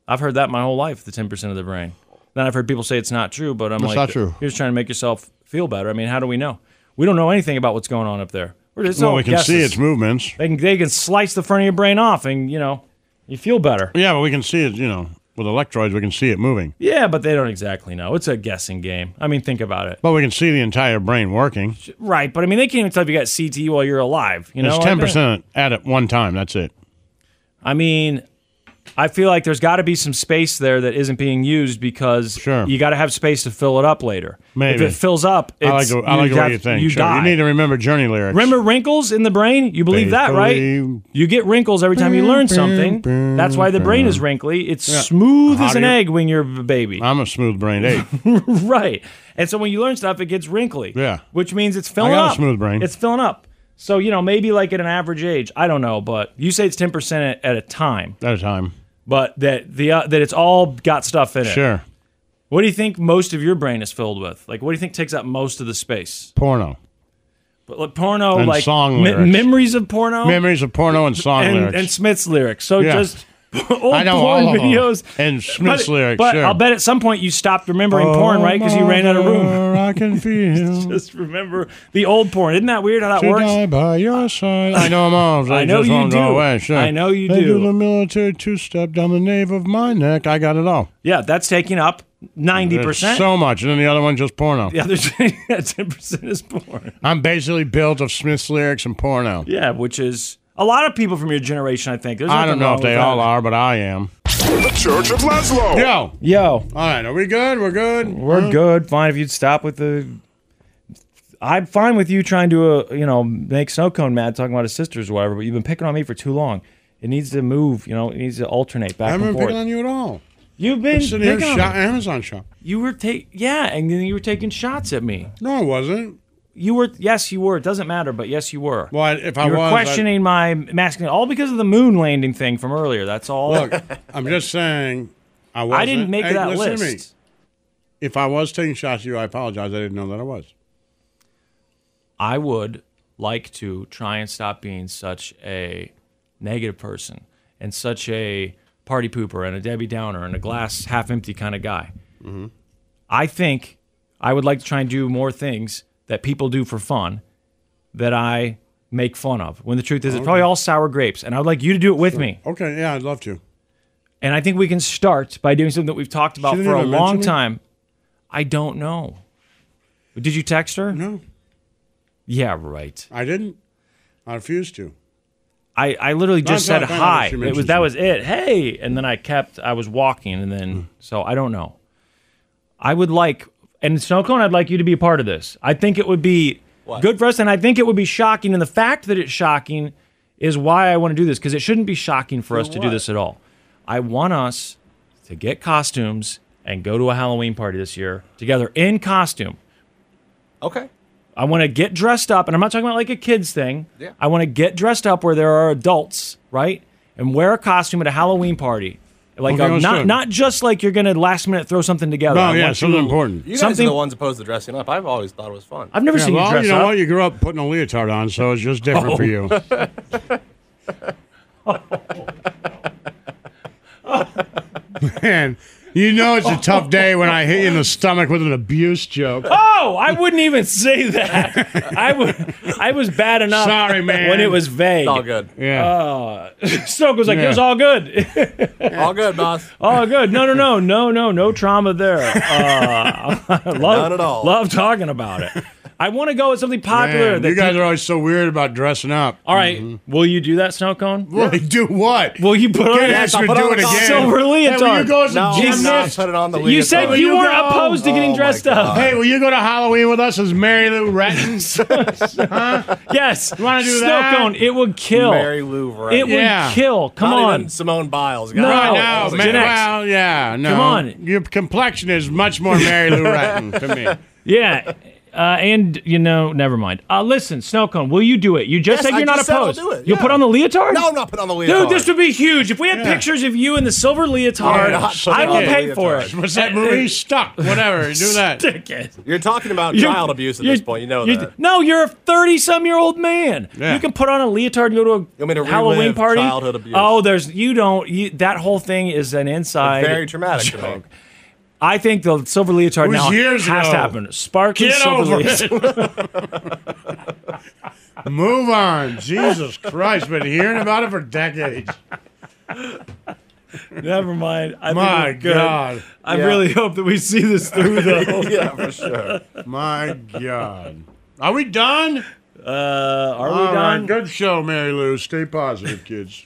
Speaker 2: I've heard that my whole life the 10% of the brain. Then I've heard people say it's not true, but I'm
Speaker 1: It's
Speaker 2: like,
Speaker 1: not true.
Speaker 2: you're just trying to make yourself feel better. I mean, how do we know? We don't know anything about what's going on up there. We're just
Speaker 1: well,
Speaker 2: all
Speaker 1: we can see
Speaker 2: guesses.
Speaker 1: its movements.
Speaker 2: They can, they can slice the front of your brain off and, you know, you feel better.
Speaker 1: Yeah, but we can see it. You know, with electrodes, we can see it moving.
Speaker 2: Yeah, but they don't exactly know. It's a guessing game. I mean, think about it.
Speaker 1: But we can see the entire brain working.
Speaker 2: Right, but I mean, they can't even tell if you got CT while you're alive. You know,
Speaker 1: it's
Speaker 2: I
Speaker 1: ten
Speaker 2: mean-
Speaker 1: percent at it one time. That's it.
Speaker 2: I mean, I feel like there's got to be some space there that isn't being used because you got to have space to fill it up later. If
Speaker 1: Maybe.
Speaker 2: it fills up, it's,
Speaker 1: I like the, I like the
Speaker 2: got-
Speaker 1: way you think.
Speaker 2: You
Speaker 1: sure.
Speaker 2: die.
Speaker 1: You need to remember Journey lyrics.
Speaker 2: Remember wrinkles in the brain? You believe that, right?
Speaker 1: Basically-
Speaker 2: You get wrinkles every time you learn something. That's why the brain is wrinkly. It's smooth
Speaker 1: How
Speaker 2: as
Speaker 1: do
Speaker 2: an
Speaker 1: you-
Speaker 2: egg when you're a baby.
Speaker 1: I'm a smooth-brained ape.
Speaker 2: right. And so when you learn stuff, it gets wrinkly.
Speaker 1: Yeah.
Speaker 2: Which means it's filling
Speaker 1: I got a
Speaker 2: up.
Speaker 1: smooth brain.
Speaker 2: It's filling up. So, you know, maybe like at an average age, I don't know, but you say it's 10% at, at a time,
Speaker 1: At a time.
Speaker 2: but that the uh, that it's all got stuff in it.
Speaker 1: Sure.
Speaker 2: What do you think most of your brain is filled with? Like, what do you think takes up most of the space?
Speaker 1: Porno.
Speaker 2: But like porno,
Speaker 1: And
Speaker 2: Oh, like
Speaker 1: song
Speaker 2: me-
Speaker 1: lyrics.
Speaker 2: memories of porno,
Speaker 1: Memories of porno and song
Speaker 2: and,
Speaker 1: lyrics.
Speaker 2: and Smith's lyrics. So
Speaker 1: Yeah.
Speaker 2: just old
Speaker 1: I know
Speaker 2: porn
Speaker 1: all of them.
Speaker 2: videos
Speaker 1: And Smith's
Speaker 2: but,
Speaker 1: lyrics,
Speaker 2: But
Speaker 1: sure. Oh,
Speaker 2: I'll bet at some point you stopped remembering porn, right? Because you ran out of room.
Speaker 1: I can feel.
Speaker 2: Just remember the old porn. Isn't that weird how that
Speaker 1: to
Speaker 2: works?
Speaker 1: die by your side. I know I'm off.
Speaker 2: I know
Speaker 1: just
Speaker 2: you
Speaker 1: won't
Speaker 2: do.
Speaker 1: Go away. Sure.
Speaker 2: I know you
Speaker 1: They
Speaker 2: do.
Speaker 1: the military two-step down the nave of my neck. I got it all.
Speaker 2: Yeah, that's taking up ninety
Speaker 1: There's
Speaker 2: percent.
Speaker 1: So much, and then the other one just porno.
Speaker 2: the other ten percent is porn.
Speaker 1: I'm basically built of Smith's lyrics and porno.
Speaker 2: Yeah, which is a lot of people from your generation. I think. There's
Speaker 1: I
Speaker 2: nothing
Speaker 1: don't know
Speaker 2: wrong
Speaker 1: if they
Speaker 2: with that.
Speaker 1: all are, but I am.
Speaker 19: The Church of Laszlo.
Speaker 1: Yo.
Speaker 2: Yo.
Speaker 1: All right, are we good? We're good.
Speaker 2: We're good. Fine if you'd stop with the. I'm fine with you trying to, uh, you know, make snow cone mad talking about his sisters or whatever. But you've been picking on me for too long. It needs to move. You know, it needs to alternate
Speaker 1: I
Speaker 2: back
Speaker 1: haven't
Speaker 2: and
Speaker 1: been
Speaker 2: forth.
Speaker 1: picking on you at all.
Speaker 2: You've been
Speaker 1: I'm sitting here
Speaker 2: picking on
Speaker 1: shot
Speaker 2: me.
Speaker 1: Amazon shop.
Speaker 2: You were take yeah, and then you were taking shots at me.
Speaker 1: No, I wasn't.
Speaker 2: You were yes, you were. It doesn't matter, but yes, you were.
Speaker 1: Well, I- if I
Speaker 2: you were
Speaker 1: was, I'd-
Speaker 2: questioning my masculinity, all because of the moon landing thing from earlier. That's all.
Speaker 1: Look, I'm just saying. I wasn't.
Speaker 2: I didn't make
Speaker 1: Hey,
Speaker 2: that
Speaker 1: listen to me.
Speaker 2: list.
Speaker 1: If I was taking shots at you, I apologize. I didn't know that I was.
Speaker 2: I would like to try and stop being such a negative person and such a party pooper and a Debbie Downer and a glass half empty kind of guy.
Speaker 1: Mm-hmm.
Speaker 2: I think I would like to try and do more things that people do for fun that I make fun of. When the truth is, it's
Speaker 1: Okay.
Speaker 2: probably all sour grapes. And I would like you to do it with me.
Speaker 1: Okay, yeah, I'd love to.
Speaker 2: And I think we can start by doing something that we've talked about
Speaker 1: She
Speaker 2: for
Speaker 1: didn't
Speaker 2: a
Speaker 1: even
Speaker 2: long
Speaker 1: mention it?
Speaker 2: time. I don't know. Did you text her?
Speaker 1: No.
Speaker 2: Yeah, right.
Speaker 1: I didn't. I refused to.
Speaker 2: I, I literally
Speaker 1: Not
Speaker 2: just
Speaker 1: until
Speaker 2: said
Speaker 1: I found out
Speaker 2: hi.
Speaker 1: that she
Speaker 2: It was
Speaker 1: mentions
Speaker 2: that
Speaker 1: me.
Speaker 2: was it. Hey, and then I kept. I was walking, and
Speaker 1: Hmm.
Speaker 2: then so I don't know. I would like, and Snowcone, I'd like you to be a part of this. I think it would be good for us, and I think it would be shocking. And the fact that it's shocking is why I want to do this because it shouldn't be shocking for us to do this at all. I want us to get costumes and go to a Halloween party this year together in costume.
Speaker 3: Okay.
Speaker 2: I want to get dressed up, and I'm not talking about like a kids thing.
Speaker 3: Yeah.
Speaker 2: I want to get dressed up where there are adults, right? And wear a costume at a Halloween party. Like
Speaker 3: Okay,
Speaker 2: a, not
Speaker 3: understood.
Speaker 2: not just like you're gonna last minute throw something together. I want you-
Speaker 3: You guys
Speaker 2: something
Speaker 3: are the ones opposed to dressing up. I've always thought it was fun.
Speaker 2: I've never
Speaker 1: Yeah,
Speaker 2: seen
Speaker 1: well,
Speaker 2: you dress
Speaker 1: you know
Speaker 2: up.
Speaker 1: what? You grew up putting a leotard on, so it's just different for you. Man, you know it's a tough day when I hit you in the stomach with an abuse joke.
Speaker 2: Oh, I wouldn't even say that. I would. I was bad enough.
Speaker 1: Sorry, man.
Speaker 2: When it was vague.
Speaker 1: It's all good. Yeah.
Speaker 2: Uh, Stoke was like, it was
Speaker 1: Yeah.
Speaker 2: all good.
Speaker 3: all good, boss.
Speaker 2: All good. No, no, no, no, no, no trauma there. Uh, love,
Speaker 3: None at all.
Speaker 2: Love talking about it. I want to go with something popular.
Speaker 1: Man, you guys are always so weird about dressing up. Mm-hmm.
Speaker 2: All right, will you do that, snow cone?
Speaker 1: Will you do what?
Speaker 2: Will you put on
Speaker 1: Get
Speaker 2: a-
Speaker 1: asked
Speaker 2: I'll
Speaker 1: to
Speaker 2: put
Speaker 1: do
Speaker 2: on
Speaker 1: it
Speaker 2: a
Speaker 1: again.
Speaker 2: silver
Speaker 1: Hey, will you
Speaker 2: leotard.
Speaker 1: go as a
Speaker 2: No, I'm
Speaker 1: gymnast?
Speaker 2: not putting on the You leotard. said
Speaker 1: Will
Speaker 2: you weren't
Speaker 1: go-
Speaker 2: opposed to getting Oh, dressed my up. God.
Speaker 1: Hey, will you go to Halloween with us as Mary Lou Retton? huh?
Speaker 2: Yes.
Speaker 1: You want to do
Speaker 2: Snow
Speaker 1: that?
Speaker 2: cone, it would kill.
Speaker 3: Mary Lou Retton.
Speaker 2: It would
Speaker 1: Yeah.
Speaker 2: kill. Come
Speaker 3: Not
Speaker 2: on.
Speaker 3: even Simone Biles.
Speaker 2: No.
Speaker 1: Right now,
Speaker 2: Gen
Speaker 1: ma-
Speaker 2: X.
Speaker 1: well, yeah, no.
Speaker 2: Come on.
Speaker 1: Your complexion is much more Mary Lou Retton to me.
Speaker 2: yeah. Uh, and you know, never mind. Uh, listen, Snow Cone, will you do it? You just
Speaker 3: Yes,
Speaker 2: said
Speaker 3: I
Speaker 2: you're not
Speaker 3: just said I'll
Speaker 2: opposed.
Speaker 3: do it,
Speaker 2: You'll
Speaker 3: yeah.
Speaker 2: put on the leotard?
Speaker 3: No, I'm not putting on the leotard.
Speaker 2: Dude, this would be huge. If we had
Speaker 3: Yeah.
Speaker 2: pictures of you in the silver leotard,
Speaker 3: Yeah, hot
Speaker 2: I will
Speaker 3: shit.
Speaker 2: pay for it. Uh,
Speaker 3: Leotard. Was that movie?
Speaker 1: Stuck. Whatever. Do that.
Speaker 2: Stick it.
Speaker 3: You're talking about
Speaker 2: You're-
Speaker 3: child abuse at
Speaker 2: you're-
Speaker 3: this point. You know
Speaker 2: you-
Speaker 3: that.
Speaker 2: No, you're a 30 some year old man.
Speaker 3: Yeah.
Speaker 2: You can put on a leotard and go to
Speaker 3: me
Speaker 2: a
Speaker 3: to
Speaker 2: Halloween
Speaker 3: relive
Speaker 2: party.
Speaker 3: childhood abuse?
Speaker 2: Oh, there's you don't you, that whole thing is an inside
Speaker 3: Very traumatic to me.
Speaker 2: joke. I think the silver leotard
Speaker 3: It was
Speaker 2: now
Speaker 3: years
Speaker 2: has to
Speaker 3: ago.
Speaker 2: happen. Sparkly
Speaker 3: Get
Speaker 2: silver
Speaker 3: over it.
Speaker 2: leotard.
Speaker 1: Move on. Jesus Christ. Been hearing about it for decades.
Speaker 2: Never mind. I think
Speaker 1: My
Speaker 2: we're good.
Speaker 1: God.
Speaker 2: I
Speaker 1: Yeah.
Speaker 2: really hope that we see this through, though.
Speaker 3: Yeah, for sure.
Speaker 1: My God. Are we done?
Speaker 2: Uh, are
Speaker 1: we
Speaker 2: done?
Speaker 1: Good show, Mary Lou. Stay positive, kids.